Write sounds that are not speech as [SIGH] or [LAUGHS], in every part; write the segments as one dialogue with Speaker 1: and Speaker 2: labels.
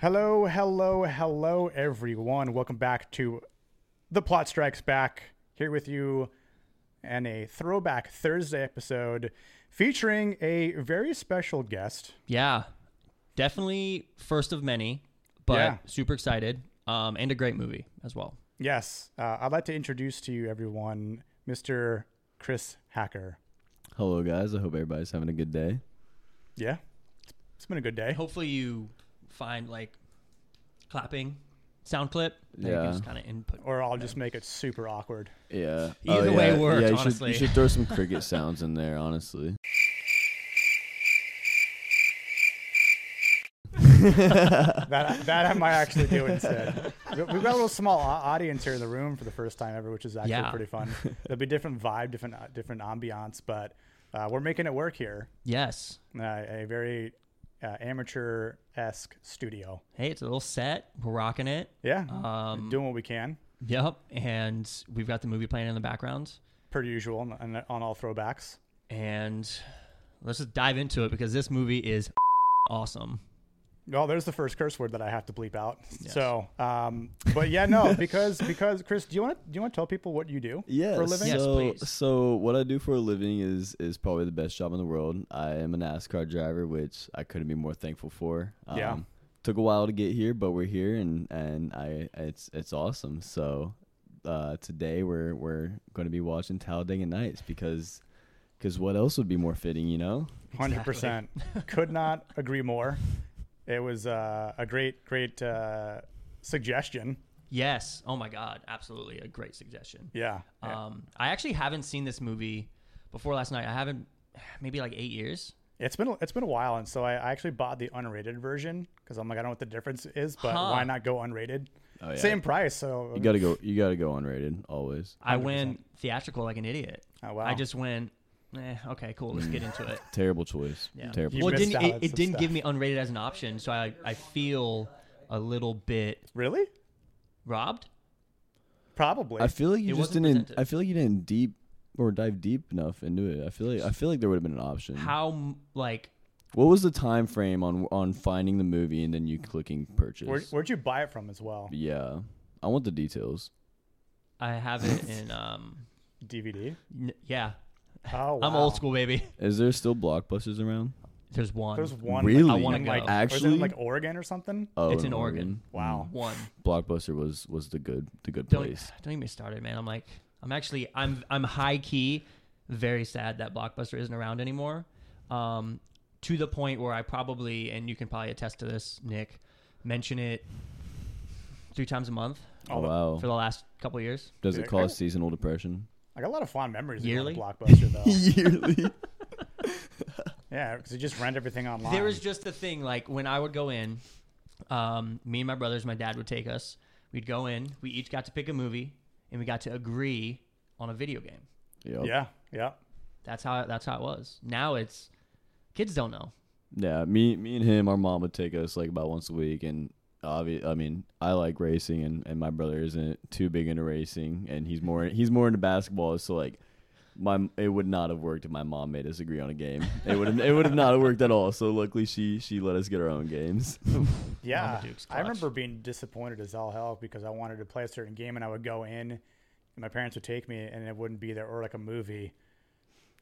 Speaker 1: Hello, hello, hello, everyone. Welcome back to The Plot Strikes Back. Here with you and a throwback Thursday episode featuring a very special guest.
Speaker 2: Yeah, definitely first of many, but
Speaker 1: Yeah.
Speaker 2: super excited um, and a great movie as well.
Speaker 1: Yes, uh, I'd like to introduce to you, everyone, Mr. Chris Hacker.
Speaker 3: Hello, guys. I hope everybody's having a good day.
Speaker 1: Yeah, It's- it's been a good day.
Speaker 2: Hopefully, you find like clapping sound clip. that you can
Speaker 3: Yeah.
Speaker 2: just kind of input.
Speaker 1: Or I'll just make it super awkward.
Speaker 3: Yeah.
Speaker 2: Either way
Speaker 3: yeah.
Speaker 2: works,
Speaker 3: Yeah, you
Speaker 2: honestly.
Speaker 3: should you should throw some cricket sounds in there. Honestly.
Speaker 1: That, that I might actually
Speaker 2: [LAUGHS]
Speaker 1: do instead. We've got a little small au- audience here in the room for the first time ever, which is actually
Speaker 2: Yeah.
Speaker 1: pretty
Speaker 2: [LAUGHS]
Speaker 1: fun. There'll be different vibe, different uh, different ambiance, but uh, we're making it work here.
Speaker 2: Yes.
Speaker 1: Uh, a very uh, amateur esque studio.
Speaker 2: Hey, it's a little set. We're rocking it.
Speaker 1: Yeah,
Speaker 2: Um,
Speaker 1: doing what we can
Speaker 2: Yep. And we've got the movie playing in the background.
Speaker 1: per usual on, on, on all throwbacks.
Speaker 2: And let's just dive into it because this movie is awesome.
Speaker 1: Well, there's the first curse word that I have to bleep out.
Speaker 2: Yes.
Speaker 1: So, um, but yeah, no, because because Chris, do you want to do you want to tell people what you do
Speaker 3: Yeah.
Speaker 1: for a living?
Speaker 2: Yes,
Speaker 3: So,
Speaker 2: please.
Speaker 3: so what I do for a living is is probably the best job in the world. I am a NASCAR driver, which I couldn't be more thankful for. Um,
Speaker 1: Yeah.
Speaker 3: Took a while to get here, but we're here, and and I it's it's awesome. So, uh, today we're we're going to be watching Talladega Nights because. Because what else would be more fitting, you know?
Speaker 1: Hundred percent.
Speaker 2: [LAUGHS]
Speaker 1: Could not agree more. It was uh, a great, great uh, suggestion.
Speaker 2: Yes. Oh my God. Absolutely. A great suggestion.
Speaker 1: Yeah. Yeah.
Speaker 2: Um, I actually haven't seen this movie before last night. I haven't, [SIGHS] maybe like eight years.
Speaker 1: it's been it's been a while, and so I, I actually bought the unrated version because I'm like I don't know what the difference is, but
Speaker 2: Huh.
Speaker 1: why not go unrated?
Speaker 3: Oh, yeah.
Speaker 1: Same price, so um,
Speaker 3: You gotta go. You gotta go unrated always.
Speaker 2: I went theatrical like an idiot.
Speaker 1: Oh, wow.
Speaker 2: I just went, eh, okay, cool. Let's get into it.
Speaker 3: Terrible choice.
Speaker 2: Yeah.
Speaker 1: [LAUGHS]
Speaker 3: Terrible.
Speaker 1: You
Speaker 2: well, it
Speaker 1: missed
Speaker 2: didn't,
Speaker 1: out
Speaker 2: it,
Speaker 1: on
Speaker 2: it
Speaker 1: some
Speaker 2: didn't give
Speaker 1: stuff.
Speaker 2: me unrated as an option, so I, I feel a little bit
Speaker 1: really
Speaker 2: robbed.
Speaker 1: probably.
Speaker 3: I feel like
Speaker 2: It
Speaker 3: you just
Speaker 2: wasn't
Speaker 3: didn't.
Speaker 2: presented.
Speaker 3: I feel like you didn't deep or dive deep enough into it. I feel like I feel like there would have been an
Speaker 1: Hmm.
Speaker 3: option.
Speaker 2: How, m- like,
Speaker 3: What was the time frame on on finding the movie and then you clicking purchase?
Speaker 1: Where, where'd you buy it from as well?
Speaker 3: yeah, I want the details.
Speaker 2: I have
Speaker 1: [LAUGHS]
Speaker 2: it in, um, [LAUGHS]
Speaker 1: DVD.
Speaker 2: n- yeah.
Speaker 1: Oh, wow.
Speaker 2: I'm old school, baby. [LAUGHS]
Speaker 3: Is there still blockbusters around?
Speaker 2: There's one.
Speaker 1: There's one.
Speaker 3: Really?
Speaker 1: Like,
Speaker 2: I wanna
Speaker 1: in,
Speaker 2: go.
Speaker 1: like, or is
Speaker 3: Actually?
Speaker 1: it in, like Oregon or something.
Speaker 3: Oh,
Speaker 2: It's in Oregon.
Speaker 1: Wow.
Speaker 2: one.
Speaker 3: Blockbuster was was the good the good
Speaker 2: Don't,
Speaker 3: place.
Speaker 2: don't even get me started, man. I'm like, I'm actually, I'm, I'm high key, very sad that Blockbuster isn't around anymore. Um, to the point where I probably, and you can probably attest to this, Nick, mention it three times a month
Speaker 3: Oh,
Speaker 1: Although-
Speaker 3: wow.
Speaker 2: for the last couple of years.
Speaker 3: Does it cause
Speaker 1: [LAUGHS]
Speaker 3: seasonal depression?
Speaker 1: I got a lot of fond memories of
Speaker 2: Yearly?
Speaker 1: Blockbuster
Speaker 3: [LAUGHS]
Speaker 1: though.
Speaker 3: Yearly.
Speaker 1: yeah, because you just rent everything online.
Speaker 2: There was just the thing, like when I would go in, um, me and my brothers, my dad would take us. We'd go in. We each got to pick a movie, and we got to agree on a video game.
Speaker 3: yep.
Speaker 1: yeah, yeah.
Speaker 2: That's how that's how it was. Now it's kids don't know.
Speaker 3: Yeah, me, me and him, our mom would take us like about once a week, and obvi- I mean, I like racing, and, and my brother isn't too big into racing, and he's more he's more into basketball. So like, my it would not have worked if my mom made us agree on a game. It would have it would have not worked at all. So luckily, she she let us get our own games.
Speaker 1: Yeah,
Speaker 2: Mama Duke's
Speaker 1: I
Speaker 2: clutch.
Speaker 1: remember being disappointed as all hell because I wanted to play a certain game and I would go in, and my parents would take me and it wouldn't be there or like a movie,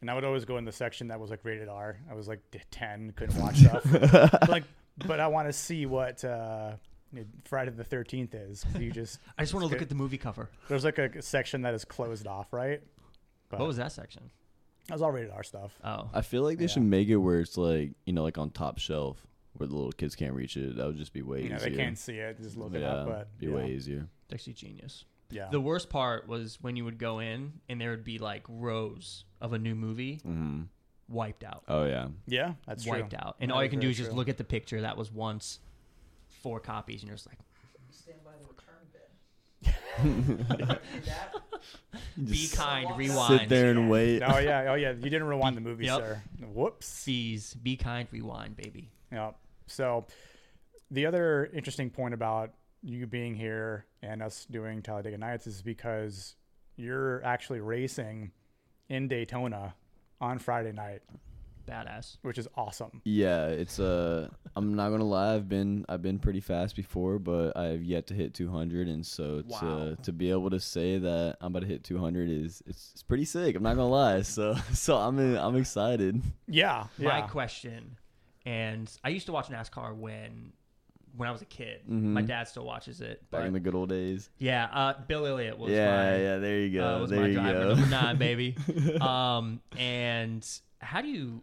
Speaker 1: and I would always go in the section that was like rated R. I was like d- ten, couldn't
Speaker 2: [LAUGHS]
Speaker 1: watch stuff. But, like, but I want to see what uh, you know, Friday the Thirteenth is. 'cause You just
Speaker 2: I just want to
Speaker 1: it's
Speaker 2: look
Speaker 1: good.
Speaker 2: at the movie cover.
Speaker 1: there's like a section that is closed off, right? But
Speaker 2: What was that section?
Speaker 1: That was all rated R stuff.
Speaker 2: Oh,
Speaker 3: I feel like they should
Speaker 1: Yeah.
Speaker 3: make it where it's like you know like on top shelf where the little kids can't reach it. That would just be way
Speaker 1: You know,
Speaker 3: easier.
Speaker 1: they can't see it. Just look it
Speaker 3: yeah,
Speaker 1: up, but
Speaker 3: be
Speaker 1: yeah,
Speaker 3: way easier.
Speaker 2: it's actually genius.
Speaker 1: yeah.
Speaker 2: The worst part was when you would go in and there would be like rows of a new movie
Speaker 3: hmm
Speaker 2: wiped out,
Speaker 3: Oh yeah,
Speaker 1: yeah, that's true.
Speaker 2: wiped out, and
Speaker 1: That
Speaker 2: all
Speaker 1: is
Speaker 2: you can do
Speaker 1: very
Speaker 2: is just
Speaker 1: true.
Speaker 2: look at the picture that was once four copies, and you're just like,
Speaker 4: stand by the return
Speaker 2: [LAUGHS]
Speaker 4: bin.
Speaker 2: be kind, rewind,
Speaker 3: sit there and wait.
Speaker 1: Oh yeah, oh yeah. You didn't rewind the movie,
Speaker 2: Yep.
Speaker 1: sir. Whoops.
Speaker 2: seize, be kind, rewind, baby.
Speaker 1: Yeah. So the other interesting point about you being here and us doing Talladega Nights is because you're actually racing in Daytona on Friday night.
Speaker 2: badass.
Speaker 1: which is awesome.
Speaker 3: Yeah, it's uh I'm not gonna lie, I've been I've been pretty fast before, but I've yet to hit two hundred and so
Speaker 2: Wow.
Speaker 3: to to be able to say that I'm about to hit two hundred is it's, it's pretty sick. I'm not gonna lie. [LAUGHS] So so I'm in, I'm excited.
Speaker 1: Yeah,
Speaker 2: My
Speaker 1: yeah.
Speaker 2: question, and I used to watch NASCAR when when I was a kid.
Speaker 3: Mhm.
Speaker 1: Mm-hmm.
Speaker 2: My dad still watches it.
Speaker 3: Back in
Speaker 2: but-
Speaker 3: the good old days.
Speaker 2: yeah, uh, Bill Elliott was
Speaker 3: yeah,
Speaker 2: my,
Speaker 3: yeah, there you go.
Speaker 2: uh, was
Speaker 3: there
Speaker 2: my
Speaker 3: you
Speaker 2: driver
Speaker 3: go.
Speaker 2: number nine,
Speaker 3: [LAUGHS]
Speaker 2: baby. um, and how do you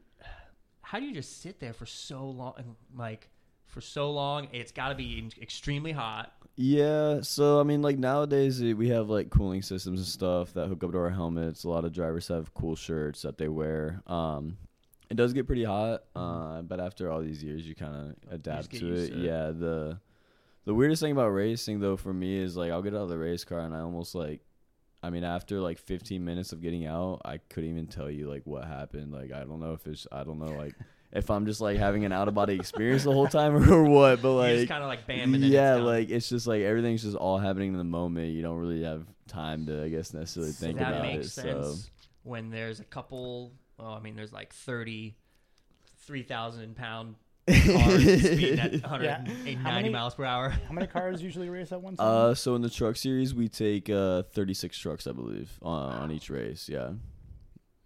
Speaker 2: how do you just sit there for so long? and, Like for so long, it's got to be in- extremely hot.
Speaker 3: Yeah, so I mean, like nowadays eh, we have like cooling systems and stuff that hook up to our helmets. A lot of drivers have cool shirts that they wear. Um, it does get pretty hot, uh, but after all these years, you kind of adapt
Speaker 2: Mm-hmm. get
Speaker 3: to
Speaker 2: used
Speaker 3: it.
Speaker 2: to it.
Speaker 3: Yeah, the the weirdest thing about racing though for me is like I'll get out of the race car and I almost like, I mean, after like 15 minutes of getting out, I couldn't even tell you like what happened. Like I don't know if it's I don't know
Speaker 2: [LAUGHS]
Speaker 3: like. If I'm just like having an out of body experience the whole time [LAUGHS] or what, but
Speaker 2: you
Speaker 3: like
Speaker 2: just kind of like bam, and then
Speaker 3: yeah,
Speaker 2: it's done.
Speaker 3: like it's just like everything's just all happening in the moment. You don't really have time to, I guess, necessarily
Speaker 2: So
Speaker 3: think
Speaker 2: that
Speaker 3: about
Speaker 2: makes
Speaker 3: it.
Speaker 2: sense
Speaker 3: [LAUGHS] So
Speaker 2: when there's a couple. Well, I mean, there's like thirty, three thousand
Speaker 3: [LAUGHS]
Speaker 2: pound cars speeding at 180,
Speaker 1: How many-
Speaker 2: miles per hour.
Speaker 1: How many cars usually race at one time?
Speaker 3: uh, so in the truck series, we take uh 36 trucks, I believe, on, on each race. Yeah,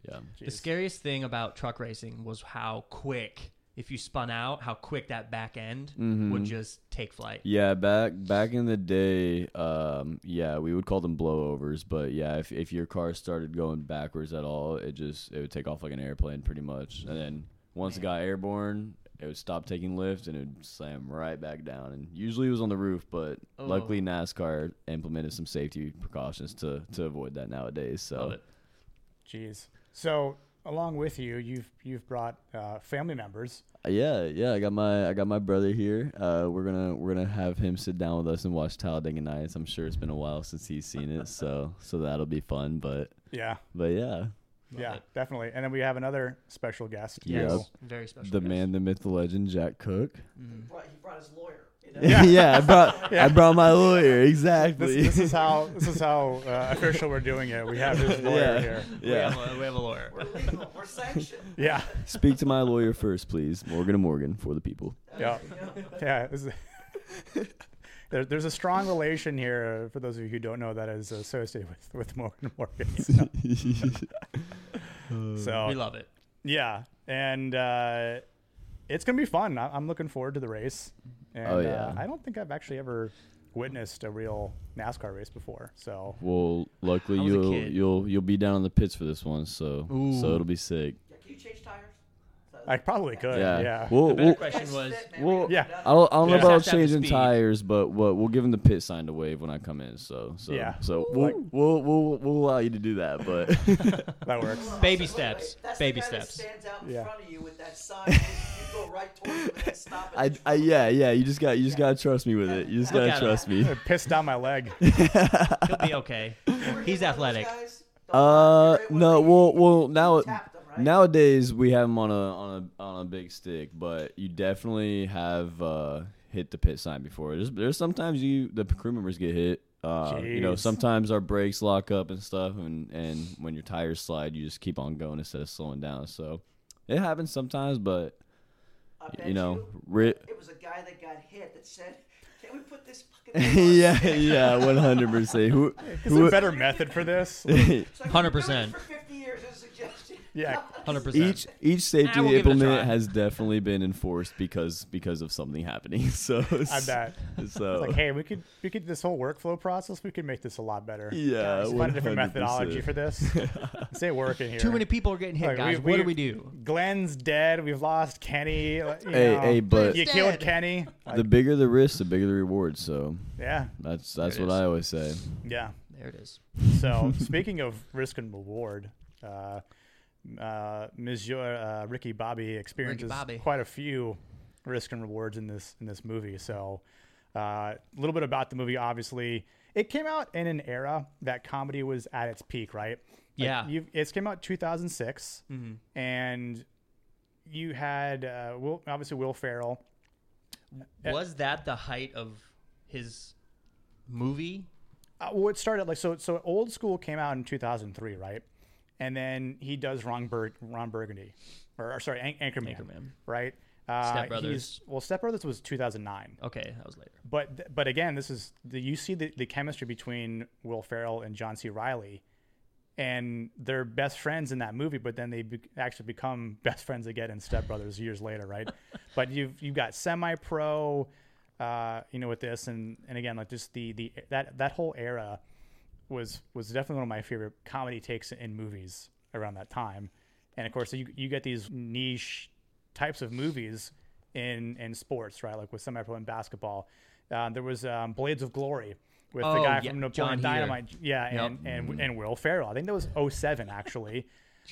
Speaker 3: yeah.
Speaker 1: Jeez.
Speaker 2: The scariest thing about truck racing was how quick, if you spun out, how quick that back end would just take flight.
Speaker 3: Mm-hmm. [LAUGHS] Yeah, back back in the day, um, yeah, we would call them blowovers, but yeah, if if your car started going backwards at all, it just it would take off like an airplane pretty much. And then once it got airborne, it would stop taking lift and it would slam right back down. And usually it was on the roof, but
Speaker 2: Oh.
Speaker 3: luckily NASCAR implemented some safety precautions to to avoid that nowadays. So
Speaker 2: Love it.
Speaker 1: Jeez. So along with you, you've you've brought uh, family members.
Speaker 3: Yeah, yeah, I got my I got my brother here. Uh, we're gonna we're gonna have him sit down with us and watch Talladega Nights. I'm sure it's been a while since he's seen it, so so that'll be fun. But
Speaker 1: Yeah,
Speaker 3: but yeah,
Speaker 1: yeah,
Speaker 2: it.
Speaker 1: definitely. And then we have another special guest.
Speaker 3: Yeah.
Speaker 2: Yes,
Speaker 3: Yep.
Speaker 2: very special.
Speaker 3: the
Speaker 2: guest.
Speaker 3: man, the myth, the legend, Jack Cook.
Speaker 2: Mm-hmm.
Speaker 4: He brought, he brought his lawyer. You know?
Speaker 3: Yeah, I [LAUGHS] brought I brought my lawyer
Speaker 1: This,
Speaker 3: exactly.
Speaker 1: this
Speaker 3: [LAUGHS]
Speaker 1: is how this is how uh, official we're doing it. We have his lawyer
Speaker 3: Yeah.
Speaker 1: here.
Speaker 3: yeah,
Speaker 2: We, have a, we have a lawyer.
Speaker 4: We're legal. We're sanctioned.
Speaker 1: Yeah,
Speaker 3: speak to my lawyer first, please, Morgan and Morgan for the people.
Speaker 1: yeah,
Speaker 4: You know?
Speaker 1: yeah. This is, [LAUGHS] there, there's a strong relation here uh, for those of you who don't know that is associated with with Morgan
Speaker 3: [LAUGHS]
Speaker 1: Morgan. So,
Speaker 3: Uh,
Speaker 1: so
Speaker 2: we love it.
Speaker 1: Yeah, and uh, it's gonna be fun. I- I'm looking forward to the race. And,
Speaker 3: Oh,
Speaker 1: Uh,
Speaker 3: yeah.
Speaker 1: I don't think I've actually ever witnessed a real NASCAR race before. So
Speaker 3: Well, luckily
Speaker 2: I was a
Speaker 3: you'll
Speaker 2: kid.
Speaker 3: you'll you'll be down in the pits for this one, so
Speaker 2: Ooh.
Speaker 3: so it'll be sick.
Speaker 4: Yeah, can you change tires? So-
Speaker 1: I probably could.
Speaker 3: yeah,
Speaker 1: Yeah.
Speaker 3: We'll-
Speaker 2: The better
Speaker 3: we'll-
Speaker 4: You guys
Speaker 2: question was,
Speaker 4: fit, man. We
Speaker 3: well,
Speaker 4: can
Speaker 1: yeah.
Speaker 4: do that.
Speaker 3: I don't, I don't
Speaker 1: Yeah.
Speaker 3: know about
Speaker 2: Just have to have the
Speaker 3: changing
Speaker 2: speed.
Speaker 3: tires, but what we'll give him the pit sign to wave when I come in. So, so,
Speaker 1: Yeah.
Speaker 3: so
Speaker 1: Ooh.
Speaker 3: we'll, we'll we'll we'll allow you to do that.
Speaker 1: [LAUGHS]
Speaker 3: But
Speaker 1: that works.
Speaker 3: [LAUGHS]
Speaker 2: Baby
Speaker 4: Wait, wait,
Speaker 2: steps.
Speaker 4: That's
Speaker 2: Baby
Speaker 4: the guy that
Speaker 2: steps.
Speaker 4: stands out in
Speaker 1: Yeah.
Speaker 4: front of you with that sign. you you go right towards him and then stop.
Speaker 3: I,
Speaker 4: and-
Speaker 3: [LAUGHS] I yeah yeah you just got you just gotta trust me with it. You just
Speaker 2: Look
Speaker 3: gotta
Speaker 2: at
Speaker 3: trust me.
Speaker 1: It pissed down my
Speaker 3: [LAUGHS]
Speaker 1: leg.
Speaker 2: He'll be okay.
Speaker 4: You were
Speaker 2: He's
Speaker 4: one of those
Speaker 2: athletic.
Speaker 4: guys, the
Speaker 3: Uh
Speaker 4: one-
Speaker 3: no well well now
Speaker 4: tapped him, right?
Speaker 3: nowadays we have him on a on a on a big stick, but you definitely have uh hit the pit sign before. There's there's sometimes you the crew members get hit. Uh, you know
Speaker 1: Jeez.
Speaker 3: sometimes our brakes lock up and stuff, and and when your tires slide, you just keep on going instead of slowing down. So it happens sometimes, but
Speaker 4: I bet
Speaker 3: you know, ri-
Speaker 4: it was a guy that got hit that said, "Can we put this
Speaker 3: [LAUGHS]
Speaker 4: fucking?" thing on?"
Speaker 3: yeah, yeah, one hundred percent. Who,
Speaker 1: Is there
Speaker 3: who
Speaker 1: a better method for this?
Speaker 3: [LAUGHS]
Speaker 4: It's like, "We've been doing it
Speaker 2: 100%.
Speaker 4: For fifty years, as a suggestion. [LAUGHS]
Speaker 1: Yeah.
Speaker 2: Hundred percent.
Speaker 3: each each safety
Speaker 2: Ah, we'll give it a try.
Speaker 3: implement has definitely been enforced because because of something happening. [LAUGHS] So
Speaker 1: I bet.
Speaker 3: So
Speaker 1: Like, hey, we could we could this whole workworkflow process. We could make this a lot better.
Speaker 3: Yeah,
Speaker 1: Let's find a different
Speaker 3: 100%.
Speaker 1: methodology for this. This ain't working here.
Speaker 2: Too many people are getting hit,
Speaker 1: Like,
Speaker 2: guys.
Speaker 1: we-
Speaker 2: what do
Speaker 1: we-
Speaker 2: we do?
Speaker 1: Glenn's dead. We've lost Kenny. like, You
Speaker 3: hey
Speaker 1: know,
Speaker 3: hey, but
Speaker 1: you
Speaker 2: Dead.
Speaker 1: killed Kenny. Like,
Speaker 3: the bigger the risk, the bigger the reward. So
Speaker 1: yeah,
Speaker 3: that's that's
Speaker 2: There it
Speaker 3: what I always say.
Speaker 1: yeah.
Speaker 2: There it is.
Speaker 1: So speaking of risk and reward, uh, uh, Monsieur uh, Ricky Bobby experiences
Speaker 2: Bobby.
Speaker 1: quite a few risk and rewards in this in this movie. So uh, a little bit about the movie. Obviously, it came out in an era that comedy was at its peak, right? Like,
Speaker 2: Yeah. Mm-hmm.
Speaker 1: you it came out 2006, and you had uh, Will, obviously Will Ferrell.
Speaker 2: Was that the height of his movie?
Speaker 1: uh, well, it started like so. So old school came out in two thousand three, right? And then he does Ron, Bur- Ron Burgundy, or, or sorry, An- Anchorman,
Speaker 2: Anchorman.
Speaker 1: right? Uh,
Speaker 2: Step
Speaker 1: he's-
Speaker 2: Brothers.
Speaker 1: Well, Step Brothers was 2009,
Speaker 2: Okay, that was later.
Speaker 1: but th- but again, this is the, you see the, the chemistry between Will Ferrell and John C. Riley, and they're best friends in that movie. But then they be- actually become [LAUGHS] best friends again in Step Brothers years later,
Speaker 2: [LAUGHS]
Speaker 1: right? But you've you've got semi pro, uh, you know, with this, and and again, like just the the that that whole era was was definitely one of my favorite comedy takes in movies around that time. And of course, you you get these niche types of movies in in sports, right? Like with semi pro and basketball. Uh, there was um, Blades of Glory with the
Speaker 2: Oh,
Speaker 1: guy
Speaker 2: yeah,
Speaker 1: from Napoleon
Speaker 2: John Heater.
Speaker 1: Dynamite, yeah,
Speaker 2: Yep.
Speaker 1: and, and and Will Ferrell. I think that was 07, [LAUGHS] actually.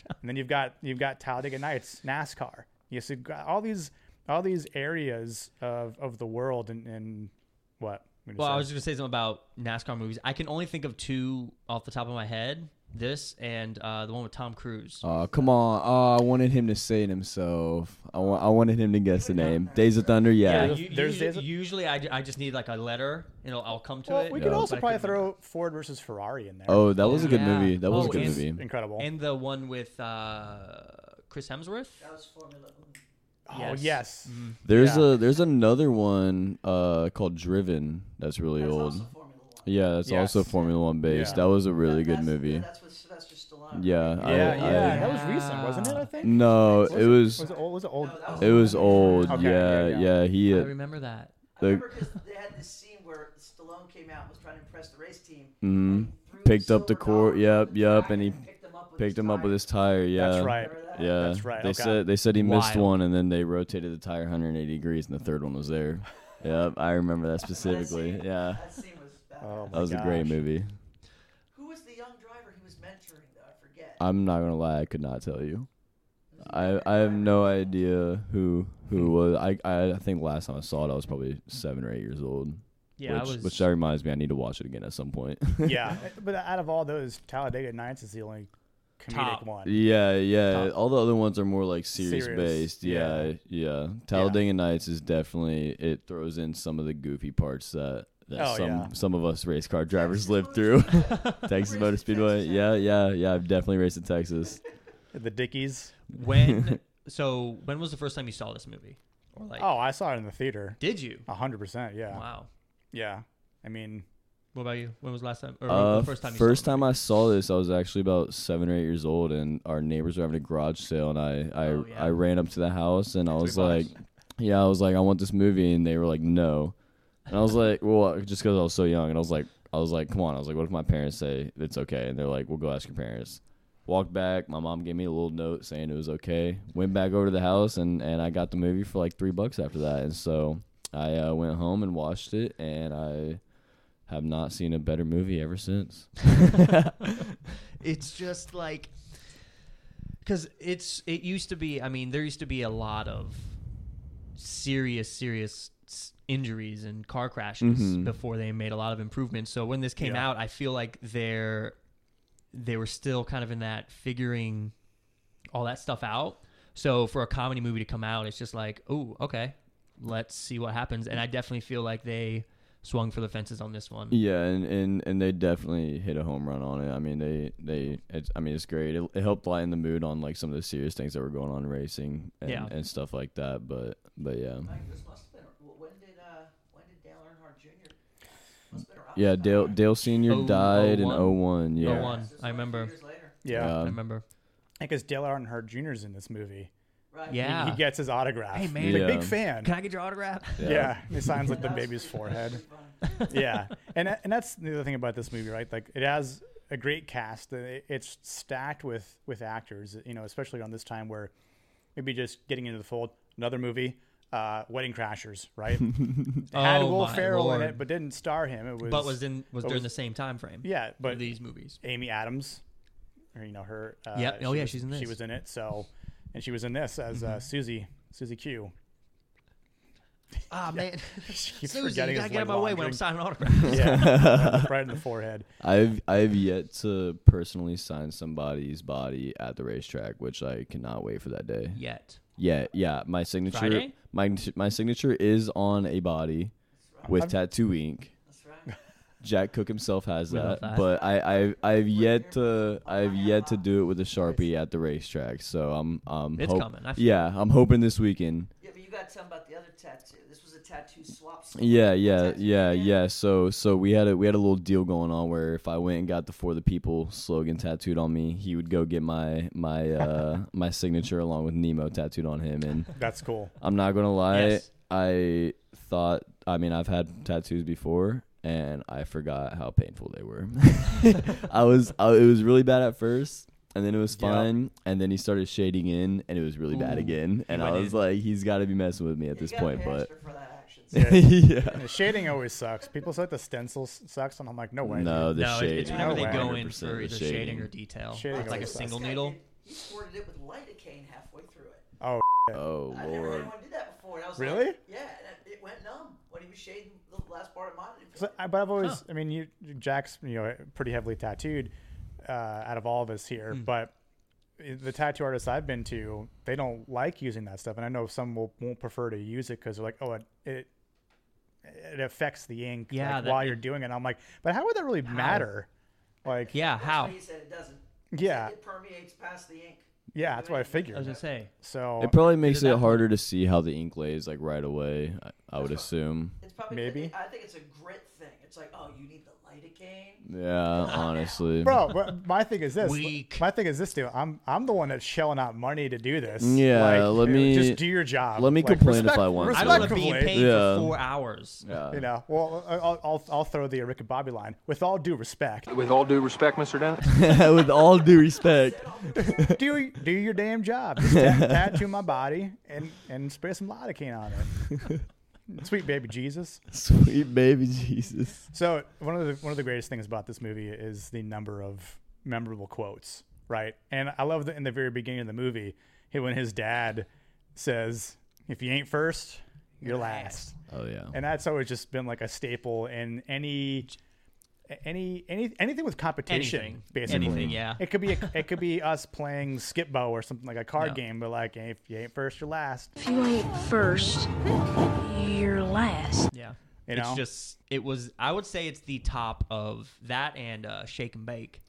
Speaker 1: and then you've got you've got Talladega Nights, NASCAR. Yes, you've got all these all these areas of of the world and, and what. I'm gonna
Speaker 2: Well, I
Speaker 1: say.
Speaker 2: was going to say something about NASCAR movies. I can only think of two off the top of my head. This and uh, the one with Tom Cruise.
Speaker 3: Oh, come on. Oh, I wanted him to say it himself. I, wa- I wanted him to guess the name. Days of Thunder, yeah.
Speaker 2: yeah,
Speaker 1: there's-
Speaker 2: you,
Speaker 1: there's-
Speaker 2: usually,
Speaker 1: there's a-
Speaker 2: usually I, ju- I just need like a letter and I'll, I'll come to
Speaker 1: Well,
Speaker 2: it.
Speaker 1: we could
Speaker 2: but
Speaker 1: also
Speaker 2: I
Speaker 1: probably
Speaker 2: couldn't
Speaker 1: throw Ford versus Ferrari in there.
Speaker 3: Oh, that was a good
Speaker 2: Yeah.
Speaker 3: movie. That was
Speaker 2: Oh,
Speaker 3: a good
Speaker 2: and-
Speaker 3: movie.
Speaker 1: incredible!
Speaker 2: remember. And the one with uh, Chris Hemsworth.
Speaker 4: That was Formula One.
Speaker 1: oh
Speaker 2: yes. Mm-hmm.
Speaker 1: yes,
Speaker 3: There's
Speaker 1: yeah.
Speaker 3: a there's another one uh called Driven that's really
Speaker 4: That's
Speaker 3: old.
Speaker 4: also Formula One.
Speaker 3: Yeah, that's also
Speaker 1: Yes.
Speaker 3: Formula One based.
Speaker 1: Yeah.
Speaker 3: That was a really
Speaker 4: That-
Speaker 3: good
Speaker 4: that's-
Speaker 3: movie.
Speaker 4: That's with Sylvester Stallone.
Speaker 3: Yeah,
Speaker 1: yeah, yeah,
Speaker 3: I,
Speaker 1: that was recent, wasn't it? I think.
Speaker 3: no, it was
Speaker 1: Was it old? Was it old?
Speaker 4: No, that was-
Speaker 3: it was old.
Speaker 1: Okay, yeah,
Speaker 3: yeah, yeah,
Speaker 1: yeah.
Speaker 3: He
Speaker 2: I
Speaker 3: uh,
Speaker 2: remember that.
Speaker 4: I
Speaker 3: The-
Speaker 4: remember because they had this scene where Stallone came out and was trying to impress the race team.
Speaker 3: mhm,
Speaker 4: and he threw
Speaker 3: picked up the
Speaker 4: silver
Speaker 3: court.
Speaker 4: dollars
Speaker 3: Yep,
Speaker 4: on the
Speaker 3: yep,
Speaker 4: track
Speaker 3: and he
Speaker 4: picked them up with
Speaker 3: picked him up with
Speaker 4: tire.
Speaker 3: his tire. Yeah,
Speaker 1: That's right.
Speaker 4: Remember that?
Speaker 3: Yeah,
Speaker 1: That's right,
Speaker 3: They
Speaker 1: okay.
Speaker 3: said they said he missed
Speaker 2: Wild.
Speaker 3: one, and then they rotated the tire 180 degrees, and the third one
Speaker 1: [LAUGHS]
Speaker 3: was there. yep, I remember that specifically.
Speaker 4: scene-
Speaker 3: Yeah,
Speaker 4: That scene was bad.
Speaker 1: Oh my
Speaker 3: that was a great
Speaker 1: gosh.
Speaker 3: movie.
Speaker 4: Who was the young driver he was mentoring, though? I forget.
Speaker 3: I'm not gonna lie, I could not tell you. I I have no idea who who it was. I I think last time I saw it, I was probably seven or eight years old.
Speaker 2: Yeah,
Speaker 3: which,
Speaker 2: I was.
Speaker 3: which that reminds me, I need to watch it again at some point.
Speaker 1: yeah, eh, but out of all those, Talladega Nights is the only comedic
Speaker 2: Top.
Speaker 1: one.
Speaker 3: yeah, yeah. All the other ones are more like serious,
Speaker 1: Serious,
Speaker 3: based. Yeah, yeah. Talladega Nights is definitely it throws in some of the goofy parts that that
Speaker 1: Oh,
Speaker 3: some
Speaker 1: yeah.
Speaker 3: some of us race car drivers
Speaker 4: Texas
Speaker 3: live
Speaker 4: Motor
Speaker 3: through.
Speaker 4: Raced
Speaker 2: [LAUGHS]
Speaker 3: Texas
Speaker 4: in
Speaker 3: Motor
Speaker 4: Texas,
Speaker 3: Speedway.
Speaker 4: huh?
Speaker 3: Yeah, yeah, yeah. I've definitely raced in Texas.
Speaker 1: The Dickies.
Speaker 3: [LAUGHS]
Speaker 2: when? So when was the first time you saw this movie? Or like,
Speaker 1: Oh, I saw it in the theater.
Speaker 2: did you?
Speaker 1: A hundred percent. Yeah,
Speaker 2: Wow.
Speaker 1: yeah. I mean,
Speaker 2: What about you? When was the last time? Or
Speaker 3: Uh,
Speaker 2: the first time? You
Speaker 3: first
Speaker 2: saw it?
Speaker 3: time I saw this, I was actually about seven or eight years old, and our neighbors were having a garage sale, and I I,
Speaker 2: Oh, yeah.
Speaker 3: I ran up to the house, and I
Speaker 2: Three
Speaker 3: was like,
Speaker 2: bucks.
Speaker 3: yeah, I was like, I want this movie, and they were like, no, and I was like, well, just because I was so young, and I was like, I was like, come on, I was like, what if my parents say it's okay, and they're like, we'll go ask your parents. Walked back. My mom gave me a little note saying it was okay. Went back over to the house, and and I got the movie for like three bucks after that, and so I uh, went home and watched it, and I. Have not seen a better movie ever since.
Speaker 2: [LAUGHS] it's just like because it's it used to be i mean there used to be a lot of serious serious s- injuries and car crashes
Speaker 3: Mhm.
Speaker 2: before they made a lot of improvements so when this came
Speaker 1: Yeah.
Speaker 2: out i feel like they're they were still kind of in that figuring all that stuff out so for a comedy movie to come out it's just like oh okay let's see what happens and i definitely feel like they swung for the fences on this one
Speaker 3: Yeah, and, and, and they definitely hit a home run on it. I mean, they they it's, I mean it's great. It, it helped lighten the mood on like some of the serious things that were going on in racing and,
Speaker 2: Yeah.
Speaker 3: and stuff like that. But but yeah,
Speaker 4: [LAUGHS] Mike, this must have been. When did uh, when did Dale Earnhart Jr. Must have been around
Speaker 3: yeah.
Speaker 4: this time,
Speaker 3: Dale
Speaker 4: right?
Speaker 3: Dale Senior
Speaker 2: Oh,
Speaker 3: died in
Speaker 2: 01?
Speaker 3: 01, Yeah,
Speaker 2: Oh, one.
Speaker 4: This was
Speaker 2: I
Speaker 4: like two
Speaker 2: remember.
Speaker 4: Years later.
Speaker 1: yeah.
Speaker 2: i
Speaker 3: Um,
Speaker 2: remember
Speaker 1: I guess Dale Earnhardt Jr. is in this movie.
Speaker 4: Right.
Speaker 2: Yeah.
Speaker 1: He gets his autograph.
Speaker 2: Hey, man.
Speaker 1: He's a
Speaker 3: Yeah.
Speaker 1: big fan.
Speaker 2: can i get your [LAUGHS] autograph
Speaker 1: yeah. he signs
Speaker 2: [LAUGHS]
Speaker 1: like the
Speaker 4: That was
Speaker 1: baby's
Speaker 4: pretty-
Speaker 1: forehead.
Speaker 4: that was pretty funny.
Speaker 1: yeah, and tha- and that's the other thing about this movie, right? Like it has a great cast. It- It's stacked with with actors, you know, especially on this time where maybe just getting into the fold. Another movie, uh, Wedding Crashers, right?
Speaker 2: [LAUGHS]
Speaker 1: Had
Speaker 2: Oh,
Speaker 1: Will
Speaker 2: my
Speaker 1: Ferrell in
Speaker 2: Lord.
Speaker 1: it, but didn't star him. It was
Speaker 2: but was in was
Speaker 1: but
Speaker 2: during
Speaker 1: was-
Speaker 2: the same time frame.
Speaker 1: yeah,
Speaker 2: of
Speaker 1: but
Speaker 2: these movies.
Speaker 1: Amy Adams, or you know her. Uh,
Speaker 2: Yep. Oh,
Speaker 1: she
Speaker 2: yeah,
Speaker 1: was-
Speaker 2: she's in
Speaker 1: She
Speaker 2: this. Mm-hmm.
Speaker 1: was in it. So, and she was in this as uh, Susie Susie Q. [LAUGHS]
Speaker 2: Ah [LAUGHS] man,
Speaker 1: Keeps
Speaker 2: Susie,
Speaker 1: forgetting
Speaker 2: you
Speaker 1: his
Speaker 2: gotta get out
Speaker 1: leg
Speaker 2: of my way when I'm
Speaker 1: laundering.
Speaker 2: signing autographs.
Speaker 1: Yeah, right in the forehead.
Speaker 3: I've I've yet to personally sign somebody's body at the racetrack, which I cannot wait for that day.
Speaker 2: [LAUGHS] Yet,
Speaker 3: Yeah, yeah. My signature
Speaker 2: Friday?
Speaker 3: my my signature is on a body with tattoo ink.
Speaker 4: That's right.
Speaker 3: Jack Cook himself has
Speaker 2: We love
Speaker 3: that,
Speaker 2: that.
Speaker 3: but I, I I've yet to I've yet to do it with a sharpie at the racetrack. So I'm um
Speaker 2: It's coming. I feel
Speaker 3: yeah, I'm hoping this weekend.
Speaker 4: Yeah, but you got something about the other tattoo. This was a tattoo swap. story.
Speaker 3: Yeah, yeah,
Speaker 4: Tattoo
Speaker 3: yeah,
Speaker 4: man.
Speaker 3: yeah. So so we had a we had a little deal going on where if I went and got the for the people slogan tattooed on me, he would go get my my uh my signature along with Nemo tattooed on him and
Speaker 1: That's cool.
Speaker 3: I'm not gonna lie.
Speaker 2: Yes.
Speaker 3: I thought. I mean, I've had tattoos before, and I forgot how painful they were. [LAUGHS] I was. I, it was really bad at first, and then it was
Speaker 1: Yeah.
Speaker 3: fine, and then he started shading in, and it was really bad
Speaker 2: Ooh,
Speaker 3: again. And I
Speaker 2: went
Speaker 3: was
Speaker 2: in.
Speaker 3: like, he's got to be messing with me at
Speaker 4: Yeah,
Speaker 3: this
Speaker 4: you gotta
Speaker 3: point,
Speaker 4: pay
Speaker 3: but
Speaker 4: extra for that action.
Speaker 1: Yeah.
Speaker 3: [LAUGHS] yeah.
Speaker 1: And the shading always sucks. People say the stencil s- sucks, and I'm like, no way.
Speaker 3: No, the
Speaker 2: no, it-
Speaker 3: shading.
Speaker 2: it's whenever they
Speaker 1: No
Speaker 2: go in
Speaker 3: 100%
Speaker 2: for either
Speaker 3: the
Speaker 2: shading. or detail.
Speaker 1: Shading
Speaker 2: it's like a
Speaker 1: always sucks.
Speaker 2: single
Speaker 4: This guy
Speaker 2: needle.
Speaker 4: did- he squirted it with lidocaine halfway through it.
Speaker 3: Oh
Speaker 4: I never had
Speaker 3: lord.
Speaker 4: anyone do that before. And I was
Speaker 1: Really?
Speaker 4: Like, yeah, and it- it went numb when he was shading the last part of mine. It
Speaker 1: So, I- but I've always, I mean, you, Jack's, you know, pretty heavily tattooed uh, out of all of us here,
Speaker 2: Hmm.
Speaker 1: but the tattoo artists I've been to, they don't like using that stuff. And I know some will, won't prefer to use it because they're like, oh, it, it, it affects the ink like,
Speaker 2: Yeah, that-
Speaker 1: while you're doing it. I'm like, but how would that really matter? Like, yeah,
Speaker 2: Yeah,
Speaker 4: that's
Speaker 2: how?
Speaker 4: why He said it doesn't.
Speaker 1: yeah,
Speaker 4: It permeates past the ink.
Speaker 1: that's what I
Speaker 2: I was
Speaker 1: figured.
Speaker 2: gonna say.
Speaker 1: So
Speaker 3: It probably makes
Speaker 2: at that
Speaker 3: it harder to see how the ink lays like right away. I, I would
Speaker 4: That's
Speaker 3: assume.
Speaker 4: It's probably
Speaker 1: Maybe.
Speaker 4: I think it's a grit thing. It's like, oh, you need the lidocaine.
Speaker 3: Yeah,
Speaker 2: [LAUGHS]
Speaker 3: honestly.
Speaker 1: bro but my thing is this
Speaker 2: Weak.
Speaker 1: my thing is this dude i'm i'm the one that's shelling out money to do this
Speaker 3: Yeah,
Speaker 1: Like,
Speaker 3: let me-
Speaker 1: just do your job
Speaker 3: let me
Speaker 1: Like,
Speaker 3: complain if
Speaker 1: respect-
Speaker 3: I want to.
Speaker 2: I
Speaker 3: It's
Speaker 2: love
Speaker 3: like-
Speaker 2: being
Speaker 1: respectfully,
Speaker 2: paid
Speaker 3: Yeah.
Speaker 2: for four hours.
Speaker 3: Yeah.
Speaker 1: you know well I'll, I'll i'll throw the rick and bobby line with all due respect
Speaker 5: With all due respect, Mr. Dennis.
Speaker 3: [LAUGHS] With all due respect.
Speaker 1: do do your damn job just ta- tattoo my body and and spray some lidocaine on it sweet baby jesus
Speaker 3: Sweet baby Jesus.
Speaker 1: So one of the one of the greatest things about this movie is the number of memorable quotes, right? And I love that in the very beginning of the movie, he- when his dad says, "If you ain't first, you're last,"
Speaker 3: Oh yeah.
Speaker 1: and that's always just been like a staple in any any any anything with competition,
Speaker 2: Anything.
Speaker 1: basically.
Speaker 2: Anything, yeah.
Speaker 1: It could be a, it could be us playing skip bow or something like a card
Speaker 2: Yeah.
Speaker 1: game, but like if you ain't first, you're last.
Speaker 6: If you ain't first, you're last.
Speaker 2: Yeah.
Speaker 1: You
Speaker 2: it's
Speaker 1: know?
Speaker 2: just it was I would say it's the top of that and uh, Shake and Bake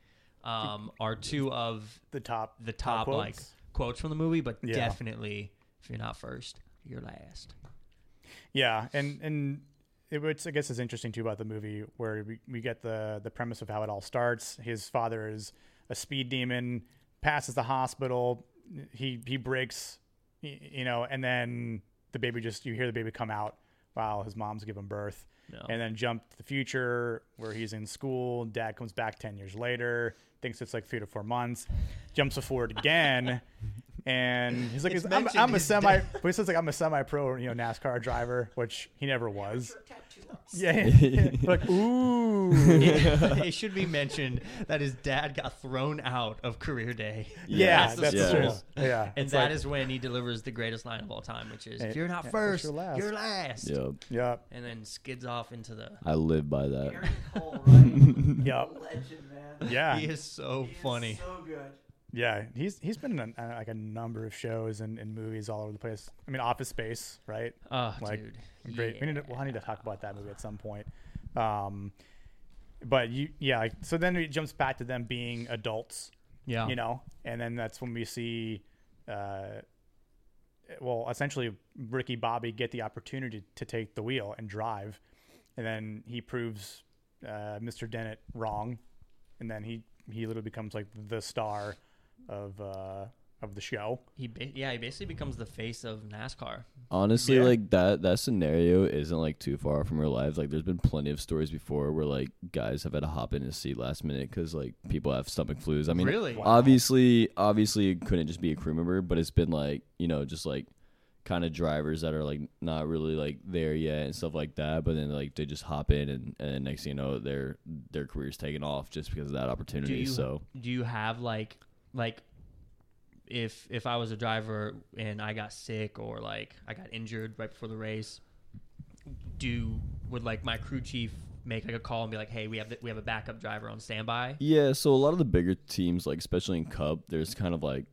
Speaker 2: um, are two of
Speaker 1: The top
Speaker 2: the top
Speaker 1: quotes.
Speaker 2: like quotes from the movie, but
Speaker 1: Yeah.
Speaker 2: definitely if you're not first, you're last. [LAUGHS]
Speaker 1: Yeah, and and it, which I guess is interesting too about the movie where we, we get the the premise of how it all starts. His father is a speed demon, passes the hospital, he he breaks, y- you know, and then the baby just you hear the baby come out while his mom's giving birth.
Speaker 2: No.
Speaker 1: And then jump to the future where he's in school. Dad comes back 10 years later, thinks it's like three to four months, jumps forward
Speaker 2: [LAUGHS]
Speaker 1: again. And he's like,
Speaker 2: It's
Speaker 1: I'm,
Speaker 2: mentioned
Speaker 1: I'm a
Speaker 2: he's
Speaker 1: semi, [LAUGHS] but he says like, I'm a semi-pro, you know, NASCAR driver, which he never was.
Speaker 4: Your tattoo.
Speaker 1: [LAUGHS] Yeah, like ooh,
Speaker 2: it, it should be mentioned that his dad got thrown out of career day.
Speaker 1: [LAUGHS] yeah,
Speaker 2: That's the
Speaker 1: that's
Speaker 2: [LAUGHS]
Speaker 3: yeah.
Speaker 1: true.
Speaker 2: source.
Speaker 1: Yeah,
Speaker 2: And
Speaker 1: it's
Speaker 2: that
Speaker 1: like-
Speaker 2: is when he delivers the greatest line of all time, which is
Speaker 1: Hey,
Speaker 2: if you're not
Speaker 1: yeah,
Speaker 2: first,
Speaker 1: you're
Speaker 2: you're
Speaker 1: last."
Speaker 2: last.
Speaker 3: Yep.
Speaker 1: yeah,
Speaker 2: And then skids off into the
Speaker 3: I live by that.
Speaker 4: Aaron Cole, right?
Speaker 1: yeah,
Speaker 4: Legend,
Speaker 2: [LAUGHS]
Speaker 4: man.
Speaker 1: yeah.
Speaker 2: He is so
Speaker 4: He is
Speaker 2: funny.
Speaker 4: So good.
Speaker 1: Yeah, he's he's been in a, uh, like a number of shows and, and movies all over the place. I mean, Office Space, right?
Speaker 2: oh,
Speaker 1: Like,
Speaker 2: dude.
Speaker 1: Great. We need to, well, I need to talk about that movie at some point. Um, but you, yeah. Like, so then it jumps back to them being adults,
Speaker 2: Yeah.
Speaker 1: you know, and then that's when we see, uh, well, essentially Ricky Bobby get the opportunity to take the wheel and drive, and then he proves uh, Mr. Dennett wrong, and then he he literally becomes like the star of uh, of the show.
Speaker 2: He ba- yeah, he basically becomes the face of NASCAR.
Speaker 3: Honestly,
Speaker 1: Yeah.
Speaker 3: like that that scenario isn't like too far from real life. Like there's been plenty of stories before where like guys have had to hop in his seat last minute because like people have stomach flus. I mean,
Speaker 2: Really? Wow.
Speaker 3: obviously, obviously it couldn't just be a crew member, but it's been like you know just like kind of drivers that are like not really like there yet and stuff like that. But then like they just hop in and and next thing you know their their career's taking off just because of that
Speaker 2: Do
Speaker 3: opportunity.
Speaker 2: you
Speaker 3: so
Speaker 2: do you have like like if if I was a driver and I got sick or like I got injured right before the race, do would like my crew chief make like a call and be like, "Hey, we have the, we have a backup driver on standby."
Speaker 3: Yeah, so a lot of the bigger teams, like especially in Cup, there's kind of like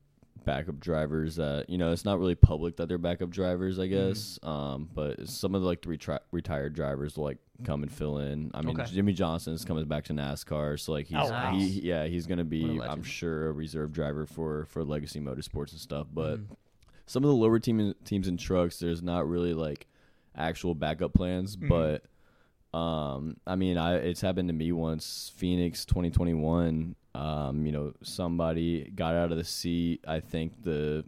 Speaker 3: backup drivers that you know it's not really public that they're backup drivers, I
Speaker 2: Mm-hmm.
Speaker 3: guess. Um, but some of the, like the retri- retired drivers will like come and fill in. I mean,
Speaker 2: Okay.
Speaker 3: Jimmy Johnson's coming back to NASCAR, so like he's
Speaker 1: Oh, wow.
Speaker 3: he, yeah he's gonna
Speaker 2: What a
Speaker 3: be I'm
Speaker 2: legend.
Speaker 3: sure a reserve driver for for Legacy Motorsports and stuff. But
Speaker 2: Mm-hmm.
Speaker 3: some of the lower team teams and trucks, there's not really like actual backup plans,
Speaker 2: Mm-hmm.
Speaker 3: but um, I mean, I it's happened to me once. Phoenix, twenty twenty one. Um, you know, somebody got out of the seat. I think the,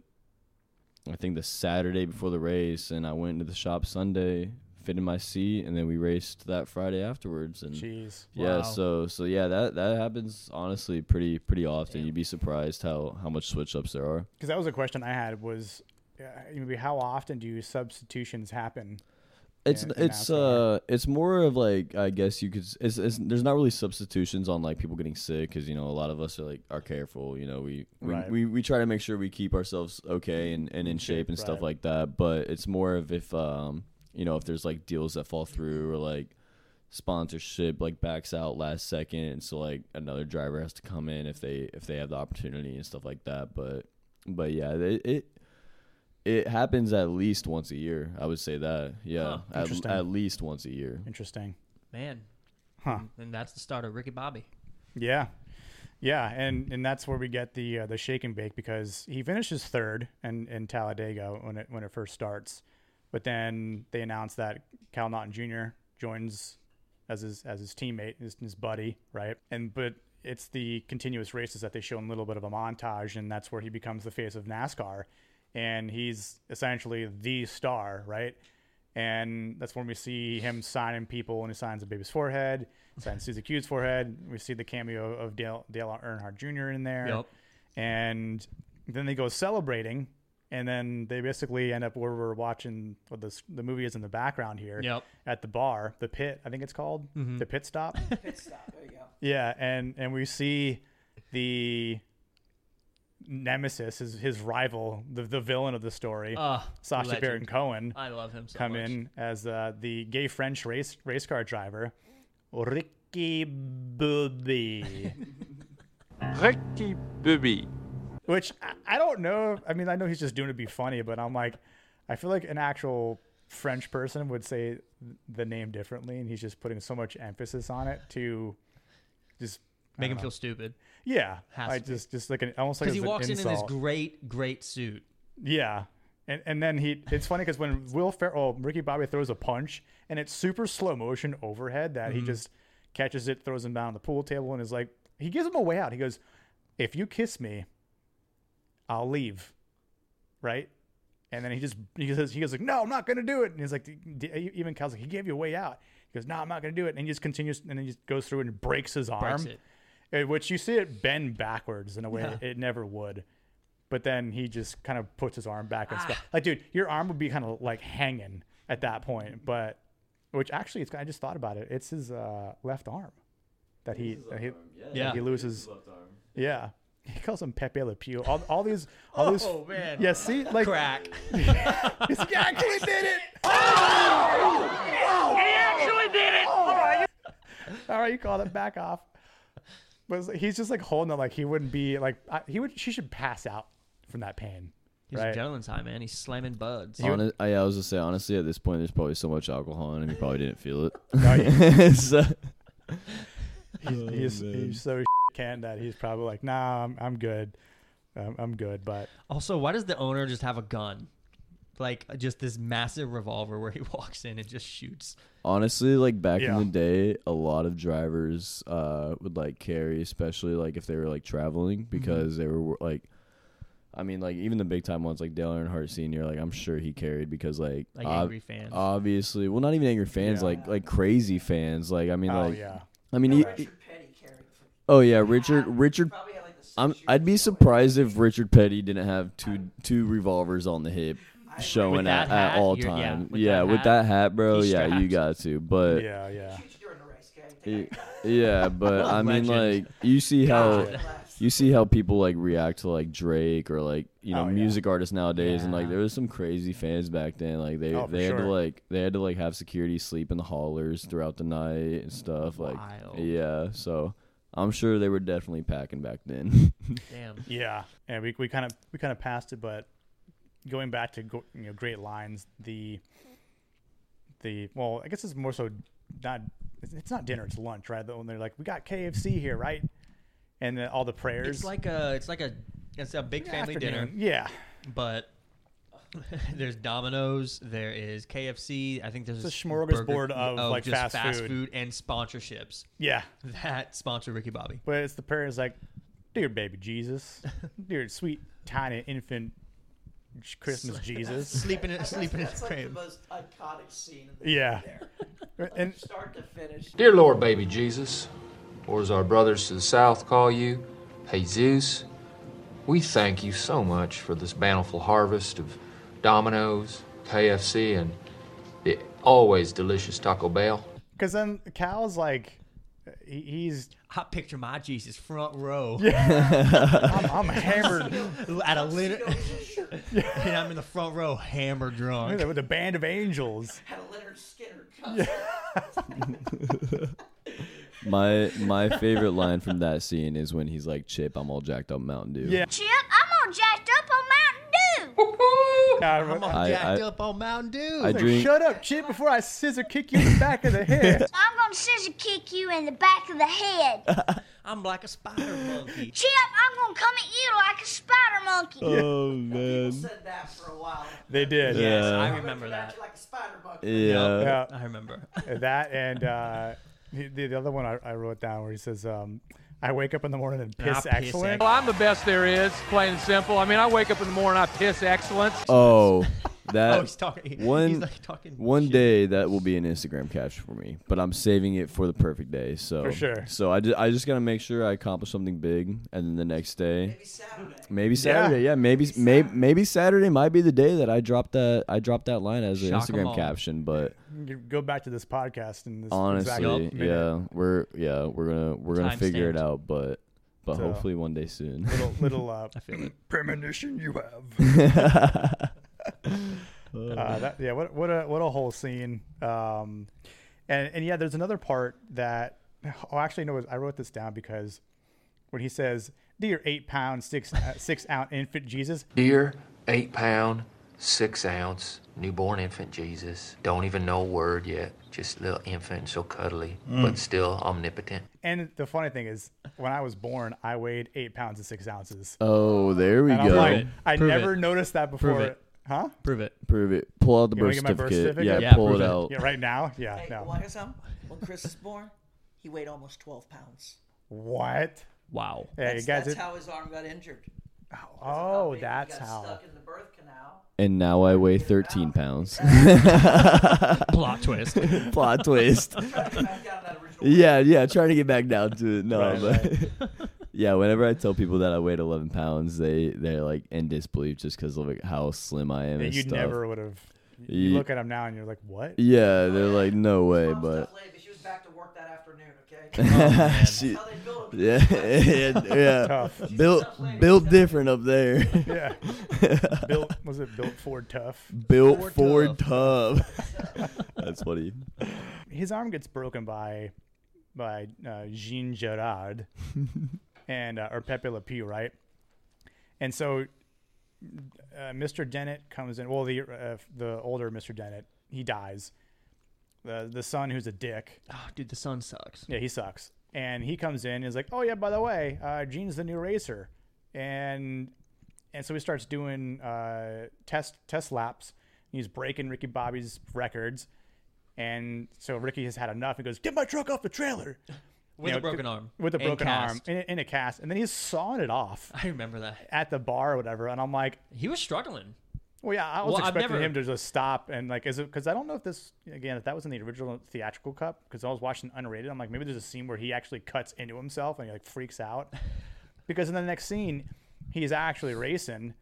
Speaker 3: I think the Saturday before the race, and I went into the shop Sunday, fitted my seat, and then we raced that Friday afterwards. And
Speaker 1: Jeez.
Speaker 3: yeah,
Speaker 2: Wow.
Speaker 3: so so yeah, that that happens honestly pretty pretty often. You'd be surprised how how much switch ups there are.
Speaker 1: Because that was a question I had was, uh, maybe how often do substitutions happen?
Speaker 3: It's
Speaker 1: Yeah, it's
Speaker 3: it's
Speaker 1: an
Speaker 3: uh it's more of like I guess you could s- it's, it's there's not really substitutions on like people getting sick because you know a lot of us are like are careful you know we we,
Speaker 1: Right.
Speaker 3: we we try to make sure we keep ourselves okay and, and in shape and stuff
Speaker 1: right.
Speaker 3: like that but it's more of if um you know if there's like deals that fall through or like sponsorship like backs out last second and so like another driver has to come in if they if they have the opportunity and stuff like that but but yeah it, it it happens at least once a year. I would say that. Yeah,
Speaker 2: Huh.
Speaker 3: at,
Speaker 1: Interesting.
Speaker 3: at least once a year.
Speaker 1: Interesting.
Speaker 2: Man,
Speaker 1: Huh.
Speaker 2: and that's the start of Ricky Bobby.
Speaker 1: Yeah. Yeah, and, and that's where we get the uh, the shake and bake because he finishes third in, in Talladega when it when it first starts, but then they announce that Cal Naughton Jr. joins as his as his teammate, his, his buddy, right? And but it's the continuous races that they show in a little bit of a montage, and that's where he becomes the face of NASCAR, and he's essentially the star, right? And that's when we see him signing people, and he signs a baby's forehead, signs Susie Q's forehead. We see the cameo of Dale, Dale Earnhardt Jr. in there,
Speaker 2: Yep.
Speaker 1: and then they go celebrating, and then they basically end up where we're watching what this, the movie is in the background here
Speaker 2: Yep. Mm-hmm.
Speaker 1: at the bar, the pit, I think it's called, the pit stop.
Speaker 4: [LAUGHS] Pit stop. There you go.
Speaker 1: yeah, and and we see the nemesis, his his rival, the the villain of the story,
Speaker 2: Ah,
Speaker 1: Sasha
Speaker 2: legend. Ah,
Speaker 1: Baron Cohen,
Speaker 2: I love him so
Speaker 1: come
Speaker 2: much.
Speaker 1: in as uh, the gay French race race car driver, Ricky
Speaker 2: [LAUGHS]
Speaker 1: Bobby.
Speaker 5: Ricky Bobby.
Speaker 1: Which I, I don't know. I mean, I know he's just doing it to be funny, but I'm like, I feel like an actual French person would say the name differently, and he's just putting so much emphasis on it to just I
Speaker 2: Make him
Speaker 1: don't know.
Speaker 2: feel stupid
Speaker 1: Yeah,
Speaker 2: Has
Speaker 1: I
Speaker 2: to be.
Speaker 1: just just like an almost like
Speaker 2: because
Speaker 1: it's Uh-huh.
Speaker 2: he
Speaker 1: an
Speaker 2: walks in in this
Speaker 1: insult.
Speaker 2: great, great suit.
Speaker 1: Yeah. And, and then he, it's funny because when Will Ferrell, Ricky Bobby throws a punch and it's super slow motion overhead that he just catches it, throws him down on the pool table, and is like, he gives him a way out. He goes, If you kiss me, I'll leave. Right? And then he just, he says, he goes like, No, I'm not going to do it. And he's like, d- e, Even Cal's like, He gave you a way out. He goes, No, I'm not going to do it. And he just continues and then he just goes through and breaks his arm.
Speaker 2: Breaks it.
Speaker 1: Uh, which you see it bend backwards in a way
Speaker 2: Yeah.
Speaker 1: it never would. But then he just kind of puts his arm back
Speaker 2: Ah.
Speaker 1: and stuff. Like, dude, your arm would be kind of like hanging at that point. But which actually, it's I just thought about it. It's his uh, left arm that he that he,
Speaker 2: Yeah.
Speaker 1: he loses. Yeah, [LAUGHS] he calls him Pepe Le Pew. All, all these, all these.
Speaker 2: Oh, man.
Speaker 1: Yeah, see, like
Speaker 2: Crack.
Speaker 1: He's like, "Yeah, I actually did it. Oh, [LAUGHS] All right, you called it. Back off. But it's like- he's just like holding it like he wouldn't be like I, he would. She should pass out from that pain.
Speaker 2: He's
Speaker 1: Right.
Speaker 2: a gentleman's high, man. He's slamming buds.
Speaker 3: Honest, I, I was gonna say honestly, at this point, there's probably so much alcohol in him, he probably didn't feel it.
Speaker 1: No, he-
Speaker 3: [LAUGHS] So-
Speaker 1: he's, he's so [LAUGHS] canned that he's probably like, nah, I'm, I'm good. Um, I'm good. But
Speaker 2: Also, why does the owner just have a gun? Like just this massive revolver where he [LAUGHS] walks in and just shoots.
Speaker 3: honestly, like back
Speaker 1: Yeah.
Speaker 3: in the day, a lot of drivers uh, would like carry, especially like if they were like traveling
Speaker 1: Mm-hmm.
Speaker 3: because they were like. I mean, like even the big time ones, like Dale Earnhardt Sr. Like I'm sure he carried because, like,
Speaker 2: Like
Speaker 3: ob-
Speaker 2: angry fans.
Speaker 3: uh, obviously, well, not even angry fans,
Speaker 1: Yeah.
Speaker 3: like like crazy fans. Like I mean,
Speaker 1: oh
Speaker 3: like
Speaker 1: yeah,
Speaker 3: I mean, he,
Speaker 4: Richard Petty carried it for
Speaker 3: oh yeah, Richard Richard
Speaker 4: probably had like the.
Speaker 3: I'm,
Speaker 4: six-year
Speaker 3: I'd be
Speaker 4: boy.
Speaker 3: surprised if Richard Petty didn't have two two revolvers on the hip
Speaker 2: With
Speaker 3: showing
Speaker 2: that
Speaker 3: at, at
Speaker 2: hat,
Speaker 3: all
Speaker 2: you're- yeah,
Speaker 3: time. Yeah,
Speaker 2: with
Speaker 3: with,
Speaker 2: that
Speaker 3: that,
Speaker 2: hat,
Speaker 3: hat, bro.
Speaker 2: he's
Speaker 3: Yeah,
Speaker 2: strapped.
Speaker 3: you got to. But
Speaker 1: yeah, yeah.
Speaker 4: Shoot you during the race, okay?
Speaker 1: [LAUGHS]
Speaker 3: y- yeah, but I mean,
Speaker 2: Legend.
Speaker 3: like you see how
Speaker 4: Take a left.
Speaker 3: you see how people like react to like Drake or like you know
Speaker 1: Oh, yeah.
Speaker 3: music artists nowadays, and like
Speaker 2: Yeah.
Speaker 3: there was some crazy fans back then. Like they
Speaker 1: Oh, for
Speaker 3: they had
Speaker 1: sure.
Speaker 3: to like they had to like have security sleep in the haulers throughout the night and stuff. Like
Speaker 2: Wild.
Speaker 3: yeah, so I'm sure they were definitely packing back then. [LAUGHS]
Speaker 2: Damn.
Speaker 1: Yeah, and we we kind of we kind of passed it, but going back to go, you know great lines, the the well, I guess it's more so not it's- it's not dinner, it's lunch, right? When they're like, we got KFC here, right? And then all the prayers.
Speaker 2: It's like a it's like a it's a big family dinner,
Speaker 1: Afternoon. Yeah,
Speaker 2: but [LAUGHS] there's Domino's, there is KFC. I think there's oh,
Speaker 1: It's a smorgasbord of, like,
Speaker 2: just
Speaker 1: fast food.
Speaker 2: and sponsorships
Speaker 1: yeah.
Speaker 2: that sponsor Ricky Bobby.
Speaker 1: But it's the prayers like, dear baby Jesus, dear sweet tiny infant j- Christmas Jesus. [LAUGHS]
Speaker 2: Sleeping in sleeping in
Speaker 4: That's
Speaker 2: his
Speaker 4: like the
Speaker 2: crib.
Speaker 4: most iconic scene in the
Speaker 1: Yeah,
Speaker 4: there.
Speaker 1: and
Speaker 4: [LAUGHS] Start to finish.
Speaker 7: Dear Lord, baby Jesus, or as our brothers to the south call you, Jesus, we thank you so much for this bountiful harvest of Domino's, KFC, and the always delicious Taco Bell.
Speaker 1: because then Cal's like, he, he's
Speaker 2: I picture my Jesus front row
Speaker 1: I'm, I'm hammered
Speaker 2: at a liter, [LAUGHS]
Speaker 4: Tuxedo is his
Speaker 1: [LAUGHS]
Speaker 4: shirt.
Speaker 2: and I'm in the front row, hammer drunk.
Speaker 1: with a band of
Speaker 2: [LAUGHS]
Speaker 1: angels.
Speaker 4: Had a Leonard Skinner cut.
Speaker 3: my my
Speaker 1: [LAUGHS]
Speaker 3: favorite line from that scene is when he's like, "Chip, I'm all jacked up Mountain Dew."
Speaker 1: Yeah.
Speaker 6: Chip, I'm all jacked up on Mountain Dew.
Speaker 2: I'm
Speaker 1: Uh,
Speaker 2: all
Speaker 3: I-
Speaker 2: jacked
Speaker 3: I-
Speaker 2: up on Mountain Dew.
Speaker 3: I drink.
Speaker 1: Shut up, Chip, before I scissor kick you in the back of the head.
Speaker 6: I'm gonna scissor kick you in the back of the head.
Speaker 2: I'm like a spider
Speaker 1: [LAUGHS]
Speaker 2: monkey.
Speaker 6: Chip, I'm gonna come at you like a spider monkey.
Speaker 3: Oh man.
Speaker 4: Said that for a while.
Speaker 1: They did.
Speaker 2: Yes,
Speaker 3: Yeah.
Speaker 2: I
Speaker 4: Coming
Speaker 2: remember
Speaker 4: for
Speaker 2: that.
Speaker 4: you Like a spider monkey.
Speaker 3: Yeah.
Speaker 1: Yeah.
Speaker 2: I remember.
Speaker 1: [LAUGHS] That and uh, the, the other one I, I wrote down where he says, um, I wake up in the morning and
Speaker 2: I
Speaker 1: piss
Speaker 2: piss
Speaker 1: excellent.
Speaker 2: ex-
Speaker 5: I'm the best there is, plain and simple. I mean, I wake up in the morning, I piss excellence.
Speaker 2: [LAUGHS]
Speaker 3: Oh, that
Speaker 2: Oh, he's talking. he-
Speaker 3: one
Speaker 2: he's like talking.
Speaker 3: one
Speaker 2: shit.
Speaker 3: day that will be an Instagram caption for me, but I'm saving it for the perfect day. So
Speaker 1: For sure.
Speaker 3: So I ju- I just gotta make sure I accomplish something big, and then the next day,
Speaker 4: Maybe Saturday.
Speaker 3: maybe Saturday, yeah, maybe maybe maybe Saturday might be the day that I drop that I drop that line as an
Speaker 2: Shock 'em
Speaker 3: Instagram
Speaker 2: all.
Speaker 3: caption. But
Speaker 1: You Go back to this podcast and this exact
Speaker 3: honestly,
Speaker 1: minute.
Speaker 3: yeah, we're yeah we're gonna we're gonna
Speaker 2: Time
Speaker 3: figure it
Speaker 2: stamped.
Speaker 3: out, but but
Speaker 1: So-
Speaker 3: hopefully one
Speaker 1: [LAUGHS]
Speaker 3: day soon.
Speaker 2: [LAUGHS]
Speaker 1: Little, little uh,
Speaker 2: I feel it.
Speaker 1: premonition you have. [LAUGHS]
Speaker 2: [LAUGHS]
Speaker 1: uh, that, yeah, what what a what a whole scene. Um, and and yeah, there's another part that oh actually no, I wrote this down because when he says, "Dear eight pound six uh, [LAUGHS] six ounce infant Jesus,"
Speaker 7: Dear eight pound, six ounce newborn infant Jesus, don't even know a word yet, just little infant, so cuddly, but still omnipotent.
Speaker 1: and the funny thing is, when I was born, I weighed eight pounds and six ounces.
Speaker 3: oh, there we
Speaker 1: and
Speaker 3: go.
Speaker 1: I'm like, I
Speaker 2: Prove
Speaker 1: never
Speaker 2: it.
Speaker 1: noticed that before.
Speaker 2: Prove it.
Speaker 1: Huh?
Speaker 2: Prove it.
Speaker 3: Prove it. Pull out the
Speaker 1: You wanna
Speaker 3: birth
Speaker 1: get my
Speaker 3: certificate.
Speaker 1: birth
Speaker 3: Yeah,
Speaker 1: certificate?
Speaker 2: Yeah,
Speaker 3: pull
Speaker 2: prove
Speaker 3: it
Speaker 2: it.
Speaker 3: out.
Speaker 1: Yeah, right now. Yeah.
Speaker 4: Hey,
Speaker 1: no.
Speaker 4: want to something? When Chris was born, he weighed almost 12 pounds.
Speaker 1: What?
Speaker 2: Wow.
Speaker 1: Yeah, you
Speaker 4: That's,
Speaker 1: guys.
Speaker 4: that's
Speaker 1: It,
Speaker 4: how his arm got injured.
Speaker 1: oh,
Speaker 4: Maybe he
Speaker 1: that's
Speaker 4: got
Speaker 1: how.
Speaker 4: Stuck in the birth canal.
Speaker 1: [LAUGHS]
Speaker 3: And now I weigh 13 pounds.
Speaker 2: Plot
Speaker 1: [LAUGHS]
Speaker 2: twist.
Speaker 3: [LAUGHS] Plot twist.
Speaker 4: Back down to that original
Speaker 3: Yeah, yeah, trying to get back down to it.
Speaker 1: [LAUGHS]
Speaker 3: No,
Speaker 1: Right,
Speaker 4: [LAUGHS]
Speaker 3: but [LAUGHS] yeah, whenever I tell people that I weighed 11 pounds, they they're like in disbelief just because of like how slim I am.
Speaker 1: that
Speaker 3: and
Speaker 1: you
Speaker 3: stuff.
Speaker 1: never would have. You
Speaker 3: Ye-
Speaker 1: look at him now and you're like, what?
Speaker 3: [LAUGHS] Yeah, they're like, no way,
Speaker 4: Mom's
Speaker 1: [LAUGHS]
Speaker 3: but
Speaker 4: tough lady, but she was back to work that afternoon,
Speaker 3: [LAUGHS]
Speaker 1: Oh,
Speaker 4: okay?
Speaker 3: she,
Speaker 4: How they build him.
Speaker 3: yeah, [LAUGHS] yeah, yeah,
Speaker 1: [LAUGHS] Tough.
Speaker 3: built built different up there.
Speaker 1: [LAUGHS] Yeah. built was it built Ford tough?
Speaker 3: built Ford tub. [LAUGHS] That's funny.
Speaker 1: His arm gets broken by by uh, Jean
Speaker 3: [LAUGHS]
Speaker 1: Gerard and uh, or Pepe Le Pew, right? And so uh, Mr. Dennett comes in. Well, the uh, the older Mr. Dennett he dies. The the son who's a dick.
Speaker 2: Oh, dude, the sun sucks.
Speaker 1: Yeah, he sucks. And he comes in and is like, "Oh yeah, by the way, uh, Gene's the new racer," and and so he starts doing uh, test test laps. He's breaking Ricky Bobby's records, and so Ricky has had enough. He goes, "Get my truck off the trailer!"
Speaker 2: With
Speaker 1: You know,
Speaker 2: a broken arm.
Speaker 1: With a
Speaker 2: and
Speaker 1: broken arm
Speaker 2: cast.
Speaker 1: in, in a cast, and then he's sawing it off
Speaker 2: I remember that.
Speaker 1: at the bar or whatever. And I'm like,
Speaker 2: He was struggling.
Speaker 1: "Well, yeah, I was
Speaker 2: Well, I've
Speaker 1: expecting
Speaker 2: never-
Speaker 1: him to just stop and like, is it because I don't know if this again if that was in the original theatrical cut because I was watching unrated. I'm like, maybe there's a scene where he actually cuts into himself and he like freaks
Speaker 2: [LAUGHS]
Speaker 1: out because in the next scene he's actually racing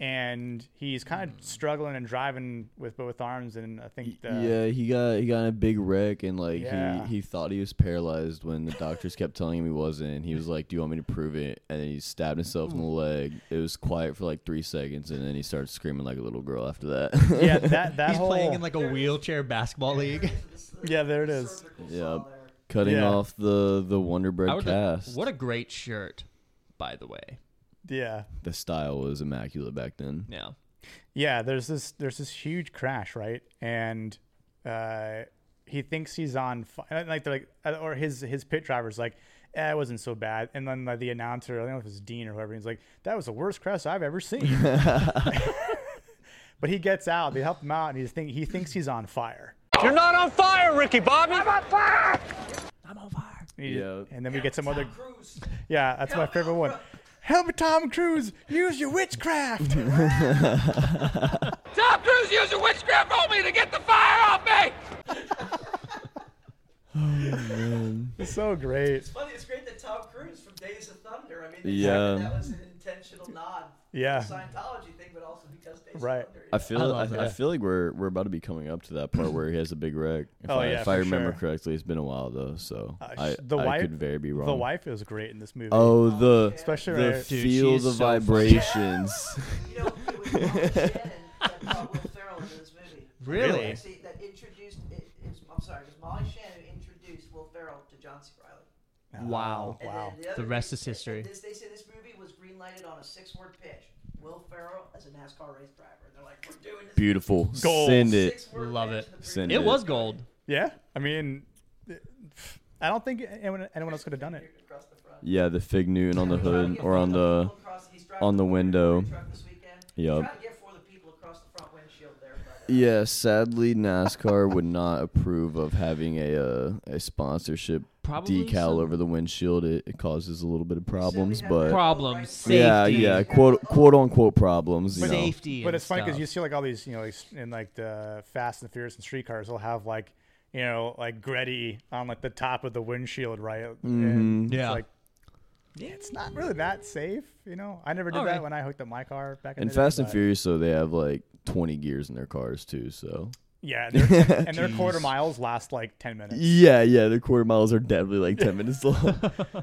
Speaker 1: and he's kind
Speaker 2: Hmm.
Speaker 1: of struggling and driving with both arms and I think the,
Speaker 3: yeah, he got he got in a big wreck and like
Speaker 1: Yeah.
Speaker 3: he, he thought he was paralyzed when the doctors kept telling him he wasn't. He was like, "Do you want me to prove it?" And then he stabbed himself in the
Speaker 1: Hmm.
Speaker 3: leg. It was quiet for like three seconds, and then he started screaming like a little girl after that.
Speaker 1: yeah that that
Speaker 2: He's
Speaker 1: whole
Speaker 2: [LAUGHS] playing in like a wheelchair basketball league.
Speaker 1: yeah there it is
Speaker 4: Surgical
Speaker 3: [LAUGHS] yeah,
Speaker 4: saw there.
Speaker 3: cutting
Speaker 1: Yeah.
Speaker 3: off the the Wonder
Speaker 2: I
Speaker 3: Bread
Speaker 2: would-
Speaker 3: cast.
Speaker 2: What a great shirt, by the way.
Speaker 1: Yeah.
Speaker 3: the style was immaculate back then.
Speaker 2: Yeah.
Speaker 1: Yeah, there's this there's this huge crash, right? And uh, he thinks he's on fire. Like they're like, or his his pit driver's like, eh, it wasn't so bad. And then like, the announcer, I don't know if it's Dean or whoever, he's like, that was the worst crash I've ever
Speaker 3: [LAUGHS]
Speaker 1: seen. [LAUGHS] but he gets out. They help him out, and he's think he thinks he's on fire.
Speaker 5: You're not on fire, Ricky Bobby.
Speaker 2: I'm on fire.
Speaker 1: And he-
Speaker 3: Yeah.
Speaker 1: And then we get some
Speaker 4: [LAUGHS]
Speaker 1: other.
Speaker 4: Cruise.
Speaker 1: Yeah, that's my favorite one. Help it, Tom Cruise! Use your witchcraft. [LAUGHS]
Speaker 5: Tom Cruise using witchcraft on me to get the fire off me.
Speaker 1: It's so great.
Speaker 4: Funny, it's great that Tom Cruise from Days of Thunder. I mean,
Speaker 3: Yeah.
Speaker 4: yeah. that was an intentional nod.
Speaker 1: Yeah.
Speaker 4: To the Scientology thing, but also because Days
Speaker 1: Right.
Speaker 4: of Thunder.
Speaker 3: I feel
Speaker 2: I
Speaker 3: I,
Speaker 2: love
Speaker 3: I,
Speaker 2: that.
Speaker 3: feel like we're we're about to be coming up to that part where he has a
Speaker 1: [CLEARS THROAT]
Speaker 3: big wreck. If
Speaker 1: Oh,
Speaker 3: I,
Speaker 1: yeah,
Speaker 3: if I
Speaker 1: for
Speaker 3: remember
Speaker 1: sure.
Speaker 3: correctly, it's been a while though, so
Speaker 1: Uh,
Speaker 3: I,
Speaker 1: the
Speaker 3: I
Speaker 1: wife-
Speaker 3: could very be wrong.
Speaker 1: The wife is great in this movie.
Speaker 3: Oh, the
Speaker 1: especially
Speaker 3: the
Speaker 1: right-
Speaker 2: Dude, she
Speaker 3: feel
Speaker 2: is
Speaker 3: the
Speaker 2: so funny.
Speaker 3: vibrations.
Speaker 4: You know, it was Molly Shannon that brought Will Ferrell into this movie.
Speaker 2: Really?
Speaker 4: Actually, that introduced. It, it was, I'm sorry, it was Molly Shannon who introduced Will Ferrell to John C. Riley.
Speaker 1: Oh.
Speaker 2: Wow.
Speaker 4: And
Speaker 1: Wow.
Speaker 4: Then the, other
Speaker 2: The rest
Speaker 4: thing-
Speaker 2: is history.
Speaker 4: This, they say this movie was greenlighted on a six-word pitch. Will Ferrell as a NASCAR race driver. And they're like, we're
Speaker 3: [LAUGHS]
Speaker 4: doing
Speaker 3: [LAUGHS]
Speaker 4: this.
Speaker 3: Beautiful.
Speaker 1: Goals.
Speaker 3: Send it.
Speaker 4: six-word
Speaker 2: Love
Speaker 4: pitch,
Speaker 2: it.
Speaker 4: and the
Speaker 3: Send
Speaker 2: It
Speaker 3: Yeah.
Speaker 2: was gold.
Speaker 1: Yeah, I mean, I don't think anyone anyone else could have done it.
Speaker 4: producer Across the front.
Speaker 3: Yeah, the fig Newton on the
Speaker 4: Trying to
Speaker 3: hood
Speaker 4: get
Speaker 3: or on
Speaker 4: four
Speaker 3: the
Speaker 4: people across- he's driving
Speaker 3: on the
Speaker 4: a delivery
Speaker 3: window.
Speaker 4: truck this weekend. He's
Speaker 3: Yup.
Speaker 4: trying to get four of the people across the front windshield there, but, uh,
Speaker 3: Yeah, sadly NASCAR would not approve of having a uh, a sponsorship
Speaker 2: Probably
Speaker 3: decal
Speaker 2: some-
Speaker 3: over the windshield. It, it causes a little bit of problems,
Speaker 4: have
Speaker 3: but
Speaker 4: that-
Speaker 2: Problem. Safety.
Speaker 3: yeah, yeah, quote quote unquote problems. You know.
Speaker 2: Safety.
Speaker 1: But
Speaker 2: and
Speaker 1: it's funny because
Speaker 2: stuff.
Speaker 1: you see like all these, you know, like, in like the Fast and Furious and streetcars, they'll have like, you know, like Gretty on like the top of the windshield, right?
Speaker 3: Mm-hmm.
Speaker 1: And it's
Speaker 2: Yeah.
Speaker 1: like it's not really that safe, you know. I never did
Speaker 2: All
Speaker 1: that
Speaker 2: right.
Speaker 1: when I hooked up my car back in
Speaker 3: And
Speaker 1: the
Speaker 3: Fast
Speaker 1: day,
Speaker 3: and
Speaker 1: but-
Speaker 3: Furious, so they have like twenty gears in their cars too. So
Speaker 1: Yeah, and their, and their quarter miles last like ten minutes.
Speaker 3: [LAUGHS] yeah, yeah, their quarter miles are definitely like ten minutes long.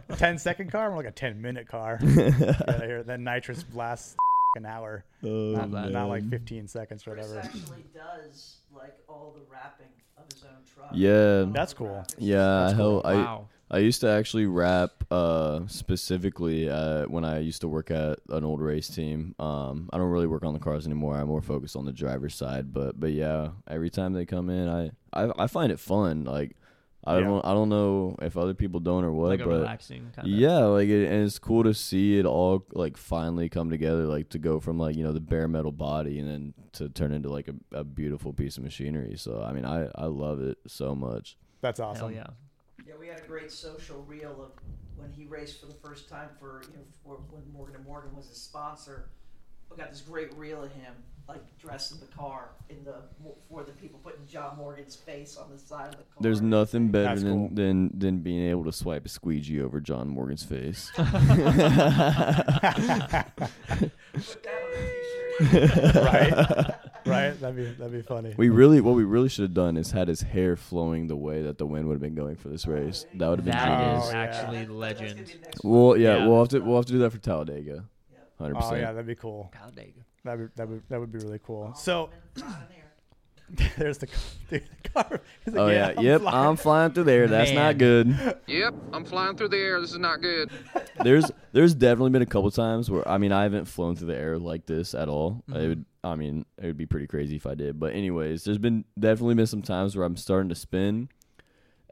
Speaker 1: A 10 second car, more like a ten minute car.
Speaker 3: [LAUGHS]
Speaker 1: yeah, here, that nitrous lasts an hour,
Speaker 3: Oh,
Speaker 1: not, not like
Speaker 3: man.
Speaker 1: fifteen seconds or
Speaker 4: Chris
Speaker 1: whatever.
Speaker 4: actually does like all the wrapping of his own truck.
Speaker 3: [LAUGHS] Yeah.
Speaker 4: All
Speaker 1: That's
Speaker 4: the
Speaker 1: cool.
Speaker 4: wrapping.
Speaker 3: Yeah, hell, I
Speaker 2: Wow.
Speaker 3: I used to actually rap uh, specifically uh, when I used to work at an old race team. Um, I don't really work on the cars anymore. I'm more focused on the driver's side. But but yeah, every time they come in, I I, I find it fun. Like I
Speaker 1: Yeah.
Speaker 3: don't I don't know if other people don't or what,
Speaker 2: Like a
Speaker 3: but
Speaker 2: relaxing kind of.
Speaker 3: yeah, like it, and it's cool to see it all like finally come together. Like to go from like you know the bare metal body and then to turn into like a, a beautiful piece of machinery. So I mean, I I love it so much.
Speaker 1: That's
Speaker 2: Hell
Speaker 1: awesome.
Speaker 2: yeah.
Speaker 4: Yeah, we had a great social reel of when he raced for the first time for you know for when Morgan and Morgan was his sponsor. We got this great reel of him like dressed in the car in the for the people putting John Morgan's face on the side of the car.
Speaker 3: There's nothing better
Speaker 1: That's
Speaker 3: than,
Speaker 1: cool.
Speaker 3: than than being able to swipe a squeegee over John Morgan's face. [LAUGHS]
Speaker 4: Put that on a
Speaker 1: [LAUGHS]
Speaker 3: [LAUGHS]
Speaker 4: t-shirt.
Speaker 1: right? Right? That'd be that'd be funny.
Speaker 3: we really, what we really should have done is had his hair flowing the way that the wind would have been going for this race. That would have been
Speaker 2: That
Speaker 3: genius.
Speaker 2: is
Speaker 1: Oh, yeah.
Speaker 2: actually
Speaker 4: That- that's gonna be
Speaker 2: legend.
Speaker 4: the next
Speaker 3: Well, yeah,
Speaker 2: Yeah.
Speaker 3: we'll have to we'll have to do that for Talladega.
Speaker 1: Oh
Speaker 3: Hundred
Speaker 1: yeah, [LAUGHS]
Speaker 3: percent.
Speaker 1: that'd be cool.
Speaker 2: Talladega.
Speaker 1: That would that would that would be really cool.
Speaker 4: one.
Speaker 1: So [LAUGHS]
Speaker 4: Down there.
Speaker 1: there's the, dude, the car. [LAUGHS] He's like,
Speaker 3: Oh yeah.
Speaker 1: I'm
Speaker 3: Yep.
Speaker 1: flying."
Speaker 3: I'm flying through there. That's
Speaker 2: Man.
Speaker 3: not good.
Speaker 5: Yep, I'm flying through the air. This is not good.
Speaker 3: there's there's definitely been a couple times where I mean I haven't flown through the air like this at all. It would I mean it would be pretty crazy if I did. But anyways, there's been definitely been some times where I'm starting to spin,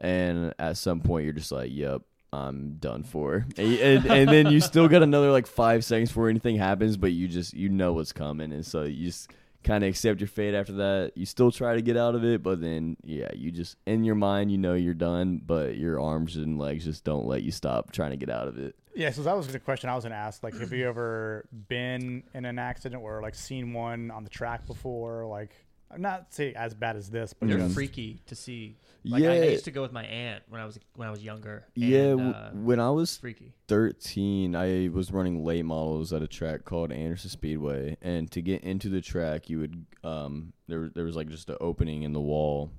Speaker 3: and at some point you're just like, "Yep, I'm done for." And, and, and then you still got another like five seconds before anything happens, but you just you know what's coming, and so you just kind of accept your fate after that. You still try to get out of it, but then yeah, you just in your mind you know you're done, but your arms and legs just don't let you stop trying to get out of it.
Speaker 1: Yeah, so that was the question I was gonna ask. Like, have you ever been in an accident or like seen one on the track before? Like, I'm not say as bad as this, but
Speaker 2: They're
Speaker 1: just-
Speaker 2: freaky to see. Like I, I
Speaker 3: Yeah.
Speaker 2: used to go with my aunt when I was when I was younger.
Speaker 3: Yeah,
Speaker 2: and,
Speaker 3: w-
Speaker 2: uh,
Speaker 3: when I
Speaker 2: it's
Speaker 3: was
Speaker 2: freaky.
Speaker 3: 13, I was running late models at a track called Anderson Speedway, and to get into the track, you would um there there was like just an opening in the wall,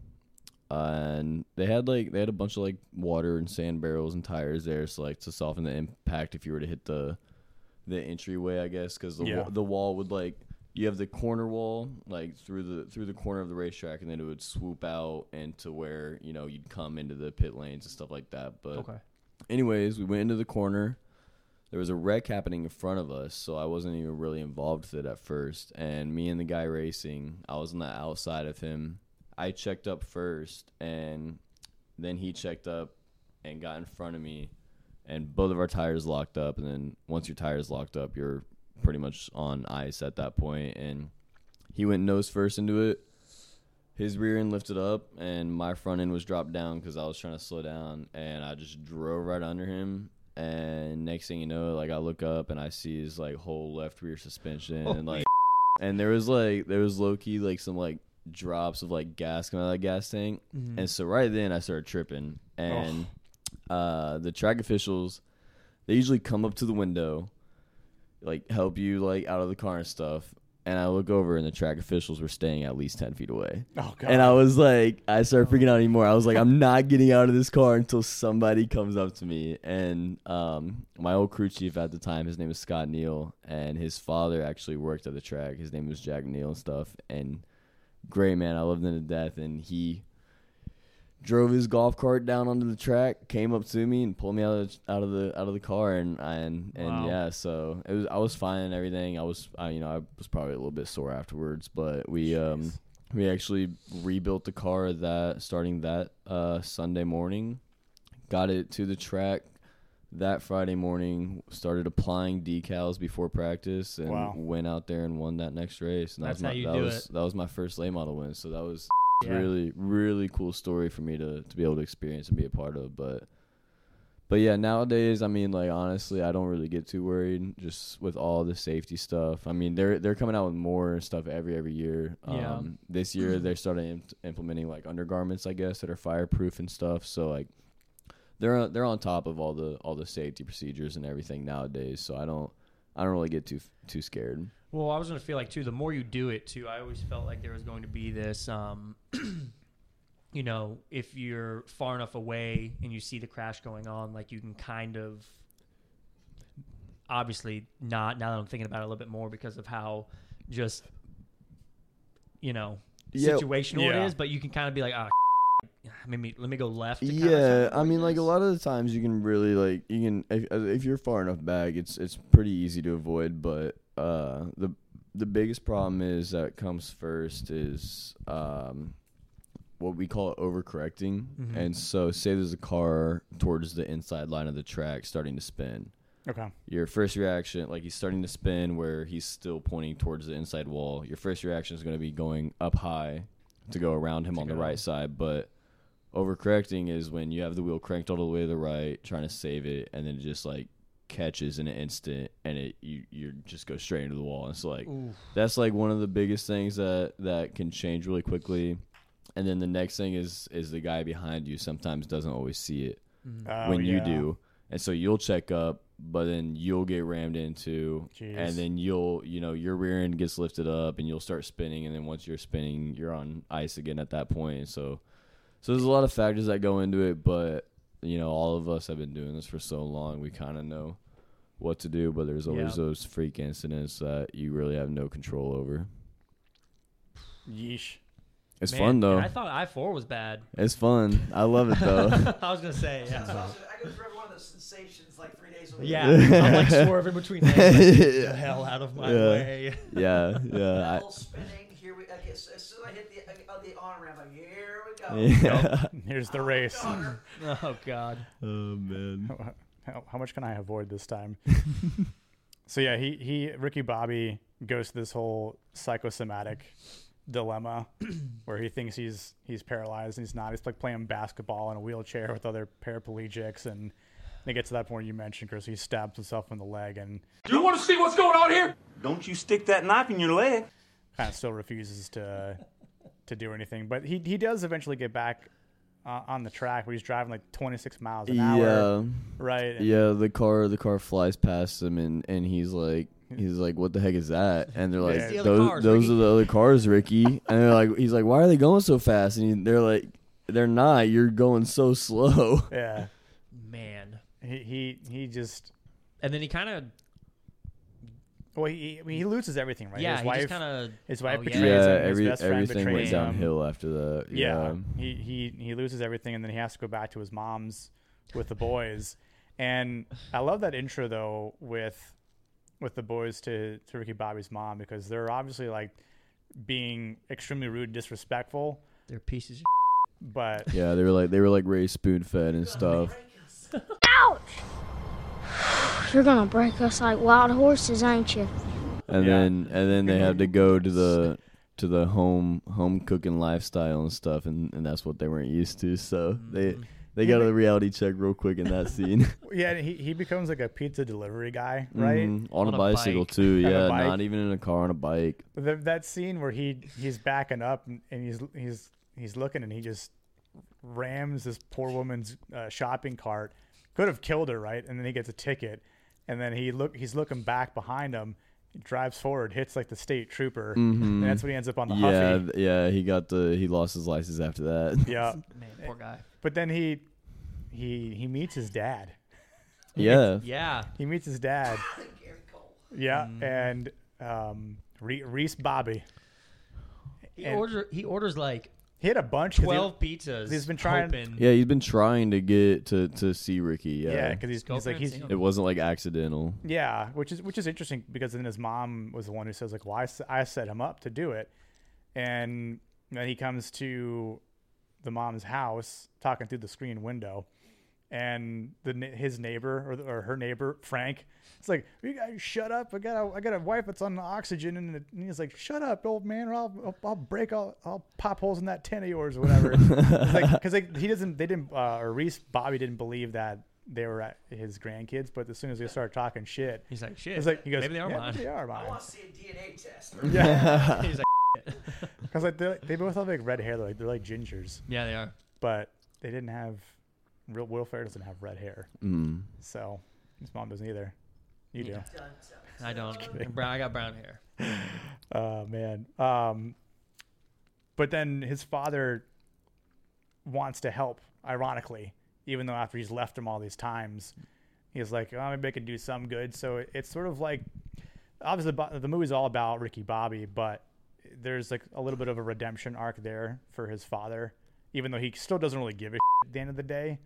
Speaker 3: and they had like they had a bunch of like water and sand barrels and tires there, so like to soften the impact if you were to hit the the entryway, I guess, because the wa-
Speaker 1: Yeah.
Speaker 3: the wall would like you have the corner wall like through the through the corner of the racetrack, and then it would swoop out and to where you know you'd come into the pit lanes and stuff like that. But
Speaker 2: Okay.
Speaker 3: anyways, we went into the corner. There was a wreck happening in front of us, so I wasn't even really involved with it at first. And me and the guy racing, I was on the outside of him. I checked up first, and then he checked up and got in front of me. And both of our tires locked up. And then once your tires locked up, you're pretty much on ice at that point. And he went nose first into it his rear end lifted up and my front end was dropped down because I was trying to slow down and I just drove right under him. And next thing you know, like I look up and I see his like whole left rear suspension and like, and there was like there was low key like some like drops of like gas coming out of that gas tank. And so right then I started tripping and uh, the track officials they usually come up to the window like help you like out of the car and stuff. And I look over, and the track officials were staying at least ten feet away.
Speaker 1: Oh, God.
Speaker 3: And I was like, I started freaking out anymore. I was like, I'm not getting out of this car until somebody comes up to me. And um, my old crew chief at the time, his name was Scott Neal, and his father actually worked at the track. His name was Jack Neal and stuff. And great man, I loved him to death. And he drove his golf cart down onto the track, came up to me and pulled me out of the, out of the out of the car, and and and
Speaker 2: Wow.
Speaker 3: yeah, so it was I was fine and everything. I was I, you know I was probably a little bit sore afterwards, but we um we actually rebuilt the car that starting that uh Sunday morning, got it to the track. That Friday morning, started applying decals before practice, and
Speaker 1: Wow.
Speaker 3: went out there and won that next race. And that
Speaker 2: That's
Speaker 3: was my,
Speaker 2: how you
Speaker 3: that
Speaker 2: do
Speaker 3: was
Speaker 2: it.
Speaker 3: that was my first lay model win. So that was
Speaker 2: Yeah.
Speaker 3: really really cool story for me to to be able to experience and be a part of but but yeah nowadays i mean like honestly i don't really get too worried just with all the safety stuff i mean they're they're coming out with more stuff every every year
Speaker 2: Yeah.
Speaker 3: um this year they're starting imp- implementing like undergarments i guess that are fireproof and stuff so like they're they're on top of all the all the safety procedures and everything nowadays so i don't i don't really get too too scared
Speaker 2: Well, I was gonna feel like too. The more you do it, too, I always felt like there was going to be this. Um, [CLEARS THROAT] you know, if you're far enough away and you see the crash going on, like you can kind of. Obviously, not now that I'm thinking about it a little bit more because of how just, you know,
Speaker 3: Yeah.
Speaker 2: situational
Speaker 1: Yeah.
Speaker 2: it is. But you can kind of be like, ah, [LAUGHS] maybe let me go left. to counter
Speaker 3: Yeah,
Speaker 2: something
Speaker 3: I mean, like
Speaker 2: this."
Speaker 3: a lot of the times you can really like you can if, uh, if you're far enough back, it's it's pretty easy to avoid. But uh, the the biggest problem is that comes first is um, what we call overcorrecting.
Speaker 2: Mm-hmm.
Speaker 3: And so, say there's a car towards the inside line of the track starting to spin.
Speaker 1: Okay.
Speaker 3: Your first reaction, like he's starting to spin where he's still pointing towards the inside wall. Your first reaction is going to be going up high to go around him on the right side, but overcorrecting is when you have the wheel cranked all the way to the right, trying to save it, and then it just like catches in an instant, and it you you just go straight into the wall. And it's like that's like one of the biggest things that that can change really quickly. And then the next thing is is the guy behind you sometimes doesn't always see it
Speaker 2: Mm.
Speaker 1: Oh,
Speaker 3: when you
Speaker 1: yeah.
Speaker 3: do, and so you'll check up, but then you'll get rammed into,
Speaker 1: Jeez.
Speaker 3: and then you'll you know your rear end gets lifted up, and you'll start spinning, and then once you're spinning, you're on ice again at that point. And so, so there's a lot of factors that go into it, but you know all of us have been doing this for so long, we kind of know what to do, but there's always
Speaker 2: Yeah.
Speaker 3: those freak incidents that you really have no control over. [LAUGHS]
Speaker 1: Yeesh.
Speaker 3: It's
Speaker 2: Man,
Speaker 3: fun
Speaker 2: and
Speaker 3: though.
Speaker 2: I thought I four was bad.
Speaker 3: it's fun. I love it though.
Speaker 2: [LAUGHS]
Speaker 3: [LAUGHS]
Speaker 2: I was gonna say, yeah. [LAUGHS]
Speaker 4: So I, was, I go through every one of those sensations like three days a week.
Speaker 2: Yeah, I'm like swerving
Speaker 3: [LAUGHS]
Speaker 2: between them. Like, get the hell out of my
Speaker 3: Yeah.
Speaker 2: way.
Speaker 3: yeah, yeah. I,
Speaker 4: Full spinning. Here we. I guess as soon as I hit the uh, the on ramp, like here we go.
Speaker 3: yeah.
Speaker 1: Here's the
Speaker 2: [LAUGHS]
Speaker 1: race.
Speaker 4: Daughter.
Speaker 2: [LAUGHS] Oh God.
Speaker 3: Oh man.
Speaker 1: how, how much can I avoid this
Speaker 3: [LAUGHS]
Speaker 1: time? so yeah, he he Ricky Bobby goes to this whole psychosomatic
Speaker 3: [CLEARS THROAT]
Speaker 1: dilemma where he thinks he's he's paralyzed and he's not. He's like playing basketball in a wheelchair with other paraplegics and they get to that point you mentioned, Chris. He stabs himself in the leg and
Speaker 5: Do you want to see what's going on here?
Speaker 8: Don't you stick that knife in your leg.
Speaker 1: kind of still refuses to to do anything. But he he does eventually get back uh, on the track, but he's driving like 26 miles an hour,
Speaker 3: Yeah,
Speaker 1: right? And
Speaker 3: yeah. The car, the car flies past him, and and he's like, he's like, what the heck is that? And they're like,
Speaker 1: It's the
Speaker 2: other
Speaker 3: those,
Speaker 2: cars,
Speaker 3: those
Speaker 2: Ricky."
Speaker 3: are the other cars, Ricky. and they're like, he's like, why are they going so fast? And he- they're like, they're not. You're going so slow.
Speaker 1: yeah.
Speaker 2: Man.
Speaker 1: He he he just
Speaker 2: And then he kind of
Speaker 1: Well, he, I mean, he loses everything, right?
Speaker 2: yeah,
Speaker 1: his
Speaker 2: he
Speaker 1: wife,
Speaker 2: just kind of
Speaker 1: his wife
Speaker 2: oh,
Speaker 1: betrays
Speaker 3: Yeah,
Speaker 1: him. His
Speaker 3: every,
Speaker 1: best friend
Speaker 3: everything
Speaker 1: betrays
Speaker 3: went
Speaker 1: him.
Speaker 3: downhill after that.
Speaker 1: Yeah, he, he he loses everything, and then he has to go back to his mom's with the boys. and I love that intro though with with the boys to to Ricky Bobby's mom because they're obviously like being extremely rude and disrespectful,
Speaker 2: they're pieces. Of
Speaker 1: but
Speaker 3: Yeah, they were like they were like raised spoon fed and stuff.
Speaker 9: You're gonna break us like wild horses, ain't you?
Speaker 3: And
Speaker 1: Yeah.
Speaker 3: then and then they had to go
Speaker 1: [LAUGHS]
Speaker 3: to the to the home home cooking lifestyle and stuff and, and that's what they weren't used to. So they
Speaker 1: Mm.
Speaker 3: they got a reality check real quick in
Speaker 1: [LAUGHS]
Speaker 3: that scene.
Speaker 1: yeah, he he becomes like a pizza delivery guy, right?
Speaker 3: Mhm. On,
Speaker 2: On
Speaker 3: a
Speaker 2: a
Speaker 3: bicycle
Speaker 1: [LAUGHS]
Speaker 2: bike.
Speaker 3: too,
Speaker 1: On a
Speaker 3: yeah.
Speaker 1: bike.
Speaker 3: Not even in a car on a bike.
Speaker 1: The, that scene where he he's backing up and, and he's he's he's looking and he just rams this poor woman's uh, shopping cart could have killed her right and then he gets a ticket and then he look he's looking back behind him drives forward hits like the state trooper and that's when he ends up on the
Speaker 3: Mm-hmm. Yeah,
Speaker 1: huffy
Speaker 3: th- yeah, he got the he lost his license after that.
Speaker 1: [LAUGHS] yeah
Speaker 2: man, poor guy.
Speaker 1: but then he he he meets his dad
Speaker 3: yeah.
Speaker 2: Yeah,
Speaker 1: he meets his dad
Speaker 4: [LAUGHS] Gary Cole.
Speaker 1: yeah and um Re- Reese Bobby
Speaker 2: he
Speaker 1: And-
Speaker 2: order he orders like
Speaker 1: he had a bunch 'cause he-
Speaker 2: twelve pizzas.
Speaker 1: he's been trying-
Speaker 2: hoping-
Speaker 3: Yeah, he's been trying to get to to see Ricky. Yeah.
Speaker 1: yeah because he's,
Speaker 2: Go
Speaker 1: he's
Speaker 2: for
Speaker 1: like
Speaker 2: it,
Speaker 1: he's
Speaker 2: see him.
Speaker 3: it wasn't like accidental.
Speaker 1: Yeah, which is which is interesting because then his mom was the one who says like, "Well, I, s- I set him up to do it," and then he comes to the mom's house talking through the screen window, and the ne- his neighbor or, the, or her neighbor Frank, it's like, "You guys shut up! I got a I got a wife that's on oxygen," and, the- and he's like, "Shut up, old man! Or I'll I'll, I'll break I'll, I'll pop holes in that tent of yours or whatever." It's like because like he doesn't they didn't uh, or Reese Bobby didn't believe that they were at his grandkids, but as soon as they started talking shit.
Speaker 2: He's like shit.
Speaker 1: It's like he goes,
Speaker 2: maybe they are
Speaker 1: yeah,
Speaker 2: mine.
Speaker 1: Maybe they are
Speaker 4: I
Speaker 1: mine.
Speaker 4: want to see a DNA test.
Speaker 2: He's like,
Speaker 1: Because like they're- they both have like red hair. They're like, they're like gingers,
Speaker 2: yeah, they are.
Speaker 1: but they didn't have real. Will Ferrell doesn't have red hair,
Speaker 3: Mm.
Speaker 1: so his mom doesn't either. You do.
Speaker 4: Dun, dun.
Speaker 2: I don't. Brown, I got brown hair.
Speaker 1: Oh man. Um, but then his father wants to help. Ironically, even though after he's left him all these times, he's like, "Oh, maybe I can do some good." So it- it's sort of like, obviously, bo- the movie's all about Ricky Bobby, but there's like a little bit of a redemption arc there for his father, even though he still doesn't really give a shit at the end of the day,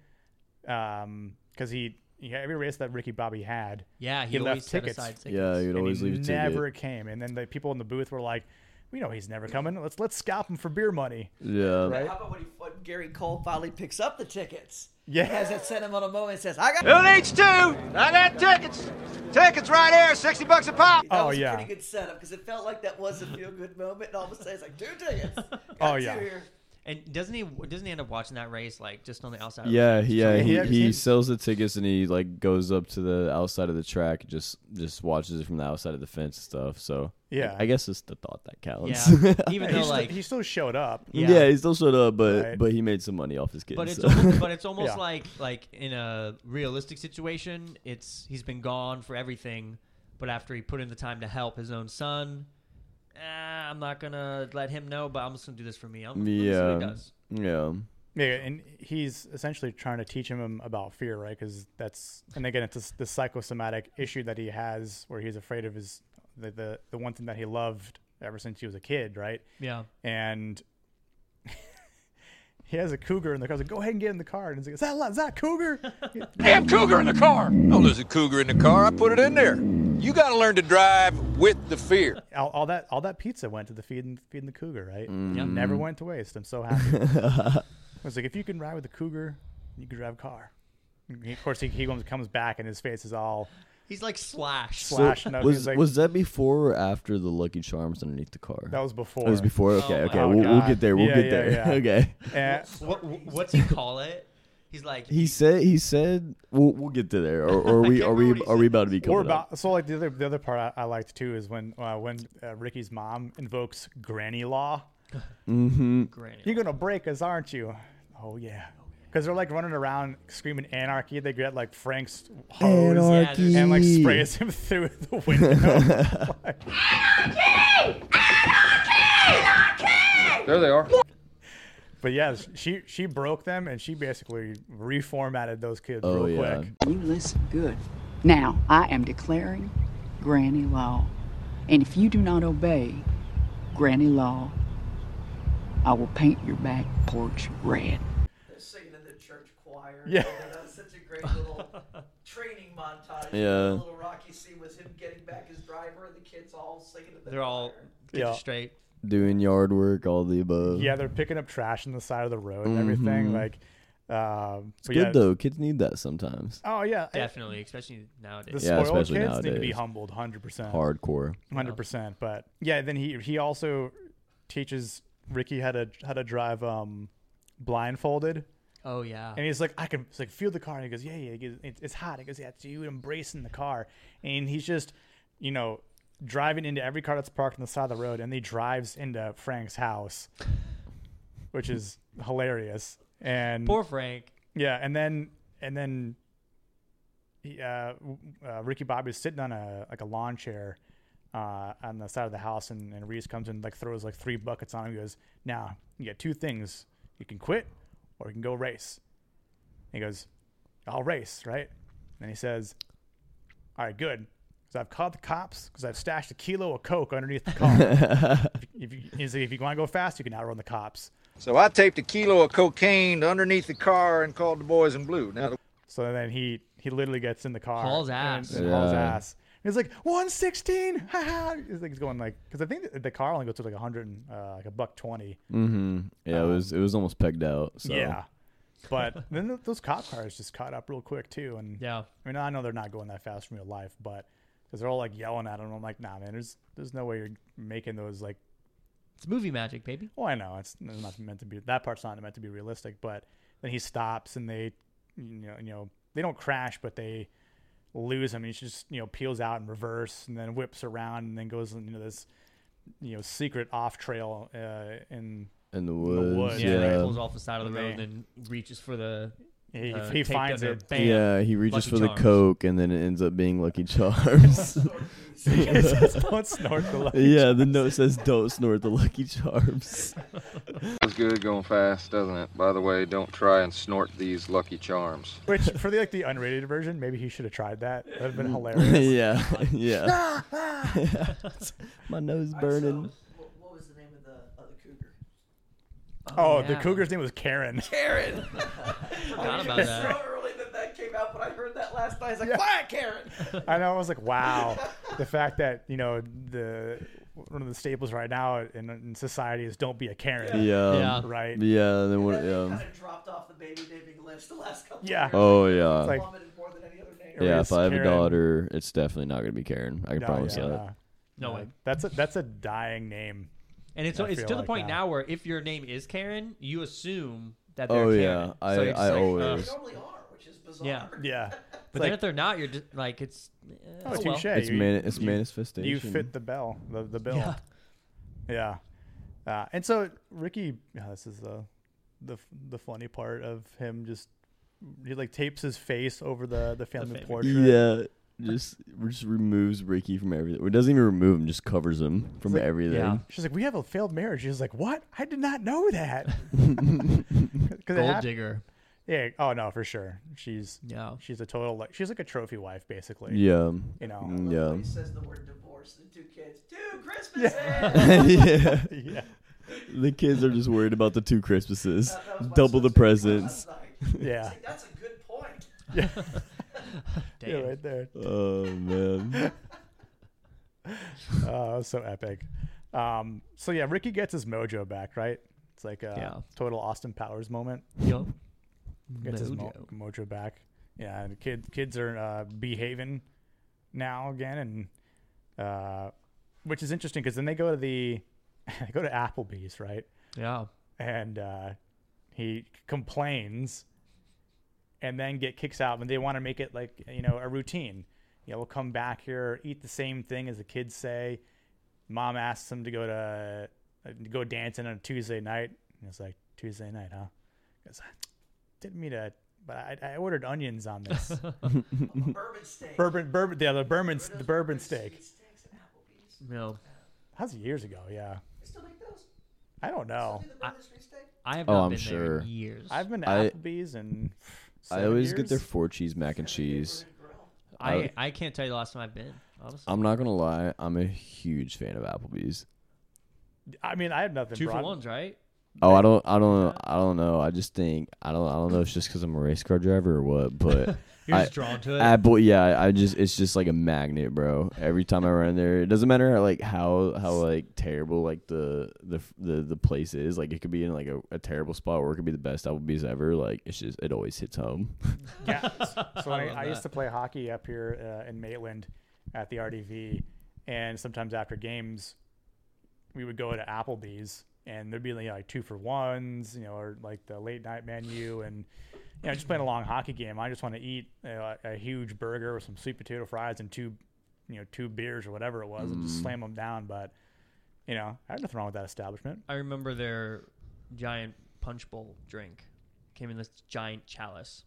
Speaker 1: because he, yeah, every race that Ricky Bobby had,
Speaker 2: Yeah, he,
Speaker 1: He left
Speaker 2: always set
Speaker 1: tickets.
Speaker 2: aside tickets.
Speaker 3: Yeah, he'd
Speaker 1: and
Speaker 3: always
Speaker 1: he
Speaker 3: leave a
Speaker 1: never
Speaker 3: ticket.
Speaker 1: came. And then the people in the booth were like, "We know he's never coming. Let's let's scalp him for beer money." [LAUGHS]
Speaker 3: Yeah.
Speaker 1: Right.
Speaker 4: How about when, he, when Gary Cole finally picks up the tickets?
Speaker 1: Yeah.
Speaker 4: He has that sentimental moment and says, I got
Speaker 5: Who needs two? I got tickets. Tickets right here, 60 bucks a pop.
Speaker 4: That
Speaker 1: Oh,
Speaker 4: was
Speaker 1: yeah.
Speaker 4: a pretty good setup because it felt like that was a feel good moment. And all of a sudden, it's like, two tickets. Got
Speaker 1: Oh,
Speaker 4: two
Speaker 1: yeah.
Speaker 4: Here.
Speaker 2: And doesn't he? Doesn't he end up watching that race like just on the outside? of the
Speaker 3: Yeah,
Speaker 2: fence?
Speaker 3: he, yeah,
Speaker 1: he
Speaker 3: he,
Speaker 1: had-
Speaker 3: he
Speaker 1: he-
Speaker 3: sells the tickets and he like goes up to the outside of the track, just just watches it from the outside of the fence and stuff. So
Speaker 1: Yeah.
Speaker 3: I, guess it's the thought that [LAUGHS] counts.
Speaker 2: Yeah, even
Speaker 1: He,
Speaker 2: though
Speaker 1: still,
Speaker 2: like
Speaker 1: he still showed up.
Speaker 3: Yeah,
Speaker 2: Yeah.
Speaker 3: he still showed up, but
Speaker 1: Right.
Speaker 3: but he made some money off his kids.
Speaker 2: But it's
Speaker 3: so.
Speaker 2: almost, but it's almost
Speaker 1: Yeah.
Speaker 2: like like in a realistic situation, it's he's been gone for everything, but after he put in the time to help his own son, eh, I'm not gonna let him know, but I'm just gonna do this for me. I'm, yeah,
Speaker 3: yeah, yeah,
Speaker 1: Yeah, and he's essentially trying to teach him um, about fear, right? Because that's and again, it's this, this psychosomatic issue that he has, where he's afraid of his the, the the one thing that he loved ever since he was a kid, right?
Speaker 2: yeah.
Speaker 1: And [LAUGHS] he has a cougar in the car. He's like, "Go ahead and get in the car." And he's like, "Is that is that a cougar?"
Speaker 5: Damn cougar in the car. No, there's a cougar in the car. I put it in there. You got to learn to drive with the fear.
Speaker 1: all, all that all that pizza went to the feeding feeding the cougar, right?
Speaker 3: Mm.
Speaker 2: Yep.
Speaker 1: Never went to waste. I'm so
Speaker 3: [LAUGHS]
Speaker 1: happy. I was like, if you can ride with a cougar, you can drive a car. And he- of course, he, he comes- comes back and his face is all
Speaker 2: He's like slash.
Speaker 1: Slash. Flashing up,
Speaker 3: was
Speaker 1: he's like-
Speaker 3: was that before or after the Lucky Charms underneath the car?
Speaker 1: that was before. Oh
Speaker 3: That was before. Okay,
Speaker 2: my
Speaker 3: okay,
Speaker 2: God.
Speaker 3: we'll, we'll
Speaker 1: God.
Speaker 3: get there. We'll
Speaker 1: Yeah,
Speaker 3: get
Speaker 1: yeah,
Speaker 3: there.
Speaker 1: yeah.
Speaker 3: [LAUGHS] okay.
Speaker 1: And-
Speaker 2: What, what's he call it? He's like
Speaker 3: He said. He said. We'll, we'll get to there. Or, or are we?
Speaker 2: can't
Speaker 3: Are
Speaker 2: remember
Speaker 3: we?
Speaker 2: what he
Speaker 3: Are we
Speaker 2: said.
Speaker 3: about to be
Speaker 1: or
Speaker 3: coming up?
Speaker 1: about so like the other the other part I, I liked too is when uh, when uh, Ricky's mom invokes Granny Law.
Speaker 2: granny.
Speaker 1: You're gonna break us, aren't you? Oh yeah. Because they're like running around screaming anarchy. They get like Frank's hose
Speaker 3: Anarchy.
Speaker 1: and like sprays him [LAUGHS] through the window. Like-
Speaker 7: There they are.
Speaker 1: But yeah, sh- she she broke them and she basically reformatted those kids
Speaker 3: Oh
Speaker 1: real
Speaker 3: yeah.
Speaker 1: quick.
Speaker 10: You listen good. Now, I am declaring Granny Law. And if you do not obey Granny Law, I will paint your back porch red.
Speaker 4: They're singing in the church choir. Oh,
Speaker 10: Yeah.
Speaker 4: That was such a great
Speaker 2: [LAUGHS]
Speaker 4: little training montage.
Speaker 3: Yeah.
Speaker 4: The little Rocky scene was him getting back his driver and the kids all singing in the
Speaker 2: They're all getting
Speaker 1: Yeah.
Speaker 2: straight.
Speaker 3: Doing yard work, all the above.
Speaker 1: Yeah, they're picking up trash on the side of the road and everything.
Speaker 3: Mhm.
Speaker 1: Like, um,
Speaker 3: It's
Speaker 1: but
Speaker 3: good
Speaker 1: yeah,
Speaker 3: though. Kids need that sometimes.
Speaker 1: Oh yeah, I-
Speaker 2: Definitely, especially nowadays.
Speaker 1: The
Speaker 3: Yeah,
Speaker 1: spoiled
Speaker 3: especially
Speaker 1: kids need to be
Speaker 3: nowadays.
Speaker 1: humbled, hundred percent,
Speaker 3: Hardcore.
Speaker 1: hundred percent. But yeah, then he he also teaches Ricky how to how to drive um blindfolded,
Speaker 2: Oh yeah.
Speaker 1: and he's like, I can it's like feel the car, and he goes, yeah, yeah, he goes, it's, it's hot. He goes, yeah, it's you embracing the car, and he's just, you know. Driving into every car that's parked on the side of the road, and he drives into Frank's house, which is hilarious. And
Speaker 2: Poor Frank.
Speaker 1: yeah, and then and then he, uh, w- uh, Ricky Bobby is sitting on a like a lawn chair uh, on the side of the house, and, and Reese comes and like throws like three buckets on him. and goes, "Now you got two things: you can quit, or you can go race." And he goes, "I'll race, right?" And he says, "All right, good." Because I've called the cops because I've stashed a kilo of coke underneath the car. if, you, he's like, if you want to go fast, you can outrun the cops.
Speaker 5: So I taped a kilo of cocaine underneath the car and called the boys in blue. Now the
Speaker 1: So then he he literally gets in the car,
Speaker 2: Hauls
Speaker 1: and-
Speaker 2: ass.
Speaker 1: and hauls
Speaker 3: Yeah.
Speaker 1: ass. And he's like one sixteen, [LAUGHS] ha ha. He's like he's going like because I think the- the car only goes to like a hundred and uh, like a buck twenty.
Speaker 3: Mm-hmm. Yeah, it was it was almost pegged out. So
Speaker 1: Um, Yeah,
Speaker 2: [LAUGHS]
Speaker 1: but then th- those cop cars just caught up real quick too. And
Speaker 2: Yeah.
Speaker 1: I mean I know they're not going that fast in real life, but because they're all like yelling at him, I'm like nah man, there's there's no way you're making those like
Speaker 2: It's movie magic, baby.
Speaker 1: Well, I know it's it's not meant to be. That part's not meant to be realistic. But then he stops, and they, you know, you know, they don't crash, but they lose him. He just you know peels out in reverse, and then whips around, and then goes into this, you know, secret off trail. Uh, and
Speaker 3: in the woods.
Speaker 1: woods,
Speaker 2: Yeah.
Speaker 3: Yeah,
Speaker 2: Frank
Speaker 3: yeah.
Speaker 2: pulls off the side of the road
Speaker 1: Man.
Speaker 2: and then reaches for the.
Speaker 1: he,
Speaker 2: uh,
Speaker 1: [LAUGHS] he
Speaker 2: tape
Speaker 1: finds
Speaker 2: gunner.
Speaker 1: it.
Speaker 2: Bam.
Speaker 3: he reaches
Speaker 2: Lucky
Speaker 3: for
Speaker 2: Charms.
Speaker 3: the coke, and then it ends up being Lucky
Speaker 1: [LAUGHS]
Speaker 3: [LAUGHS] Charms.
Speaker 1: He says, don't snort
Speaker 3: [LAUGHS]
Speaker 1: the light.
Speaker 3: yeah, the note says, "Don't snort the Lucky Charms."
Speaker 7: Feels good going fast, doesn't it? By the way, don't try and snort these Lucky Charms.
Speaker 1: Which for the like the unrated version, maybe he should have tried that. That'd
Speaker 3: [LAUGHS]
Speaker 1: have been hilarious.
Speaker 3: yeah,
Speaker 1: [LAUGHS]
Speaker 3: yeah. [LAUGHS] My nose burning.
Speaker 4: What, what was the name of the other cougar?
Speaker 1: Oh, the
Speaker 2: yeah.
Speaker 1: cougar's name was Karen.
Speaker 4: Karen.
Speaker 2: Forgot about
Speaker 4: It's
Speaker 2: that.
Speaker 4: so early that that came out, but I heard that last night. I was like, "Quiet, Karen."
Speaker 1: I know. I was like, wow, the fact that you know the one of the staples right now in, in society is don't be a Karen,
Speaker 3: Yeah,
Speaker 1: right?
Speaker 3: yeah. Then what?
Speaker 4: That
Speaker 1: [LAUGHS]
Speaker 3: Yeah.
Speaker 4: kind of dropped off the baby naming list the last couple.
Speaker 1: Yeah.
Speaker 4: Of years.
Speaker 3: Oh yeah.
Speaker 1: It's like-
Speaker 4: plummeted more than any other name.
Speaker 3: yeah.
Speaker 1: it's
Speaker 3: If I have
Speaker 1: Karen.
Speaker 3: a daughter, it's definitely not gonna be Karen. I can
Speaker 1: No,
Speaker 3: promise
Speaker 1: yeah,
Speaker 3: that.
Speaker 1: no.
Speaker 2: No way.
Speaker 1: That's a that's a dying name.
Speaker 2: And it's
Speaker 1: I
Speaker 2: it's
Speaker 1: feel
Speaker 2: to the
Speaker 1: like
Speaker 2: point
Speaker 1: that.
Speaker 2: now where if your name is Karen, you assume that they're
Speaker 3: Oh
Speaker 2: Karen.
Speaker 3: yeah. I,
Speaker 2: So you're just
Speaker 3: I
Speaker 2: like, uh,
Speaker 4: They
Speaker 3: always.
Speaker 4: normally are, which is bizarre.
Speaker 2: Yeah.
Speaker 1: Yeah,
Speaker 2: But then if they're not, you're just like it's. eh,
Speaker 1: oh,
Speaker 2: oh, well.
Speaker 1: touche.
Speaker 3: It's
Speaker 1: You-
Speaker 3: man. It's
Speaker 1: you-
Speaker 3: manifestation.
Speaker 1: You fit the bell, the the bill.
Speaker 2: Yeah.
Speaker 1: Yeah. Uh, and so Ricky, yeah, this is the, the the funny part of him just he like tapes his face over the the family
Speaker 2: family-
Speaker 1: portrait.
Speaker 3: Yeah. Just just removes Ricky from everything. Or doesn't even remove him. Just covers him from
Speaker 1: like-
Speaker 3: everything.
Speaker 2: Yeah.
Speaker 1: She's like, we have a failed marriage. He's like, what? I did not know
Speaker 2: [LAUGHS]
Speaker 1: that. 'Cause it
Speaker 2: Gold
Speaker 1: hap-
Speaker 2: digger.
Speaker 1: Yeah. Oh no, for sure. She's
Speaker 2: Yeah.
Speaker 1: she's a total like she's like a trophy wife basically.
Speaker 3: Yeah.
Speaker 1: You know.
Speaker 3: Mm,
Speaker 4: He says the word divorce and two kids. Two Christmases. Yeah.
Speaker 3: Yeah.
Speaker 1: [LAUGHS] [LAUGHS]
Speaker 2: [LAUGHS]
Speaker 3: [LAUGHS] yeah.
Speaker 1: yeah.
Speaker 3: The kids are just worried about the two Christmases. Double the presents.
Speaker 4: [LAUGHS]
Speaker 1: Yeah.
Speaker 4: That's a good point.
Speaker 2: Damn.
Speaker 1: Yeah. Right
Speaker 2: [LAUGHS]
Speaker 1: there. [LAUGHS]
Speaker 3: Oh man.
Speaker 1: Oh, so epic. Um. So yeah, Ricky gets his mojo back. Right. It's like a
Speaker 2: Yeah.
Speaker 1: total Austin Powers moment.
Speaker 2: Yup.
Speaker 1: Gets his mo-
Speaker 2: Mojo.
Speaker 1: mojo back. Yeah. And kid kids are uh, behaving now again, and uh, which is interesting because then they go to the [LAUGHS] they go to Applebee's, right?
Speaker 2: Yeah.
Speaker 1: and uh, he complains and then get kicks out and they want to make it like you know a routine you know we'll come back here eat the same thing as the kids say mom asks him to go to uh, go dancing on a tuesday night and it's like tuesday night huh because i didn't mean to but I, I ordered onions on this
Speaker 4: A bourbon steak.
Speaker 1: bourbon bourbon yeah, the bourbon the bourbon steak
Speaker 4: Steaks and Applebee's.
Speaker 2: No.
Speaker 1: that's years ago yeah
Speaker 4: They still make those.
Speaker 1: i don't know
Speaker 4: Do the bourbon steak?
Speaker 2: I have
Speaker 3: Oh,
Speaker 2: not
Speaker 3: I'm
Speaker 2: been there
Speaker 3: sure.
Speaker 2: in years.
Speaker 1: i've been to
Speaker 3: I-
Speaker 1: applebee's and
Speaker 3: I always get their four cheese mac and
Speaker 4: They do
Speaker 3: cheese.
Speaker 4: Bourbon grill.
Speaker 2: I, I can't tell you the last time I've been.
Speaker 3: I'm not gonna lie, I'm a huge fan of Applebee's.
Speaker 1: I mean, I have nothing.
Speaker 2: Two for
Speaker 1: broad-
Speaker 2: ones, right?
Speaker 3: Oh, I don't, I don't, I don't know. I just think I don't, I don't know. If it's just because I'm a race car driver or what, but
Speaker 2: You're
Speaker 3: I-
Speaker 2: just drawn to it.
Speaker 3: Apple, yeah, I- I just, it's just like a magnet, bro. Every time I run there, it doesn't matter like how, how like terrible like the the the, the place is. Like it could be in like a, a terrible spot or it could be the best Applebee's ever. Like it's just, it always hits home.
Speaker 1: Yeah.
Speaker 2: [LAUGHS]
Speaker 1: So when I,
Speaker 2: love
Speaker 1: I, used
Speaker 2: that.
Speaker 1: to play hockey up here uh, in Maitland at the RDV, and sometimes after games, we would go to Applebee's, and there'd be you know, like two for ones, you know, or like the late night menu, and you know, just playing a long hockey game. I just want to eat you know, a, a huge burger with some sweet potato fries and two, you know, two beers or whatever it was, and
Speaker 3: Mm.
Speaker 1: just slam them down. But you know, I had nothing wrong with that establishment.
Speaker 2: I remember their giant punch bowl drink came in this giant chalice.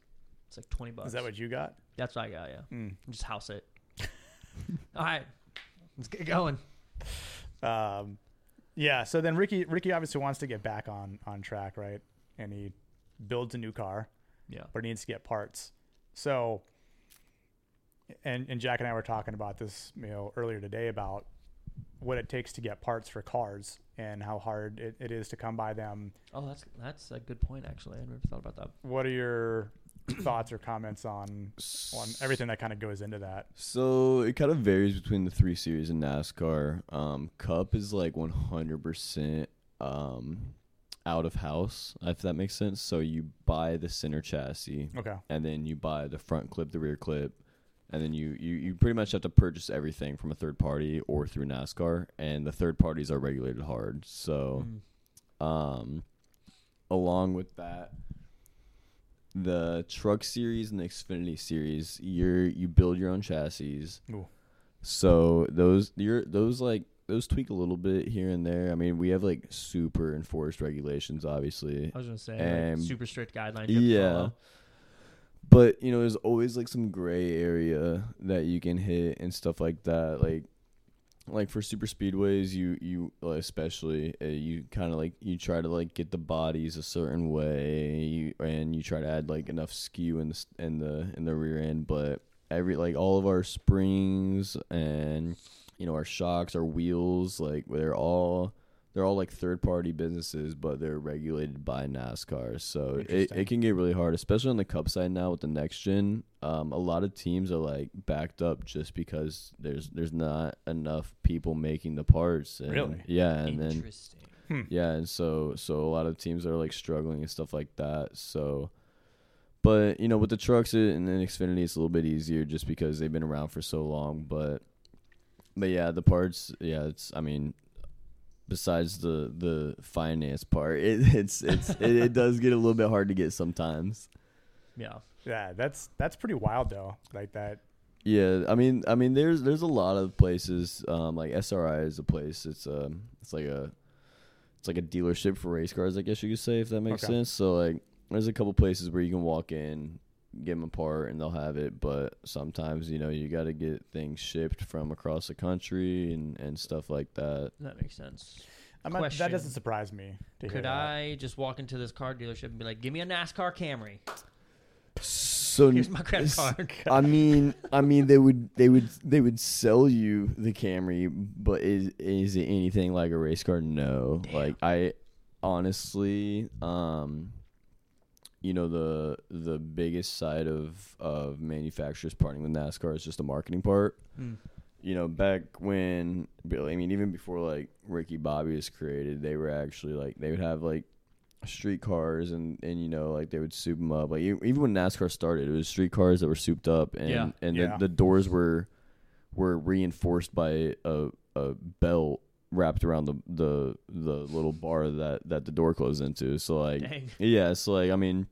Speaker 2: It's like twenty bucks.
Speaker 1: Is that what you got?
Speaker 2: That's what I got. Yeah,
Speaker 3: Mm.
Speaker 2: just house it. [LAUGHS] All right, let's get going.
Speaker 1: Um, yeah. So then Ricky, Ricky obviously wants to get back on on track, right? And he builds a new car,
Speaker 2: Yeah.
Speaker 1: but he needs to get parts. So, and and Jack and I were talking about this, you know, earlier today about what it takes to get parts for cars and how hard it, it is to come by them.
Speaker 2: Oh, that's that's a good point. Actually, I never thought about that.
Speaker 1: What are your [CLEARS THROAT] thoughts or comments on on everything that kind of goes into that?
Speaker 3: So it kind of varies between the three series in NASCAR. Um, Cup is like 100% um, out of house, if that makes sense. So you buy the center chassis,
Speaker 1: Okay.
Speaker 3: and then you buy the front clip, the rear clip, and then you, you, you pretty much have to purchase everything from a third party or through NASCAR. And the third parties are regulated hard. So um, along with that, the truck series and the Xfinity series, you're you build your own chassis.
Speaker 1: Ooh.
Speaker 3: So those you're those like those tweak a little bit here and there. I mean, we have like super enforced regulations, obviously.
Speaker 2: I was gonna say
Speaker 3: And-
Speaker 2: like, super strict guidelines.
Speaker 3: Um, Yeah.
Speaker 2: Yeah.
Speaker 3: But you know, there's always like some gray area that you can hit and stuff like that. Like, like for super speedways, you you uh, especially uh, you kind of like you try to like get the bodies a certain way, you, and you try to add like enough skew in the s- in the in the rear end. But every like all of our springs and you know our shocks, our wheels, like they're all they're all like third party businesses, but they're regulated by NASCAR. So it,
Speaker 1: Interesting.
Speaker 3: it can get really hard, especially on the cup side now with the next gen. Um, a lot of teams are like backed up just because there's there's not enough people making the parts. And,
Speaker 1: Really?
Speaker 3: Yeah, and then
Speaker 2: Interesting.
Speaker 3: yeah, and so so a lot of teams are like struggling and stuff like that. So, but you know, with the trucks it- and then Xfinity, it's a little bit easier just because they've been around for so long. But but yeah, the parts, yeah, it's I mean, besides the the finance part, [LAUGHS] it, it's it's it, it does get a little bit hard to get sometimes.
Speaker 2: Yeah.
Speaker 1: Yeah, that's that's pretty wild though. Like that.
Speaker 3: Yeah, I mean, I mean, there's there's a lot of places. Um, like SRI is a place. It's a it's like a it's like a dealership for race cars, I guess you could say, if that makes
Speaker 1: Okay.
Speaker 3: sense. So like, there's a couple places where you can walk in, get them apart, and they'll have it. But sometimes, you know, you got to get things shipped from across the country and and stuff like that.
Speaker 2: That makes sense.
Speaker 1: I'm not, that
Speaker 2: Question.
Speaker 1: doesn't surprise me. To hear
Speaker 2: Could
Speaker 1: that.
Speaker 2: I just walk into this car dealership and be like, "Give me a NASCAR
Speaker 3: [LAUGHS]
Speaker 2: Camry"?
Speaker 3: So
Speaker 2: Here's my
Speaker 3: [LAUGHS]
Speaker 2: credit
Speaker 3: s-
Speaker 2: card.
Speaker 3: I mean, I mean, they would, they would, they would sell you the Camry, but is is it anything like a race car? No. Like I, honestly, um, you know the the biggest side of of manufacturers partnering with NASCAR is just the marketing part. You know, back when Bill, I mean, even before like Ricky Bobby was created, they were actually like they would have like street cars and and you know like they would soup them up like e- even when NASCAR started it was street cars that were souped up and
Speaker 2: Yeah.
Speaker 3: and
Speaker 1: Yeah.
Speaker 3: The, the doors were were reinforced by a a belt wrapped around the the the little bar that that the door closed into so like
Speaker 2: Dang.
Speaker 3: yeah so like I mean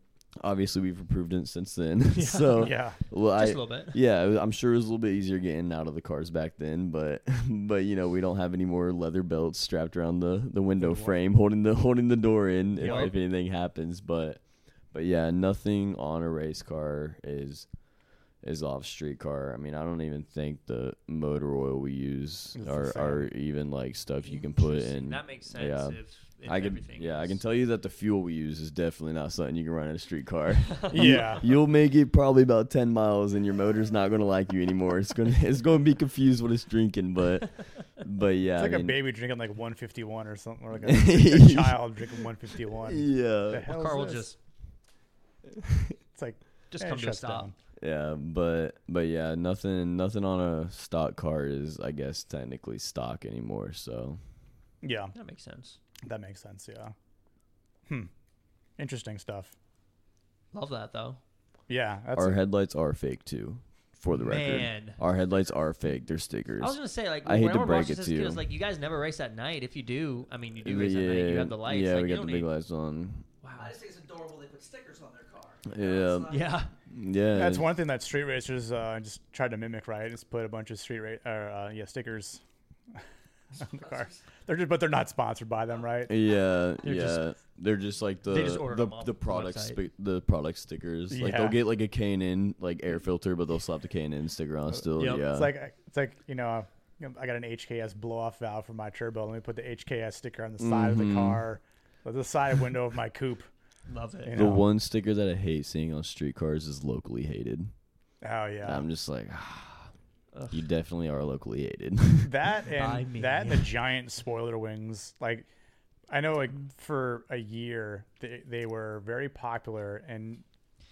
Speaker 3: obviously we've improved it since then [LAUGHS] so
Speaker 1: Yeah.
Speaker 3: well,
Speaker 2: Just
Speaker 3: I-
Speaker 2: a little bit.
Speaker 3: yeah, it was- I'm sure it was a little bit easier getting out of the cars back then, but [LAUGHS] but you know we don't have any more leather belts strapped around the, the window frame holding the holding the door in if,
Speaker 2: Yeah.
Speaker 3: if anything happens. But but yeah, nothing on a race car is is off street car. I mean, I don't even think the motor oil we use
Speaker 1: It's the
Speaker 3: are,
Speaker 1: same.
Speaker 3: are even like stuff you can put
Speaker 2: Interesting.
Speaker 3: in.
Speaker 2: That makes sense.
Speaker 3: yeah.
Speaker 2: If in
Speaker 3: I can,
Speaker 2: everything.
Speaker 3: yeah, I can tell you that the fuel we use is definitely not something you can run in a street car.
Speaker 1: Yeah.
Speaker 3: you, will make it probably about ten miles, and your motor's not gonna like you anymore. It's gonna, [LAUGHS] it's gonna be confused what it's drinking, but, but yeah,
Speaker 1: It's like
Speaker 3: I
Speaker 1: a
Speaker 3: mean,
Speaker 1: baby drinking like 151 or something, or
Speaker 3: [LAUGHS]
Speaker 1: like a, a child drinking 151.
Speaker 3: Yeah.
Speaker 1: The hell is
Speaker 2: Carl
Speaker 1: this?
Speaker 2: just
Speaker 1: It's like
Speaker 2: just
Speaker 1: eh,
Speaker 2: come
Speaker 1: it
Speaker 2: to a
Speaker 1: shuts
Speaker 2: stop.
Speaker 1: down.
Speaker 3: Yeah, but but yeah, nothing nothing on a stock car is I guess technically stock anymore. So
Speaker 1: Yeah,
Speaker 2: That makes sense.
Speaker 1: that makes sense. Yeah. Hmm. Interesting stuff.
Speaker 2: Love that though.
Speaker 1: Yeah, that's
Speaker 3: our headlights are fake too, for the record.
Speaker 2: Man.
Speaker 3: Our headlights are fake. They're stickers.
Speaker 2: I was gonna say like
Speaker 3: I hate
Speaker 2: whenever
Speaker 3: to break
Speaker 2: Boston
Speaker 3: it
Speaker 2: says
Speaker 3: to
Speaker 2: kids,
Speaker 3: you.
Speaker 2: like you guys never race at night. If you do, I mean you do
Speaker 3: But
Speaker 2: race
Speaker 3: yeah,
Speaker 2: at night. You have the lights.
Speaker 3: yeah,
Speaker 2: like,
Speaker 3: we
Speaker 2: you
Speaker 3: got
Speaker 2: don't
Speaker 3: the big
Speaker 2: need-
Speaker 3: lights on.
Speaker 2: Wow.
Speaker 4: I just think it's adorable they put stickers on their car.
Speaker 3: Yeah,
Speaker 2: [LAUGHS] Yeah.
Speaker 3: yeah.
Speaker 1: that's one thing that street racers uh, just tried to mimic, right? Is put a bunch of street ra- or uh, yeah stickers [LAUGHS] on the car. They're just, but they're not sponsored by them, right?
Speaker 3: Yeah,
Speaker 2: They're
Speaker 3: yeah.
Speaker 2: just-
Speaker 3: they're just like the
Speaker 2: They just ordered
Speaker 3: the,
Speaker 2: them off
Speaker 3: the
Speaker 2: the
Speaker 3: product
Speaker 2: website.
Speaker 3: spe- the product stickers. Like they'll
Speaker 1: Yeah.
Speaker 3: get like a K&N like air filter, but they'll slap the K&N sticker on still.
Speaker 2: Uh, Yep.
Speaker 3: Yeah,
Speaker 1: It's like it's like you know, you know, I got an HKS blow off valve for my turbo. Let me put the HKS sticker on the side
Speaker 3: Mm-hmm.
Speaker 1: of the car, or the side window of my coupe.
Speaker 2: Love
Speaker 1: You
Speaker 2: it.
Speaker 3: the
Speaker 1: know?
Speaker 3: one sticker that I hate seeing on street cars is locally hated.
Speaker 1: Oh
Speaker 2: Ah.
Speaker 1: yeah,
Speaker 3: I'm just like, [SIGHS] you definitely are locally hated. [LAUGHS]
Speaker 1: that
Speaker 2: By
Speaker 1: and
Speaker 2: me.
Speaker 1: that and the giant spoiler wings. Like I know, like for a year they they were very popular, and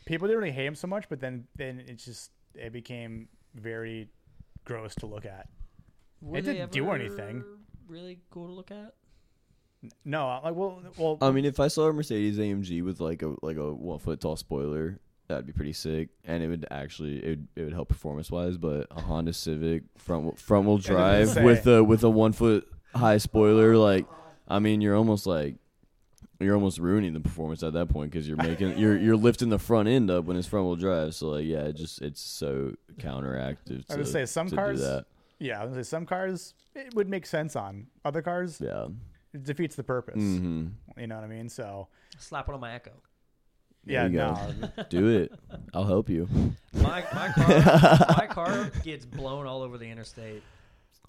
Speaker 1: people didn't really hate them so much. But then then it just it became very gross to look at.
Speaker 2: Were
Speaker 1: It
Speaker 2: they
Speaker 1: didn't do
Speaker 2: ever
Speaker 1: anything.
Speaker 2: Really cool to look at.
Speaker 1: No, I'm like well well
Speaker 3: I mean, if I saw a Mercedes AMG with like a like a one foot tall spoiler, that'd be pretty sick, and it would actually it would, it would help performance wise. But a Honda Civic front front wheel drive
Speaker 1: say.
Speaker 3: with a with a one foot high spoiler, like I mean, you're almost like you're almost ruining the performance at that point because you're making you're you're lifting the front end up when it's front wheel drive. So like, yeah, it just it's so counteractive.
Speaker 1: I
Speaker 3: to,
Speaker 1: would say some
Speaker 3: to do
Speaker 1: cars-
Speaker 3: that.
Speaker 1: yeah, I was gonna say some cars it would make sense on other cars.
Speaker 3: yeah.
Speaker 1: it defeats the purpose.
Speaker 3: hmm
Speaker 1: You know what I mean? So
Speaker 2: Slap it on my Echo.
Speaker 1: yeah,
Speaker 3: There you
Speaker 1: no,
Speaker 3: go. Do it. I'll help you.
Speaker 2: My my
Speaker 3: [LAUGHS]
Speaker 2: car my car gets blown all over the interstate.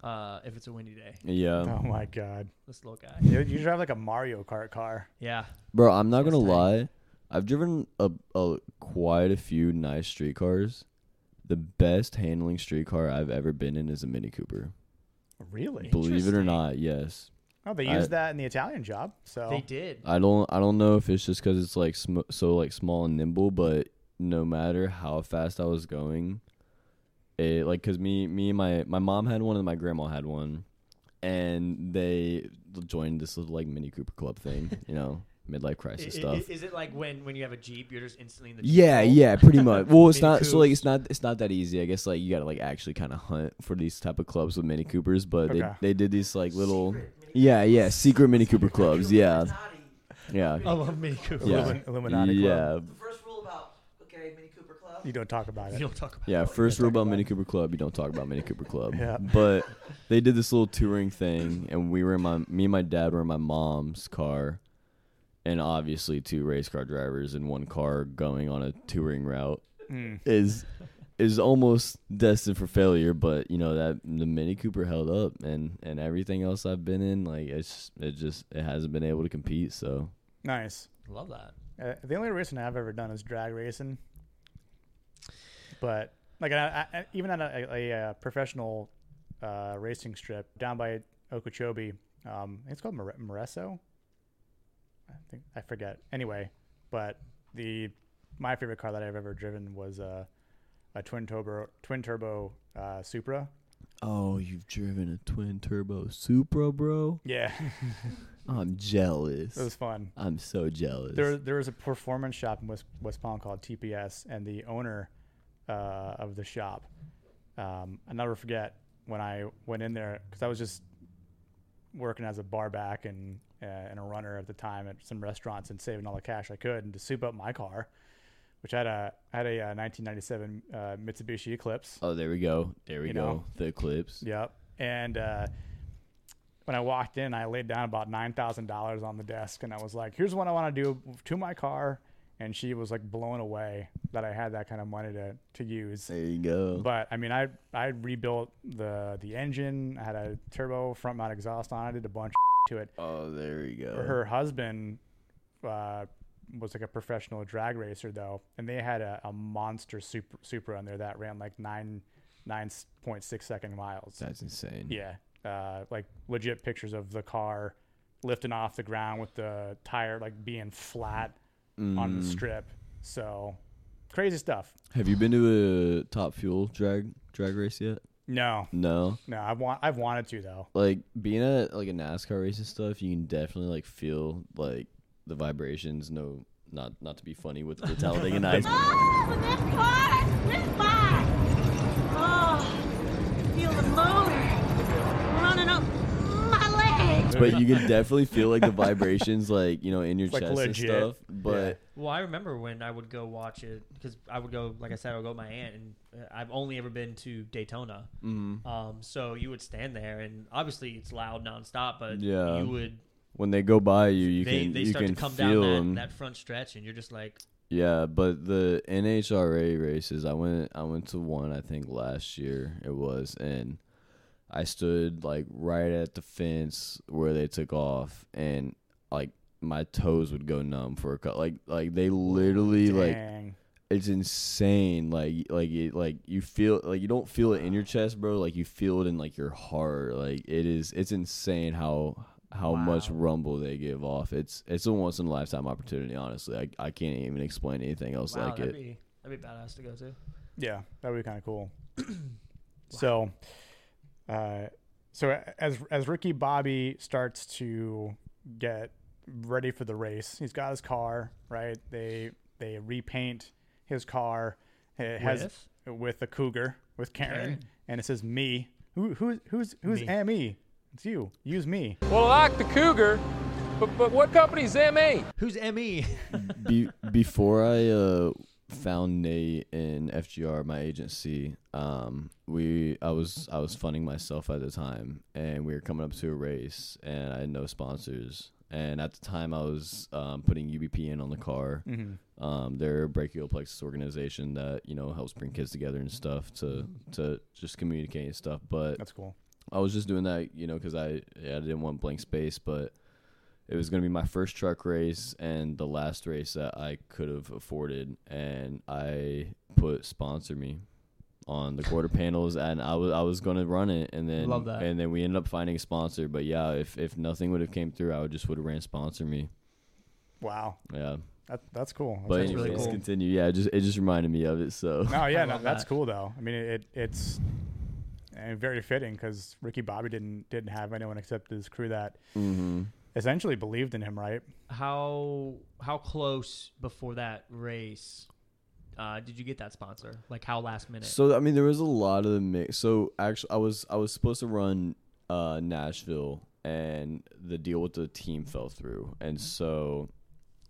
Speaker 2: Uh, if it's a windy day,
Speaker 3: Yeah.
Speaker 1: [LAUGHS]
Speaker 3: [LAUGHS]
Speaker 1: oh my god,
Speaker 2: this little guy.
Speaker 1: you, you drive like a Mario Kart car.
Speaker 2: Yeah.
Speaker 3: Bro, I'm not
Speaker 2: It's
Speaker 3: gonna
Speaker 2: tight.
Speaker 3: lie. I've driven a, a quite a few nice street cars. The best handling street car I've ever been in is a Mini Cooper.
Speaker 1: Really?
Speaker 3: Believe it or
Speaker 2: Interesting.
Speaker 3: not, yes.
Speaker 1: Oh, they
Speaker 3: I-
Speaker 1: used that in the Italian job. So
Speaker 2: They did.
Speaker 3: I don't I don't know if it's just because it's like sm- so like small and nimble, but no matter how fast I was going, it like because me me and my my mom had one and my grandma had one, and they joined this little like Mini Cooper club thing,
Speaker 2: [LAUGHS]
Speaker 3: you know, midlife
Speaker 2: I- i-
Speaker 3: crisis
Speaker 2: i-
Speaker 3: stuff.
Speaker 2: Is, it like when when you have a Jeep, you're just instantly in the Jeep
Speaker 3: Yeah,
Speaker 2: hole?
Speaker 3: yeah,
Speaker 1: [LAUGHS]
Speaker 3: pretty much. Well, it's
Speaker 2: Mini
Speaker 3: not so like
Speaker 2: Coupes.
Speaker 3: it's not it's not that easy. I guess like you gotta like actually kind of hunt for these type of clubs with Mini Coopers, but
Speaker 1: Okay.
Speaker 3: they they did these like little yeah yeah secret Mini Cooper clubs. Yeah,
Speaker 4: Naughty.
Speaker 3: yeah,
Speaker 2: I love Mini Cooper.
Speaker 3: yeah,
Speaker 1: Illumin- Illuminati club.
Speaker 3: yeah,
Speaker 4: The first rule about okay, Mini Cooper Club.
Speaker 1: you don't talk about
Speaker 2: You
Speaker 1: it.
Speaker 2: don't talk about.
Speaker 3: yeah. First rule about Mini Cooper Club: you don't talk about Mini Cooper [LAUGHS] Club.
Speaker 1: Yeah.
Speaker 3: But they did this little touring thing, and we were in my me and my dad were in my mom's car, and obviously two race car drivers in one car going on a touring route.
Speaker 1: Mm.
Speaker 3: is is almost destined for failure, but you know that the Mini Cooper held up, and and everything else I've been in, like it's it just it hasn't been able to compete. So
Speaker 1: Nice.
Speaker 2: Love that.
Speaker 1: Uh, the only racing I've ever done is drag racing. But like I, I, even on a, a, uh professional uh, racing strip down by Okeechobee, um, I think it's called More- Moreso. I think I forget. Anyway, but the my favorite car that I've ever driven was uh, a twin turbo twin turbo uh, Supra.
Speaker 3: oh, you've driven a twin turbo Supra, bro.
Speaker 1: Yeah, [LAUGHS]
Speaker 3: I'm
Speaker 1: it was
Speaker 3: jealous.
Speaker 1: fun.
Speaker 3: I'm so jealous.
Speaker 1: There, there was a performance shop in West, West Palm called TPS, and the owner uh, of the shop, um, I never forget when I went in there because I was just working as a bar back and uh, and a runner at the time at some restaurants and saving all the cash I could and to soup up my car, which had a had a uh, 1997 uh, Mitsubishi Eclipse.
Speaker 3: oh, there we go. There we
Speaker 1: You
Speaker 3: go.
Speaker 1: know.
Speaker 3: The eclipse.
Speaker 1: Yep. And uh, when I walked in, I laid down about nine thousand dollars on the desk, and I was like, "Here's what I want to do to my car." And she was like blown away that I had that kind of money to to use.
Speaker 3: There you go.
Speaker 1: But I mean, I I rebuilt the the engine. I had a turbo front mount exhaust on. it, I did a bunch. of to it.
Speaker 3: Oh, there you go.
Speaker 1: Her husband uh, was like a professional drag racer though, and they had a, a monster super super on there that ran like nine nine point six second miles.
Speaker 3: That's insane.
Speaker 1: Yeah, uh, like legit pictures of the car lifting off the ground with the tire like being flat on the
Speaker 3: Mm.
Speaker 1: strip. So crazy stuff.
Speaker 3: Have you been to a Top Fuel drag drag race yet?
Speaker 1: No,
Speaker 3: No.
Speaker 1: no, I want I've wanted to though.
Speaker 3: Like being at like a NASCAR race and stuff, you can definitely like feel like the vibrations. No, not not to be funny with the Talladega Nights.
Speaker 1: [LAUGHS]
Speaker 6: Oh, this car, this bike. Oh, feel the motor running up my legs.
Speaker 3: but you can definitely feel like the vibrations, like you know, in your
Speaker 1: It's, like,
Speaker 3: chest and
Speaker 1: legit.
Speaker 3: stuff. But
Speaker 2: Well, I remember when I would go watch it because I would go, like I said, I would go with my aunt, and uh, I've only ever been to Daytona.
Speaker 3: Mhm.
Speaker 2: Um, so you would stand there, and obviously it's loud nonstop, but
Speaker 3: Yeah.
Speaker 2: you would
Speaker 3: when they go by you, you
Speaker 2: they,
Speaker 3: can
Speaker 2: they
Speaker 3: you
Speaker 2: start
Speaker 3: can
Speaker 2: to come down
Speaker 3: feel them.
Speaker 2: that, that front stretch, and you're just like,
Speaker 3: Yeah, but the NHRA races, I went I went to one I think last year it was and I stood like right at the fence where they took off and like my toes would go numb for a couple like like they literally like
Speaker 1: Dang.
Speaker 3: it's insane like like it, like you feel like you don't feel it in your chest bro like you feel it in like your heart like it is it's insane how how much rumble they give off it's it's a once in a lifetime opportunity honestly I, I can't even explain anything else
Speaker 2: wow,
Speaker 3: like
Speaker 2: that'd
Speaker 3: it
Speaker 2: be that'd be badass to go to.
Speaker 1: Yeah, that would be kind of cool. So, uh, so as as Ricky Bobby starts to get ready for the race, he's got his car right. They they repaint his car. It has with a cougar with Karen, and it says me. Who who's who's who's
Speaker 2: Me.
Speaker 1: me? It's you. Use me.
Speaker 5: Well, I like the Cougar, but, but what company's ME?
Speaker 2: Who's Me?
Speaker 3: Be- before I uh, found Nate in FGR, my agency, um, we I was I was funding myself at the time, and we were coming up to a race, and I had no sponsors. And at the time, I was um, putting UBP in on the car.
Speaker 1: Mm-hmm.
Speaker 3: Um, they're a brachioplex organization that you know helps bring kids together and stuff to to just communicate and stuff. But
Speaker 1: That's cool.
Speaker 3: I was just doing that, you know, because I I didn't want blank space, but it was going to be my first truck race and the last race that I could have afforded, and I put sponsor me on the quarter panels, and I was I was going to run it, and then
Speaker 2: Love that.
Speaker 3: and then we ended up finding a sponsor, but yeah, if if nothing would have came through, I would just would have ran sponsor me,
Speaker 1: Wow,
Speaker 3: yeah.
Speaker 1: that that's cool.
Speaker 3: but
Speaker 1: That's
Speaker 2: sounds really
Speaker 3: anyways,
Speaker 2: cool.
Speaker 3: continue. Yeah, it just it just reminded me of it. So
Speaker 2: [LAUGHS]
Speaker 1: No, yeah, no,
Speaker 2: love
Speaker 1: that's
Speaker 2: that.
Speaker 1: cool though. I mean, it it's and very fitting because Ricky Bobby didn't didn't have anyone except his crew that essentially believed in him, right?
Speaker 2: [LAUGHS] How how close before that race uh, did you get that sponsor? Like how last minute?
Speaker 3: So I mean, there was a lot of the mix. So actually, I was I was supposed to run uh, Nashville, and the deal with the team fell through, and so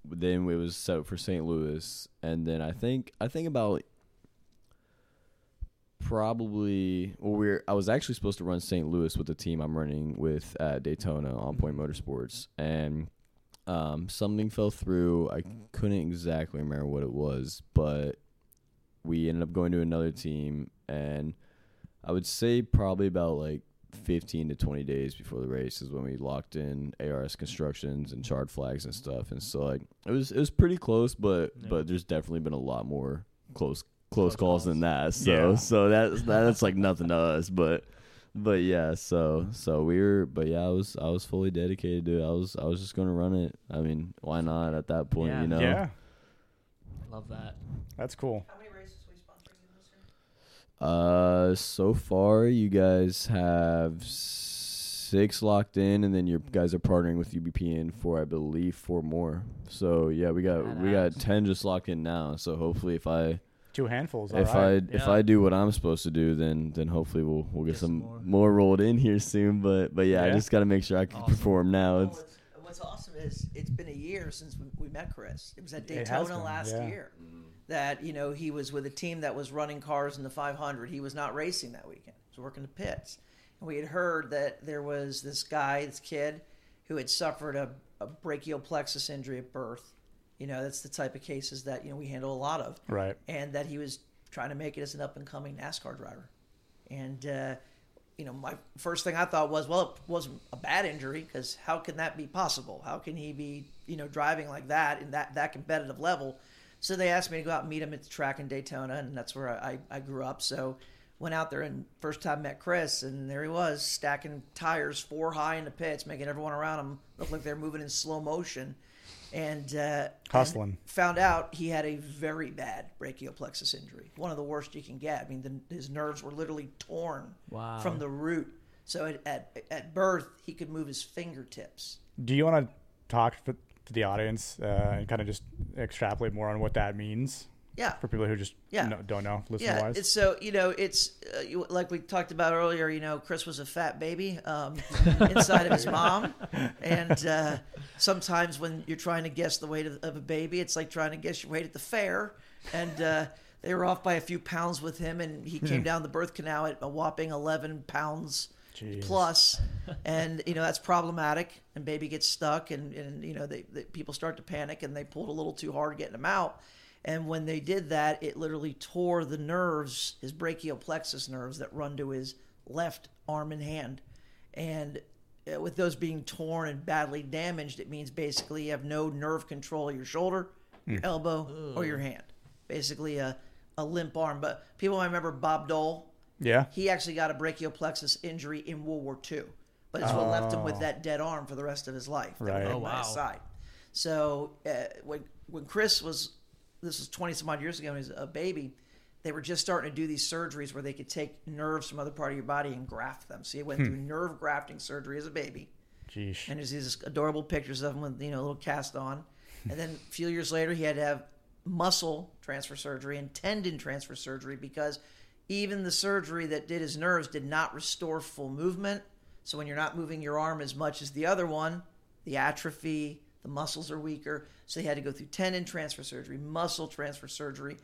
Speaker 3: then it was set up for St. Louis, and then I think I think about probably well we are I was actually supposed to run St. Louis with the team I'm running with at Daytona on Point Motorsports and um, something fell through I couldn't exactly remember what it was but we ended up going to another team and I would say probably about like 15 to 20 days before the race is when we locked in ARS constructions and charred flags and stuff and so like it was it was pretty close but
Speaker 2: Yeah.
Speaker 3: but there's definitely been a lot more close close
Speaker 2: Close
Speaker 3: calls
Speaker 2: calls.
Speaker 3: than that. So
Speaker 1: Yeah.
Speaker 3: [LAUGHS] so that's that's like nothing to us, but but yeah, so so we were but yeah, I was I was fully dedicated to it. I was I was just gonna run it. I mean, why not at that point,
Speaker 2: Yeah.
Speaker 3: you know?
Speaker 1: Yeah,
Speaker 2: Love that.
Speaker 1: that's cool.
Speaker 4: How many races we sponsoring in this year?
Speaker 3: Uh so far you guys have six locked in and then your guys are partnering with UBPN for I believe four more. So yeah, we got we got
Speaker 2: Badass.
Speaker 3: ten just locked in now. So hopefully if I
Speaker 1: Two handfuls. All
Speaker 3: if
Speaker 1: right.
Speaker 3: I if
Speaker 2: Yeah.
Speaker 3: I do what I'm supposed to do, then then hopefully we'll we'll get,
Speaker 2: Get
Speaker 3: some
Speaker 2: some
Speaker 3: more.
Speaker 2: more.
Speaker 3: rolled in here soon. But but yeah, I
Speaker 1: Yeah.
Speaker 3: just got to make sure I can
Speaker 2: Awesome.
Speaker 3: perform now.
Speaker 4: Well,
Speaker 3: It's
Speaker 4: what's- what's awesome is it's been a year since we, we met Chris. It was at
Speaker 1: It has
Speaker 4: Daytona
Speaker 1: been,
Speaker 4: last
Speaker 1: yeah.
Speaker 4: year that you know he was with a team that was running cars in the 500. He was not racing that weekend. He was working the pits, and we had heard that there was this guy, this kid, who had suffered a, a brachial plexus injury at birth. You know, that's the type of cases that you know we handle a lot of
Speaker 1: Right.
Speaker 4: and that he was trying to make it as an up and coming NASCAR driver. And uh, you know, my first thing I thought was, well, it wasn't a bad injury because how can that be possible? How can he be, you know, driving like that in that that competitive level? So they asked me to go out and meet him at the track in Daytona, and that's where I, I grew up. So went out there and first time met Chris, and there he was stacking tires four high in the pits, making everyone around him look like they're moving in slow motion. And uh,
Speaker 1: Hustling.
Speaker 4: found out he had a very bad brachial plexus injury, one of the worst you can get. I mean, the, his nerves were literally torn
Speaker 2: Wow.
Speaker 4: from the root. So at, at at birth, he could move his fingertips.
Speaker 1: Do you want to talk for, to the audience uh, and kind of just extrapolate more on what that means?
Speaker 4: Yeah.
Speaker 1: For people who just
Speaker 4: Yeah.
Speaker 1: no- don't know, listen
Speaker 4: Yeah,
Speaker 1: wise.
Speaker 4: it's so you know it's uh, you- like we talked about earlier. You know, Chris was a fat baby
Speaker 1: [LAUGHS]
Speaker 4: um, inside of his mom, and uh, sometimes when you're trying to guess the weight of, of a baby, it's like trying to guess your weight at the fair. And uh, they were off by a few pounds with him, and he came
Speaker 1: Hmm.
Speaker 4: down the birth canal at a whopping 11 pounds
Speaker 1: Jeez.
Speaker 4: plus, and you know that's problematic. And baby gets stuck, and, and you know they, they people start to panic, and they pulled a little too hard getting him out. And when they did that, it literally tore the nerves, his brachial plexus nerves that run to his left arm and hand. And uh, with those being torn and badly damaged, it means basically you have no nerve control of your shoulder, your
Speaker 11: Mm.
Speaker 4: elbow, or
Speaker 11: Ugh.
Speaker 4: your hand. Basically, a, a limp arm. But people might remember Bob Dole.
Speaker 1: Yeah.
Speaker 4: He actually got a brachial plexus injury in World War II, but it's what left him
Speaker 1: Oh.
Speaker 4: with that dead arm for the rest of his life. that
Speaker 1: Right.
Speaker 4: went
Speaker 1: Oh,
Speaker 4: by his
Speaker 1: wow.
Speaker 4: side. So uh, when when Chris was, this was twenty some odd years ago, when he was a baby. They were just starting to do these surgeries where they could take nerves from other part of your body and graft them. So he went
Speaker 1: Hmm.
Speaker 4: through nerve grafting surgery as a baby.
Speaker 1: Jeez.
Speaker 4: And there's these adorable pictures of him with you know a little cast on. And then a few years later, he had to have muscle transfer surgery and tendon transfer surgery because even the surgery that did his nerves did not restore full movement. So when you're not moving your arm as much as the other one, the atrophy, the muscles are weaker. So they had to go through tendon transfer surgery, muscle transfer surgery,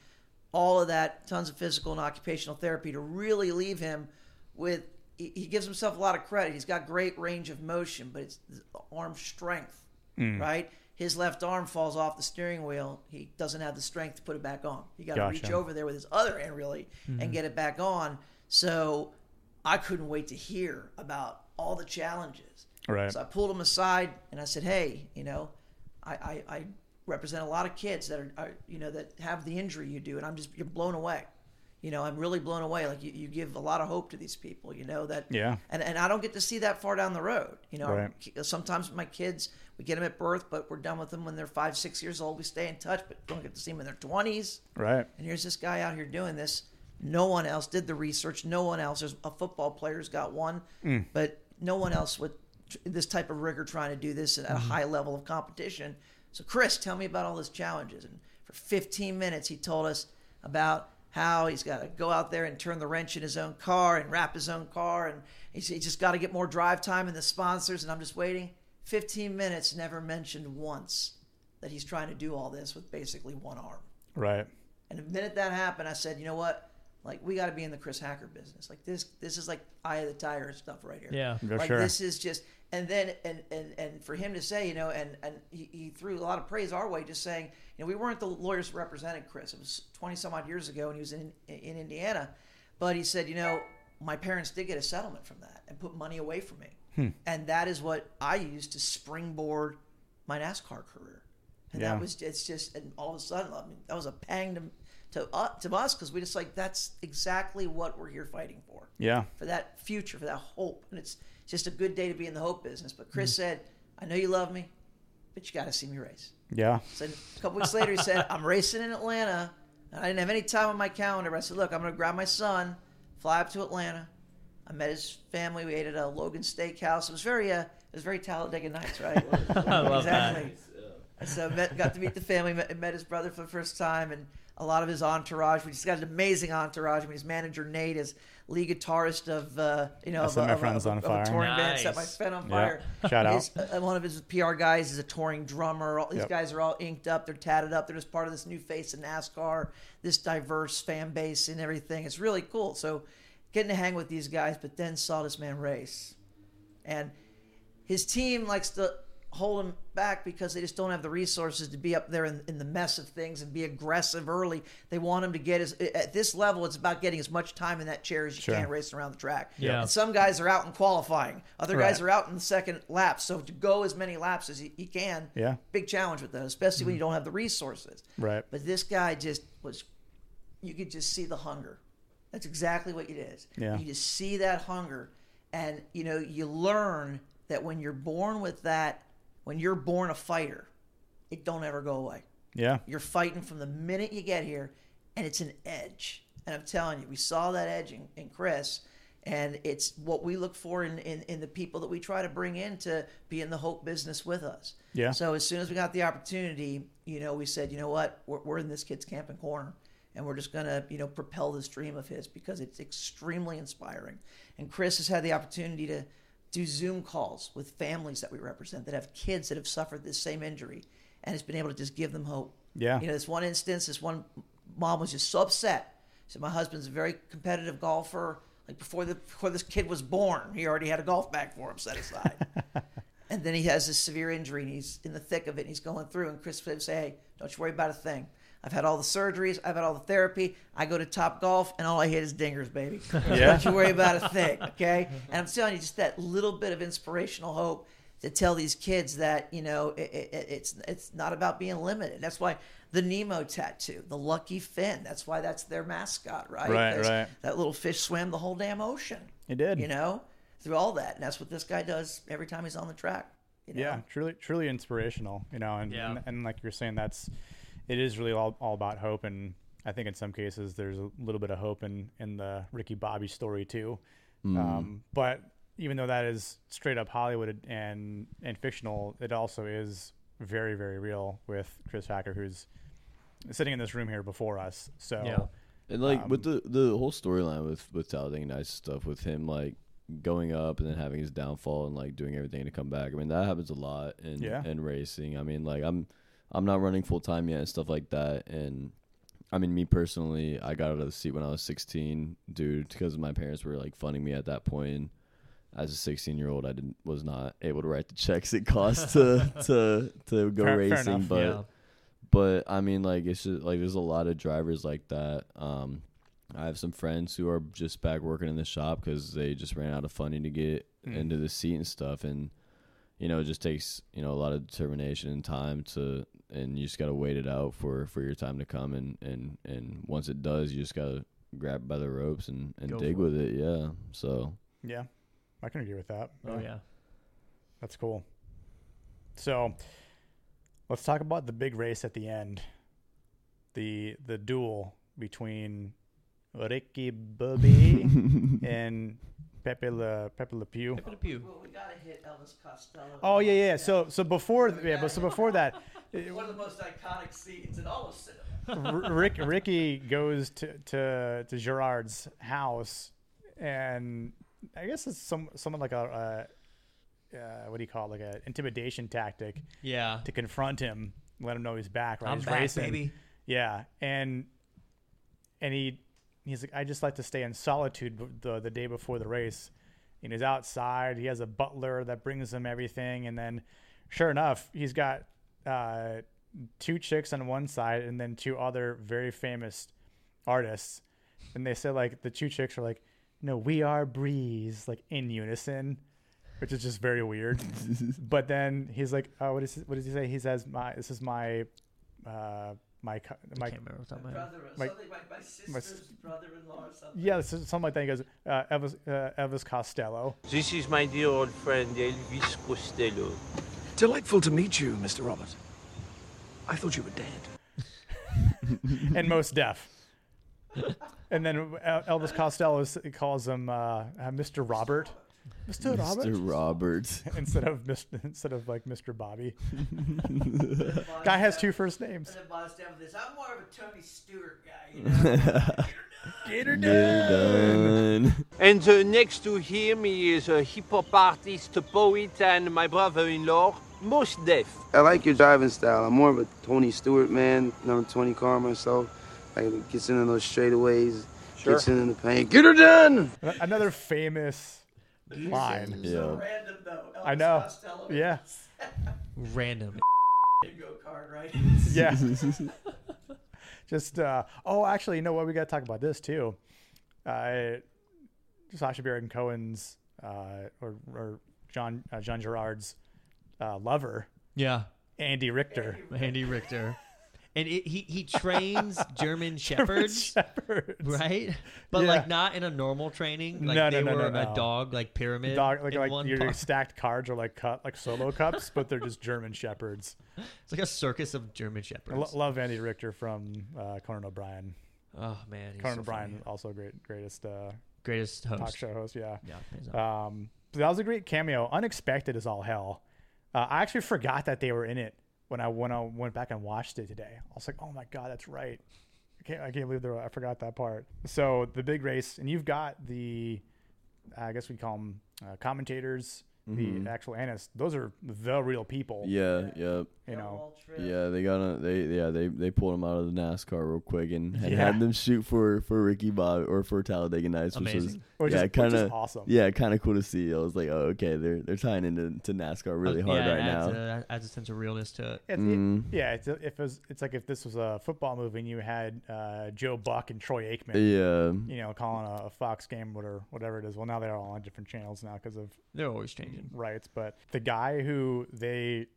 Speaker 4: all of that, tons of physical and occupational therapy to really leave him with. He he gives himself a lot of credit. He's got great range of motion, but it's the arm strength,
Speaker 1: Mm.
Speaker 4: right? His left arm falls off the steering wheel. He doesn't have the strength to put it back on. He got to
Speaker 1: Gotcha.
Speaker 4: reach over there with his other hand, really,
Speaker 1: Mhm.
Speaker 4: and get it back on. So I couldn't wait to hear about all the challenges.
Speaker 1: Right.
Speaker 4: So I pulled him aside and I said, "Hey, you know, I, I, I represent a lot of kids that are, are, you know, that have the injury you do, and I'm just you're blown away. You know, I'm really blown away. Like you, you give a lot of hope to these people. You know that.
Speaker 1: Yeah.
Speaker 4: And and I don't get to see that far down the road. You know,
Speaker 1: Right.
Speaker 4: ki- sometimes my kids we get them at birth, but we're done with them when they're five, six years old. We stay in touch, but don't get to see them in their twenties.
Speaker 1: Right.
Speaker 4: And here's this guy out here doing this. No one else did the research. No one else. There's a football player's got one,
Speaker 1: Mm.
Speaker 4: but no one else with tr- this type of rigor trying to do this at a high level of competition. So, Chris, tell me about all his challenges. And for 15 minutes, he told us about how he's got to go out there and turn the wrench in his own car and wrap his own car, and he's, he just got to get more drive time and the sponsors. And I'm just waiting. 15 minutes, never mentioned once that he's trying to do all this with basically one arm.
Speaker 1: Right.
Speaker 4: And the minute that happened, I said, you know what? Like we got to be in the Chris Hacker business. Like this, this is like Eye of the Tiger stuff right here.
Speaker 2: Yeah. Yeah,
Speaker 4: like
Speaker 2: sure.
Speaker 4: this is just. And then and and and for him to say, you know, and and he, he threw a lot of praise our way, just saying, you know, we weren't the lawyers that represented Chris. It was twenty some odd years ago, and he was in in Indiana, but he said, you know, my parents did get a settlement from that and put money away from me,
Speaker 1: Hmm.
Speaker 4: and that is what I used to springboard my NASCAR career. And
Speaker 1: Yeah.
Speaker 4: that was it's just and all of a sudden I mean, that was a pang to to, uh, to us because we just like that's exactly what we're here fighting for.
Speaker 1: Yeah.
Speaker 4: For that future, for that hope, and it's just a good day to be in the hope business. But Chris said, "I know you love me, but you got to see me race."
Speaker 1: Yeah.
Speaker 4: So a couple weeks later,
Speaker 2: [LAUGHS]
Speaker 4: he said, "I'm racing in Atlanta, and I didn't have any time on my calendar." But I said, "Look, I'm going to grab my son, fly up to Atlanta." I met his family. We ate at a Logan Steakhouse. It was very, uh, it was very Talladega Nights, right?
Speaker 2: [LAUGHS] I love that.
Speaker 4: And so I met, got to meet the family, met, met his brother for the first time, and a lot of his entourage. We just got an amazing entourage. I mean, his manager Nate is lead guitarist of uh, you know
Speaker 1: I
Speaker 4: of,
Speaker 1: Set
Speaker 4: a-
Speaker 1: My
Speaker 4: of a-
Speaker 1: Friends
Speaker 4: of a-
Speaker 1: on
Speaker 4: of a
Speaker 1: Fire.
Speaker 4: touring band, set my
Speaker 2: Nice.
Speaker 4: friend on
Speaker 1: Yeah.
Speaker 4: fire.
Speaker 1: Shout out.
Speaker 4: His- uh, one of his PR guys is a touring drummer. All these
Speaker 1: Yep.
Speaker 4: guys are all inked up. They're tatted up. They're just part of this new face in NASCAR, this diverse fan base and everything. It's really cool. So getting to hang with these guys, but then saw this man race. And his team likes to hold them back because they just don't have the resources to be up there in, in the mess of things and be aggressive early. They want them to get as at this level. It's about getting as much time in that chair as you
Speaker 1: Sure.
Speaker 4: can racing around the track.
Speaker 2: Yeah.
Speaker 4: And some guys are out in qualifying. Other guys
Speaker 1: Right.
Speaker 4: are out in the second lap. So to go as many laps as you, you can.
Speaker 1: Yeah. Mm-hmm.
Speaker 4: Big challenge with that, especially when you don't have the resources.
Speaker 1: Right.
Speaker 4: But this guy just was. You could just see the hunger. That's exactly what it is.
Speaker 1: Yeah.
Speaker 4: You just see that hunger, and you know you learn that when you're born with that, when you're born a fighter, it don't ever go away. [LAUGHS]
Speaker 1: Yeah.
Speaker 4: You're fighting from the minute you get here, and it's an edge. And I'm telling you, we saw that edge in, in Chris, and it's what we look for in, in, in the people that we try to bring in to be in the hope business with us.
Speaker 1: Yeah.
Speaker 4: So as soon as we got the opportunity, you know, we said, you know what, we're, we're in this kid's camping corner. And we're just gonna, you know, propel this dream of his because it's extremely inspiring. And Chris has had the opportunity to do Zoom calls with families that we represent that have kids that have suffered this same injury, and has been able to just give them hope.
Speaker 1: Yeah.
Speaker 4: You know, this one instance, this one mom was just so upset. She said, "My husband's a very competitive golfer. Like before the before this kid was born, he already had a golf bag for him set aside." and then he has this severe injury, and he's in the thick of it, and he's going through. And Chris would say, "Hey, don't you worry about a thing." I've had all the surgeries. I've had all the therapy. I go to Top Golf, and all I hit is dingers, baby.
Speaker 1: Yeah.
Speaker 4: [LAUGHS] Don't you worry about a thing, okay? And I'm telling you, just that little bit of inspirational hope to tell these kids that you know it, it, it- it's it's not about being limited. That's why the Nemo tattoo, the Lucky Fin. That's why that's their mascot, right?
Speaker 1: Right,
Speaker 4: 'Cause
Speaker 1: right.
Speaker 4: That little fish swam the whole damn ocean.
Speaker 1: It did.
Speaker 4: You know, through all that, and that's what this guy does every time he's on the track. You know?
Speaker 1: yeah truly truly inspirational you know and,
Speaker 2: Yeah.
Speaker 1: and and like you're saying that's it is really all, all about hope and i think in some cases there's a little bit of hope in in the ricky bobby story too um, but even though that is straight up hollywood and and fictional it also is very very real with chris hacker who's sitting in this room here before us so
Speaker 2: Yeah.
Speaker 3: And like with the the whole storyline with with Talladega Nights and stuff with him like going up and then having his downfall and like doing everything to come back. I mean that happens a lot in
Speaker 1: Yeah.
Speaker 3: in racing. I mean like I'm I'm not running full time yet and stuff like that. And I mean me personally, I got out of the seat when I was 16, dude, because my parents were like funding me at that point. And as a 16 year old, I didn't was not able to write the checks it cost
Speaker 1: [LAUGHS]
Speaker 3: to to to go
Speaker 1: Fair- fair
Speaker 3: racing,
Speaker 1: enough,
Speaker 3: but
Speaker 2: yeah.
Speaker 3: but I mean, like it's just like there's a lot of drivers like that. Um, I have some friends who are just back working in the shop because they just ran out of funding to get
Speaker 1: Mm.
Speaker 3: into the seat and stuff, and you know, it just takes you know a lot of determination and time to, and you just gotta wait it out for for your time to come, and and and once it does, you just gotta grab by the ropes and and
Speaker 2: Go
Speaker 3: dig
Speaker 2: for it.
Speaker 3: with it. Yeah, so
Speaker 1: yeah i can agree with that
Speaker 2: Oh yeah.
Speaker 1: That's cool. So let's talk about the big race at the end. The the duel between Ricky Bobby and Pepe Le Pepe Le Pew.
Speaker 2: Pew, pew.
Speaker 4: Well, we gotta hit Elvis Costello.
Speaker 1: Oh yeah, yeah. yeah. So so before yeah, but so before that,
Speaker 4: One of the most iconic scenes in all of cinema.
Speaker 1: R- Rick Ricky goes to to to Gerard's house, and I guess it's some somewhat like a uh, uh, what do you call it? Like a intimidation tactic.
Speaker 2: Yeah.
Speaker 1: to confront him, let him know he's back. Right,
Speaker 2: I'm
Speaker 1: he's
Speaker 2: back,
Speaker 1: racing.
Speaker 2: baby.
Speaker 1: Yeah, and and he he's like, I just like to stay in solitude b- the the day before the race. And he's outside. He has a butler that brings him everything, and then sure enough, he's got uh, two chicks on one side, and then two other very famous artists. And they said like the two chicks are like, no, we are breeze, like in unison, which is just very weird. but then he's like, oh, what is what does he say? He says my this is my uh my co-
Speaker 2: I
Speaker 1: my
Speaker 2: can't remember off the top of my head.
Speaker 4: Brother,
Speaker 1: My-
Speaker 4: something like my sister's brother-in-law or something.
Speaker 1: yeah so- something like that. He goes uh, Elvis uh, Elvis Costello.
Speaker 11: This is my dear old friend Elvis Costello.
Speaker 12: Delightful to meet you, Mr. Robert. I thought you were dead.
Speaker 1: and most
Speaker 2: [LAUGHS]
Speaker 1: deaf. and then El- Elvis Costello is, calls him uh, uh, Mr. Robert, Mr. Robert,
Speaker 3: Mr. [LAUGHS] Roberts.
Speaker 1: [LAUGHS] instead of Mr. instead of like Mr.
Speaker 2: [LAUGHS]
Speaker 1: Bobby. Guy has two first names.
Speaker 4: And then boss down with this. I'm more of a Tony Stewart guy, you know.
Speaker 1: Gator
Speaker 3: Done.
Speaker 11: And uh, next to him is a hip hop artist, poet, and my brother in law, most deaf.
Speaker 13: I like your driving style. I'm more of a Tony Stewart man, number 20 car myself. Like gets in those straightaways,
Speaker 1: Sure.
Speaker 13: gets in, the paint. Get her done.
Speaker 1: Another famous line.
Speaker 3: [LAUGHS] Yeah.
Speaker 1: I know.
Speaker 4: Costello.
Speaker 1: Yeah.
Speaker 2: Random.
Speaker 4: Bingo card, right?
Speaker 1: yeah. [LAUGHS] just uh, oh, actually, you know what? We got to talk about this too. Uh, Sasha Baron Cohen's uh, or or John uh, John Gerard's uh, lover.
Speaker 2: Yeah.
Speaker 1: Andy Richter. [LAUGHS]
Speaker 2: Andy Richter. And it, he he trains German shepherds,
Speaker 1: shepherds.
Speaker 2: right? But
Speaker 1: Yeah.
Speaker 2: like not in a normal training. Like
Speaker 1: no,
Speaker 2: they
Speaker 1: no, no,
Speaker 2: were
Speaker 1: no, no.
Speaker 2: a dog like pyramid.
Speaker 1: Dog, like
Speaker 2: in
Speaker 1: like
Speaker 2: one
Speaker 1: your
Speaker 2: part.
Speaker 1: stacked cards are like cut like solo cups, but they're just German shepherds.
Speaker 2: [LAUGHS] It's like a circus of German
Speaker 1: I
Speaker 2: shepherds.
Speaker 1: lo- love Andy Richter from uh, Conan O'Brien.
Speaker 2: Oh, man, he's
Speaker 1: Conan
Speaker 2: so
Speaker 1: O'Brien
Speaker 2: funny.
Speaker 1: also great greatest uh,
Speaker 2: Greatest
Speaker 1: talk
Speaker 2: host.
Speaker 1: show host. Yeah,
Speaker 2: Yeah, he's
Speaker 1: Um, but that was a great cameo. Unexpected as all hell. Uh, I actually [LAUGHS] forgot that they were in it when I when I went back and watched it today. I was like, oh my god, that's right. I can't I can't believe there. I forgot that part. So the big race, and you've got the, I guess we call them uh, commentators.
Speaker 3: Mhm.
Speaker 1: The actual analysts, those are the real people.
Speaker 3: Yeah, yeah.
Speaker 1: You know,
Speaker 3: Yeah, they got a, they yeah they they pulled him out of the NASCAR real quick and, and
Speaker 1: Yeah.
Speaker 3: had them shoot for for Ricky Bob or for Talladega Nights, which was
Speaker 1: Amazing. Which is-
Speaker 3: yeah
Speaker 1: which
Speaker 3: kind
Speaker 1: is
Speaker 3: of
Speaker 1: awesome.
Speaker 3: Yeah, kind of cool to see. I was like, oh okay, they're they're tying into to NASCAR really hard
Speaker 2: Oh, yeah,
Speaker 3: right
Speaker 2: it adds
Speaker 3: now.
Speaker 2: A, that adds a sense of realness to it.
Speaker 1: It's,
Speaker 3: Mm.
Speaker 1: it, yeah, it's, if it was, it's like if this was a football movie and you had uh, Joe Buck and Troy Aikman,
Speaker 3: Yeah.
Speaker 1: you know, calling a, a Fox game or whatever it is. Well, now they're all on different channels now because of
Speaker 2: They're always changing.
Speaker 1: rights. But the guy who they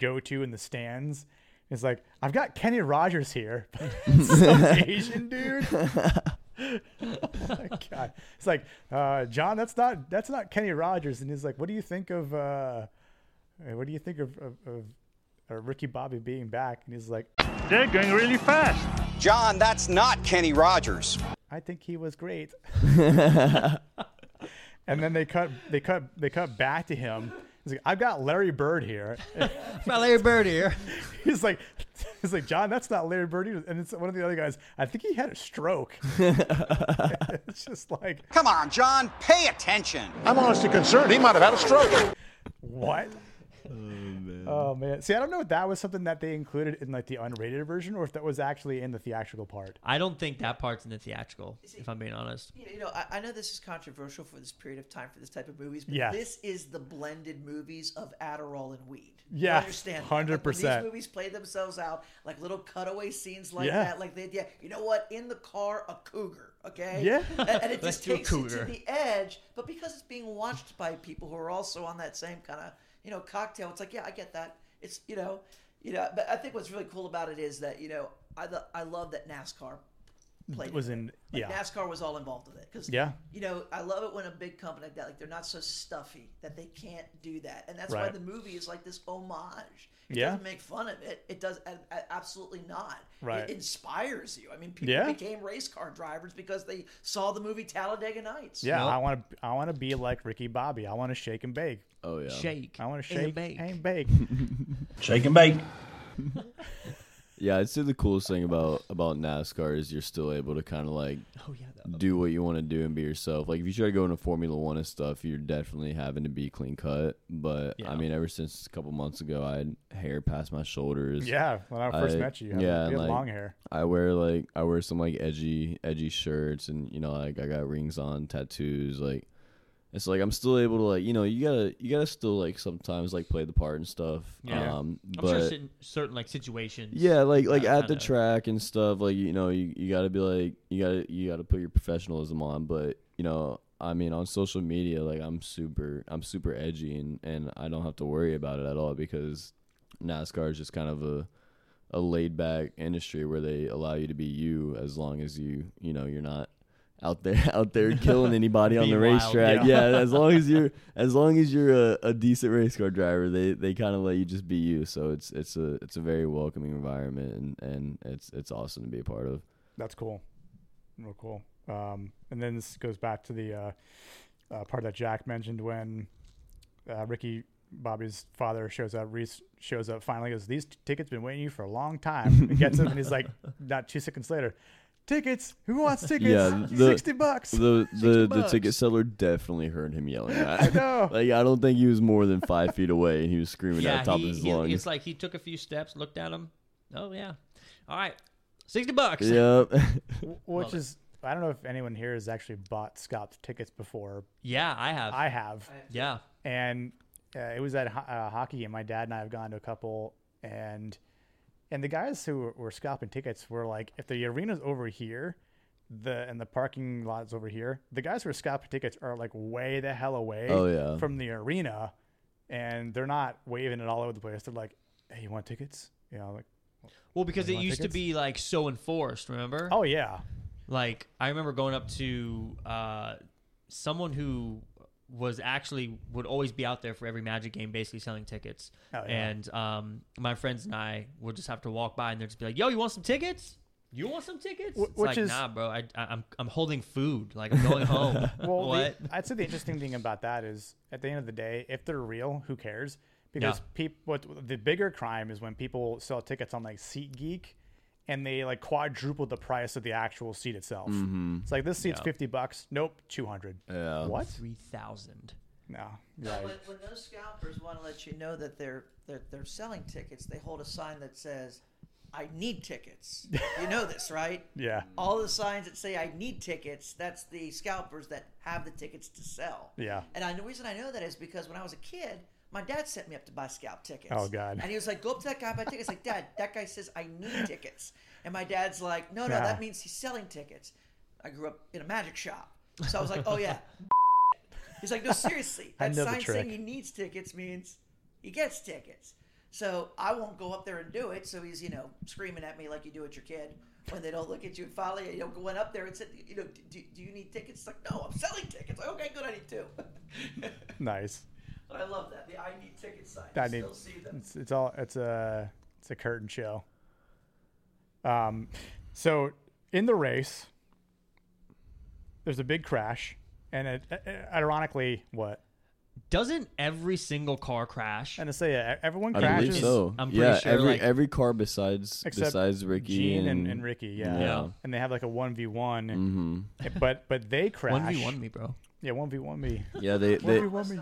Speaker 1: go to in the stands is like, I've got Kenny Rogers here, [LAUGHS] some Asian dude. [LAUGHS] oh my God. It's like, uh, John, that's not that's not Kenny Rogers, and he's like, what do you think of uh, what do you think of, of, of uh, Ricky Bobby being back? And he's like,
Speaker 14: They're going really fast. John, that's not Kenny Rogers.
Speaker 1: I think he was
Speaker 3: [LAUGHS]
Speaker 1: great. and then they cut they cut they cut back to him. He's like, I've got Larry Bird here. [LAUGHS]
Speaker 2: My Larry Bird here.
Speaker 1: He's like he's like, John, that's not Larry Bird. He was-" And it's one of the other guys, I think he had a stroke.
Speaker 3: [LAUGHS]
Speaker 1: [LAUGHS] it's just like
Speaker 14: Come on, John, pay attention.
Speaker 1: I'm honestly concerned he might have had a stroke. What?
Speaker 3: Oh man.
Speaker 1: Oh man. See, I don't know if that was something that they included in like the unrated version or if that was actually in the theatrical part.
Speaker 2: I don't think that part's in the theatrical, if I'm being honest.
Speaker 4: You you know, I, I know this is controversial for this period of time for this type of movies, but
Speaker 2: Yeah.
Speaker 4: this is the blended movies of Adderall and weed. You
Speaker 1: Yeah,
Speaker 4: understand? that? Like, when
Speaker 1: 100%.
Speaker 4: These movies play themselves out like little cutaway scenes like
Speaker 1: Yeah.
Speaker 4: that. Like they, yeah, you know what? In the car, a cougar. Okay.
Speaker 1: Yeah.
Speaker 4: [LAUGHS] and, and it
Speaker 1: Let's
Speaker 4: just
Speaker 1: do a
Speaker 4: takes it
Speaker 1: cougar.
Speaker 4: to the edge, but because it's being watched by people who are also on that same kind of you know cocktail, it's like yeah, I get that. It's you know, you know. But I think what's really cool about it is that you know I lo- I love that NASCAR played
Speaker 1: It was
Speaker 4: it.
Speaker 1: in
Speaker 4: Like,
Speaker 1: yeah.
Speaker 4: NASCAR was all involved with it because
Speaker 1: Yeah.
Speaker 4: you know I love it when a big company like that like they're not so stuffy that they can't do that, and that's why
Speaker 1: Right.
Speaker 4: the movie is like this homage. It
Speaker 1: Yeah.
Speaker 4: doesn't make fun of it. It does a- a- absolutely not.
Speaker 1: Right.
Speaker 4: It inspires you. I mean, people
Speaker 1: Yeah.
Speaker 4: became race car drivers because they saw the movie Talladega Nights.
Speaker 1: Yeah, I want to. I want to be like Ricky Bobby. I want to shake and bake.
Speaker 3: Oh yeah.
Speaker 2: Shake
Speaker 1: I want to
Speaker 2: and
Speaker 1: shake
Speaker 2: bake.
Speaker 1: and bake.
Speaker 3: Shake and bake. yeah, I'd say the coolest thing about about NASCAR is you're still able to kind of like do what you want to do and be yourself. Like if you try to go into Formula One and stuff, you're definitely having to be clean cut. But I mean, ever since a couple months ago, I had hair past my shoulders.
Speaker 1: Yeah, when I first met you, you had- you had
Speaker 3: and,
Speaker 1: long hair.
Speaker 3: I wear like I wear some like edgy edgy shirts and you know like I got rings on, tattoos like it's like I'm still able to like you know you gotta you gotta still like sometimes like play the part and stuff. Um,
Speaker 2: I'm
Speaker 3: but
Speaker 2: sure certain, certain like situations.
Speaker 3: yeah, like like
Speaker 2: that
Speaker 3: at the
Speaker 2: kinda-
Speaker 3: track and stuff. Like you know you, you gotta be like you gotta you gotta put your professionalism on. But you know I mean on social media like I'm super I'm super edgy and and I don't have to worry about it at all because NASCAR is just kind of a a laid back industry where they allow you to be you as long as you you know you're not out there [LAUGHS] out there killing anybody on
Speaker 2: Being
Speaker 3: the
Speaker 2: wild,
Speaker 3: racetrack.
Speaker 2: yeah.
Speaker 3: Yeah. as long
Speaker 2: [LAUGHS]
Speaker 3: as you're as long as you're a, a decent race car driver, they they kind of let you just be you. So it's it's a it's a very welcoming environment and and it's it's awesome to be a part of.
Speaker 1: That's cool. Real cool. Um, and then this goes back to the uh, uh, part that Jack mentioned when uh, Ricky Bobby's father shows up. Reese shows up finally. Goes these t- tickets been waiting you for a long time. And gets them and he's like, [LAUGHS] not two seconds later, tickets. Who wants tickets? [LAUGHS] sixty bucks.
Speaker 2: [LAUGHS]
Speaker 3: The the, the
Speaker 1: bucks."
Speaker 3: ticket seller definitely heard him yelling. At.
Speaker 1: I know.
Speaker 3: like I don't think he was more than five feet away, and he was screaming
Speaker 2: yeah,
Speaker 3: at the top
Speaker 2: he-
Speaker 3: of his
Speaker 2: he-
Speaker 3: lungs.
Speaker 2: It's like he took a few steps, looked at him. Oh yeah, all right, sixty bucks.
Speaker 3: Yep.
Speaker 1: Wh-
Speaker 2: Love
Speaker 1: Which
Speaker 2: it.
Speaker 1: is I don't know if anyone here has actually bought Scott's tickets before.
Speaker 2: Yeah, I have.
Speaker 1: I have.
Speaker 2: Yeah.
Speaker 1: And Uh, it was at a ho- uh, hockey game. My dad and I have gone to a couple, and and the guys who were, were scalping tickets were like, if the arena's over here, the and the parking lot's over here, the guys who are scalping tickets are like way the hell away
Speaker 3: Oh, yeah.
Speaker 1: from the arena, and they're not waving it all over the place. They're like, hey, you want tickets? You know, like
Speaker 2: Well, because
Speaker 1: You
Speaker 2: it
Speaker 1: want
Speaker 2: used
Speaker 1: tickets?
Speaker 2: to be like so enforced, remember?
Speaker 1: Oh yeah.
Speaker 2: Like I remember going up to uh, someone who was actually would always be out there for every Magic game, basically selling tickets.
Speaker 1: Oh, yeah.
Speaker 2: And um, my friends and I would just have to walk by, and they'd just be like, "Yo, you want some tickets? You want some tickets?"
Speaker 1: Wh-
Speaker 2: It's
Speaker 1: which
Speaker 2: like,
Speaker 1: is-
Speaker 2: nah, bro. I, I, I'm I'm holding food. Like I'm going home.
Speaker 1: [LAUGHS]
Speaker 2: [LAUGHS]
Speaker 1: well,
Speaker 2: what?
Speaker 1: the- I'd say the interesting thing about that is, at the end of the day, if they're real, who cares? Because
Speaker 2: Yeah.
Speaker 1: people, what the bigger crime is when people sell tickets on like SeatGeek, and they like quadruple the price of the actual seat itself.
Speaker 3: Mhm.
Speaker 1: It's like this seat's
Speaker 2: Mm-hmm. Yeah.
Speaker 1: fifty bucks. Nope, two hundred.
Speaker 3: Yeah.
Speaker 1: What?
Speaker 2: Three thousand.
Speaker 1: No.
Speaker 4: No,
Speaker 1: Right.
Speaker 4: when, when those scalpers want to let you know that they're, they're they're selling tickets, they hold a sign that says, "I need tickets." you know this, right?
Speaker 1: Yeah.
Speaker 4: All the signs that say "I need tickets" that's the scalpers that have the tickets to sell.
Speaker 1: Yeah.
Speaker 4: And I, the reason I know that is because when I was a kid, my dad sent me up to buy scalp tickets.
Speaker 1: Oh, God.
Speaker 4: And he was like, "Go up to that guy, buy tickets." Like, Dad, that guy says I
Speaker 1: [LAUGHS]
Speaker 4: need tickets, and my dad's like, "No, no,
Speaker 1: Yeah.
Speaker 4: that means he's selling tickets." I grew up in a magic shop, so I was like, "Oh yeah." He's like, no, seriously.
Speaker 1: [LAUGHS] I
Speaker 4: That
Speaker 1: know the
Speaker 4: sign saying
Speaker 1: trick.
Speaker 4: he needs tickets means he gets tickets. So I won't go up there and do it. So he's, you know, screaming at me like you do at your kid when they don't look at you and follow you. You know, going up there and said, you know, do, do- do you need tickets? It's like, no, I'm selling tickets. Like, okay, good, I need two. [LAUGHS]
Speaker 1: Nice.
Speaker 4: but I love that. The I need tickets sign.
Speaker 1: I
Speaker 4: I
Speaker 1: need,
Speaker 4: still see
Speaker 1: [LAUGHS]
Speaker 4: them.
Speaker 1: it's, it's all it's a it's a curtain show. Um, so in the race, there's a big crash, and it, uh, ironically, what
Speaker 2: Doesn't every single car crash?
Speaker 1: And to say uh, everyone
Speaker 3: I
Speaker 1: crashes.
Speaker 3: believe so.
Speaker 2: I'm pretty
Speaker 3: yeah,
Speaker 2: sure,
Speaker 3: every
Speaker 2: like-
Speaker 3: every car besides
Speaker 1: Except
Speaker 3: besides Ricky
Speaker 1: Gene
Speaker 3: and,
Speaker 1: and, and Ricky, yeah. and they have like a one v one.
Speaker 3: Mhm.
Speaker 1: But but they crash.
Speaker 2: 1v1 me, bro.
Speaker 1: Yeah, one v one me.
Speaker 3: [LAUGHS] Yeah, they- they-
Speaker 1: one me.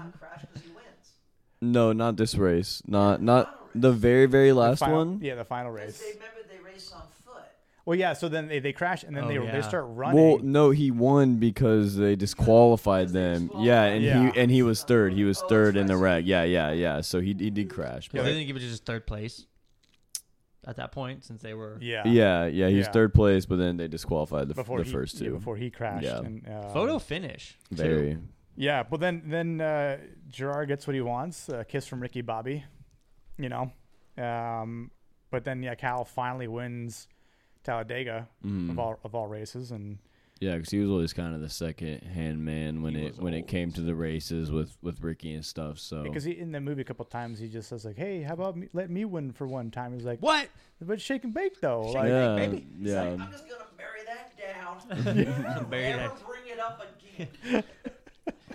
Speaker 3: No, not this race. Not not the very very last
Speaker 1: Final-
Speaker 3: one.
Speaker 1: Yeah, the final race.
Speaker 4: Remember, they race on foot.
Speaker 1: Well, yeah. So then they, they crash and then
Speaker 2: Oh,
Speaker 1: they
Speaker 2: yeah.
Speaker 1: they start running.
Speaker 3: Well, no, he won because they disqualified them. Oh, Yeah, and
Speaker 1: Yeah.
Speaker 3: he and he was third. He was third in the wreck. Yeah, yeah, yeah. So he he did crash.
Speaker 2: Yeah,
Speaker 3: But
Speaker 2: they think he was just third place at that point since they were.
Speaker 1: Yeah.
Speaker 3: yeah, yeah, he's
Speaker 1: Yeah.
Speaker 3: third place, but then they disqualified the, f-
Speaker 1: Before
Speaker 3: the
Speaker 1: he-
Speaker 3: first
Speaker 1: yeah,
Speaker 3: two.
Speaker 1: before he crashed
Speaker 3: Yeah.
Speaker 1: and, uh,
Speaker 2: Photo finish. too.
Speaker 3: Very.
Speaker 1: Yeah, but then then uh, Gerard gets what he wants, a kiss from Ricky Bobby, you know. Um, but then yeah, Cal finally wins Talladega
Speaker 3: Mhm.
Speaker 1: of all of all races, and
Speaker 3: Yeah, because he was always kind of the second hand man when it when it came to the races with with Ricky and stuff. So
Speaker 1: because he, in the movie a couple times he just says like, "Hey, how about me, let me win for one time?" He's like,
Speaker 2: "What?"
Speaker 1: But shake and bake though,
Speaker 3: Shake
Speaker 1: like,
Speaker 3: and bake, baby.
Speaker 1: It's
Speaker 3: Yeah.
Speaker 1: like,
Speaker 4: I'm just going to bury that
Speaker 1: [LAUGHS]
Speaker 4: down.
Speaker 2: Yeah. Bury
Speaker 4: Never
Speaker 2: that.
Speaker 4: bring it up again.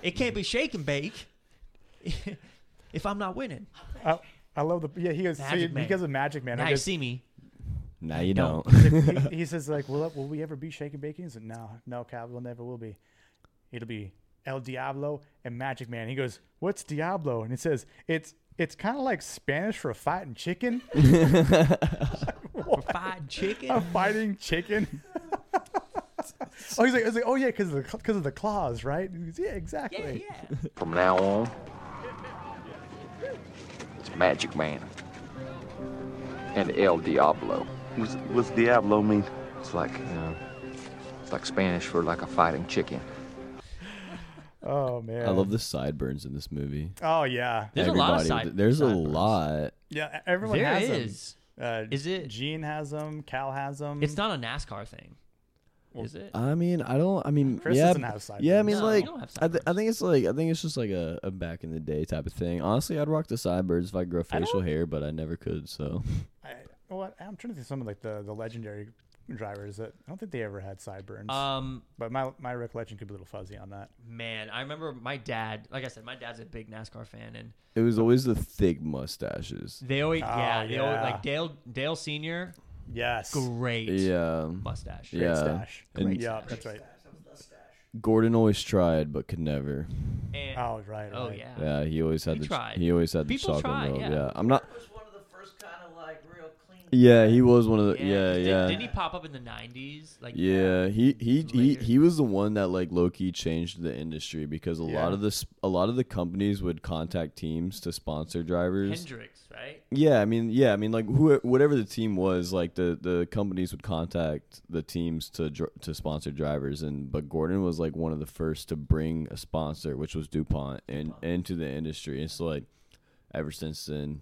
Speaker 2: It can't be shake and bake [LAUGHS] if I'm not winning.
Speaker 1: I, I love the yeah. He goes so
Speaker 2: Magic
Speaker 1: he,
Speaker 2: Man.
Speaker 1: he goes with Magic Man.
Speaker 2: Now
Speaker 1: I
Speaker 2: you
Speaker 1: guess-
Speaker 2: see me.
Speaker 3: now you
Speaker 2: Don't.
Speaker 3: don't.
Speaker 1: he, he says like, "Will will we ever be Shake and Bacon?" He's like, "No, no, Cal, we'll never will be. It'll be El Diablo and Magic Man." He goes, "What's Diablo?" And it says, "It's it's kind of like Spanish for fighting chicken."
Speaker 2: [LAUGHS]
Speaker 1: [LAUGHS]
Speaker 2: fried
Speaker 1: [LAUGHS]
Speaker 2: chicken.
Speaker 1: A fighting chicken. [LAUGHS] oh, he's like, I was like, oh yeah, because of the because of the claws, right? He goes, yeah, exactly.
Speaker 15: From now on, it's Magic Man and El Diablo.
Speaker 14: What's, what's Diablo mean?
Speaker 15: It's like, you know, it's like Spanish for like a fighting chicken.
Speaker 1: Oh man.
Speaker 3: I love the sideburns in this movie.
Speaker 1: Oh yeah.
Speaker 2: There's a lot of
Speaker 3: Everybody-
Speaker 2: side-
Speaker 3: There's a lot.
Speaker 1: Yeah, e, everyone
Speaker 2: There
Speaker 1: has them.
Speaker 2: is.
Speaker 1: Uh,
Speaker 2: Is it?
Speaker 1: Gene has them. Cal has them.
Speaker 2: It's not a NASCAR thing, is it?
Speaker 3: I mean, I don't. I mean,
Speaker 1: Chris
Speaker 3: yeah,
Speaker 1: doesn't have sideburns.
Speaker 3: yeah. I mean,
Speaker 1: No,
Speaker 3: like,
Speaker 1: you don't
Speaker 2: have
Speaker 3: I, th- I think it's like, I think it's just like a, a back in the day type of thing. Honestly, I'd rock the sideburns if I grow facial hair, but I never could. So,
Speaker 1: I, well, I'm trying to think of some of like the, the legendary drivers that I don't think they ever had sideburns.
Speaker 2: Um,
Speaker 1: but my my recollection could be a little fuzzy on that.
Speaker 2: Man, I remember my dad. Like I said, my dad's a big NASCAR fan, and
Speaker 3: it was always the thick mustaches.
Speaker 2: they always,
Speaker 1: Oh,
Speaker 2: yeah, they always,
Speaker 1: yeah.
Speaker 2: like Dale, Dale Senior.
Speaker 1: Yes.
Speaker 2: Great.
Speaker 3: yeah,
Speaker 2: Mustache.
Speaker 1: Great
Speaker 3: yeah,
Speaker 1: stash.
Speaker 3: And
Speaker 1: Great yeah, that's right.
Speaker 3: Gordon always tried but could never.
Speaker 2: And,
Speaker 1: oh right.
Speaker 2: Oh
Speaker 1: right.
Speaker 2: yeah.
Speaker 3: Yeah, he always had
Speaker 2: He
Speaker 3: the
Speaker 2: tried.
Speaker 3: he always had the
Speaker 2: People
Speaker 3: chocolate
Speaker 2: try,
Speaker 3: milk.
Speaker 2: yeah.
Speaker 3: I'm not.
Speaker 4: It was one of the first kind of like real clean
Speaker 3: Yeah, he was one of the. Yeah, yeah.
Speaker 2: Did- Didn't he pop up in the '90s? Like
Speaker 3: yeah, he he, he he was the one that like low key changed the industry because a lot
Speaker 2: Yeah.
Speaker 3: of this a lot of the companies would contact teams to sponsor drivers.
Speaker 2: Hendrix, right?
Speaker 3: Yeah, I mean, yeah, I mean, like who, whatever the team was, like the the companies would contact the teams to dr- to sponsor drivers, and but Gordon was like one of the first to bring a sponsor, which was Dupont, and into the industry. And so like, ever since then,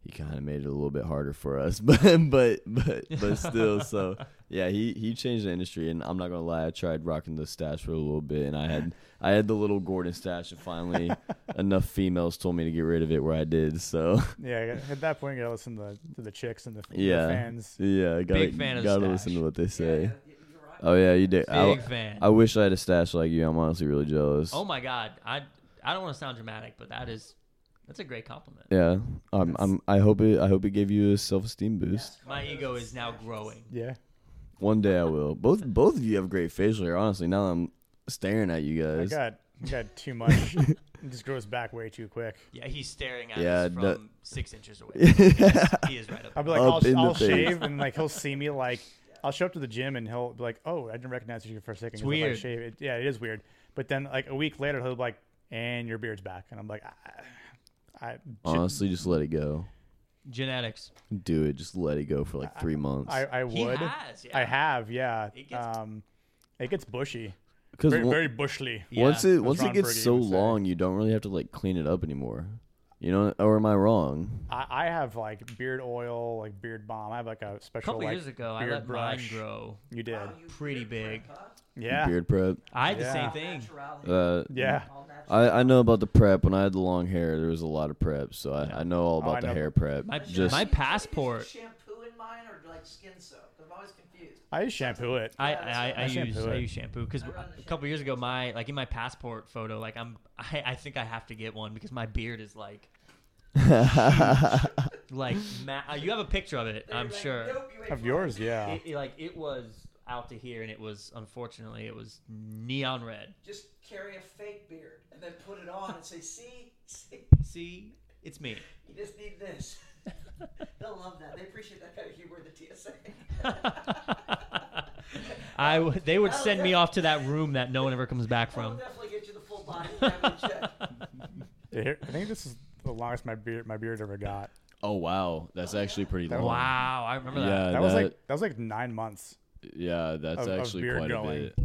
Speaker 3: he kind of made it a little bit harder for us, [LAUGHS] but but but but still, so yeah, he he changed the industry, and I'm not gonna lie, I tried rocking the stash for a little bit, and I had I had the little Gordon stash, and finally enough females told me to get rid of it, where I did, so.
Speaker 1: Yeah, at that point, you gotta listen to, to the chicks and the,
Speaker 3: Yeah.
Speaker 1: the fans.
Speaker 3: Yeah, I gotta,
Speaker 2: Big fan of
Speaker 3: gotta
Speaker 2: stash.
Speaker 3: listen to what they say. oh yeah, you did. I,
Speaker 2: Big fan.
Speaker 3: I wish I had a stash like you. I'm honestly really jealous.
Speaker 2: Oh my God, I I don't want to sound dramatic, but that is that's a great compliment.
Speaker 3: Yeah, um, I'm. I hope it. I hope it gave you a self esteem boost.
Speaker 2: My ego is now growing.
Speaker 1: Yeah.
Speaker 3: One day I will. Both both of you have great facial hair. Honestly, now that I'm staring at you
Speaker 1: I
Speaker 3: guys.
Speaker 1: got I got too
Speaker 3: [LAUGHS]
Speaker 1: much. it just grows back way too quick.
Speaker 2: Yeah, he's staring at
Speaker 3: Yeah,
Speaker 2: us from
Speaker 3: that-
Speaker 2: six inches
Speaker 3: [LAUGHS]
Speaker 2: away. Yes, he is right up.
Speaker 1: I'll be like,
Speaker 3: Up in
Speaker 1: I'll,
Speaker 3: the
Speaker 1: I'll
Speaker 3: face.
Speaker 1: shave, and like he'll see me like. I'll show up to the gym and he'll be like, "Oh, I didn't recognize you for a second.
Speaker 2: It's
Speaker 1: 'cause of my
Speaker 2: weird.
Speaker 1: shave. It- yeah, it is weird. But then, like a week later, he'll be like, "And your beard's back," and I'm like, "I, I
Speaker 3: honestly, just let it go.
Speaker 2: Genetics.
Speaker 3: Do it. Just let it go for like three months.
Speaker 1: I, I would.
Speaker 2: He has,
Speaker 1: I have, yeah.
Speaker 2: It gets-
Speaker 1: um, it gets bushy.
Speaker 3: 'Cause
Speaker 1: very,
Speaker 3: on-
Speaker 1: very bushly.
Speaker 3: Once
Speaker 1: As
Speaker 3: it once
Speaker 1: Ron
Speaker 3: it gets
Speaker 1: Burgundy
Speaker 3: so
Speaker 1: would say.
Speaker 3: long, you don't really have to like clean it up anymore. You know, or am I wrong?
Speaker 1: I, I have like beard oil, like beard balm. I have like a special.
Speaker 2: couple
Speaker 1: like,
Speaker 2: years ago, I
Speaker 1: beard
Speaker 2: let mine
Speaker 1: brush.
Speaker 2: grow.
Speaker 1: You did.
Speaker 2: pretty big.
Speaker 1: Yeah.
Speaker 3: Beard prep.
Speaker 2: I had
Speaker 1: Yeah.
Speaker 2: the same thing.
Speaker 3: Uh,
Speaker 1: Yeah.
Speaker 3: I, I know about the prep. When I had the long hair, there was a lot of prep, so Oh, I, I know all about
Speaker 2: I
Speaker 3: the
Speaker 2: know.
Speaker 3: hair prep.
Speaker 2: My-
Speaker 3: Just
Speaker 2: my passport.
Speaker 4: Shampoo in mine or like skin soap? 'Cause I'm always confused.
Speaker 1: I use shampoo it.
Speaker 2: I I, I,
Speaker 1: I shampoo
Speaker 2: use I
Speaker 1: it.
Speaker 2: use shampoo because a couple years ago, my like in my passport photo, like I'm [LAUGHS] I, I think I have to get one because my beard is like
Speaker 3: [LAUGHS]
Speaker 2: like ma- uh, you have a picture of it, I'm sure.
Speaker 1: Of yours, yeah.
Speaker 2: It, it, like it was out to here, and it was unfortunately it was neon red.
Speaker 4: Just carry a fake beard and then put it on and say, "See, see,
Speaker 2: See, it's me. [LAUGHS]
Speaker 4: you just need this." [LAUGHS] They'll love that. They appreciate that better. You were the [LAUGHS] TSA.
Speaker 2: I w- they would
Speaker 4: That'll
Speaker 2: send me
Speaker 4: def-
Speaker 2: off to that room that no one ever comes back
Speaker 4: That'll
Speaker 2: from.
Speaker 4: definitely get you the full body cavity check.
Speaker 1: Yeah, here- I think this is the longest my beard my beard ever got.
Speaker 3: oh wow, that's actually pretty
Speaker 1: That
Speaker 3: long.
Speaker 1: was-
Speaker 3: Yeah,
Speaker 1: that,
Speaker 3: that,
Speaker 1: was like that was like nine months.
Speaker 3: yeah, that's
Speaker 1: of- of
Speaker 3: actually
Speaker 1: beard
Speaker 3: quite
Speaker 1: going.
Speaker 3: a bit.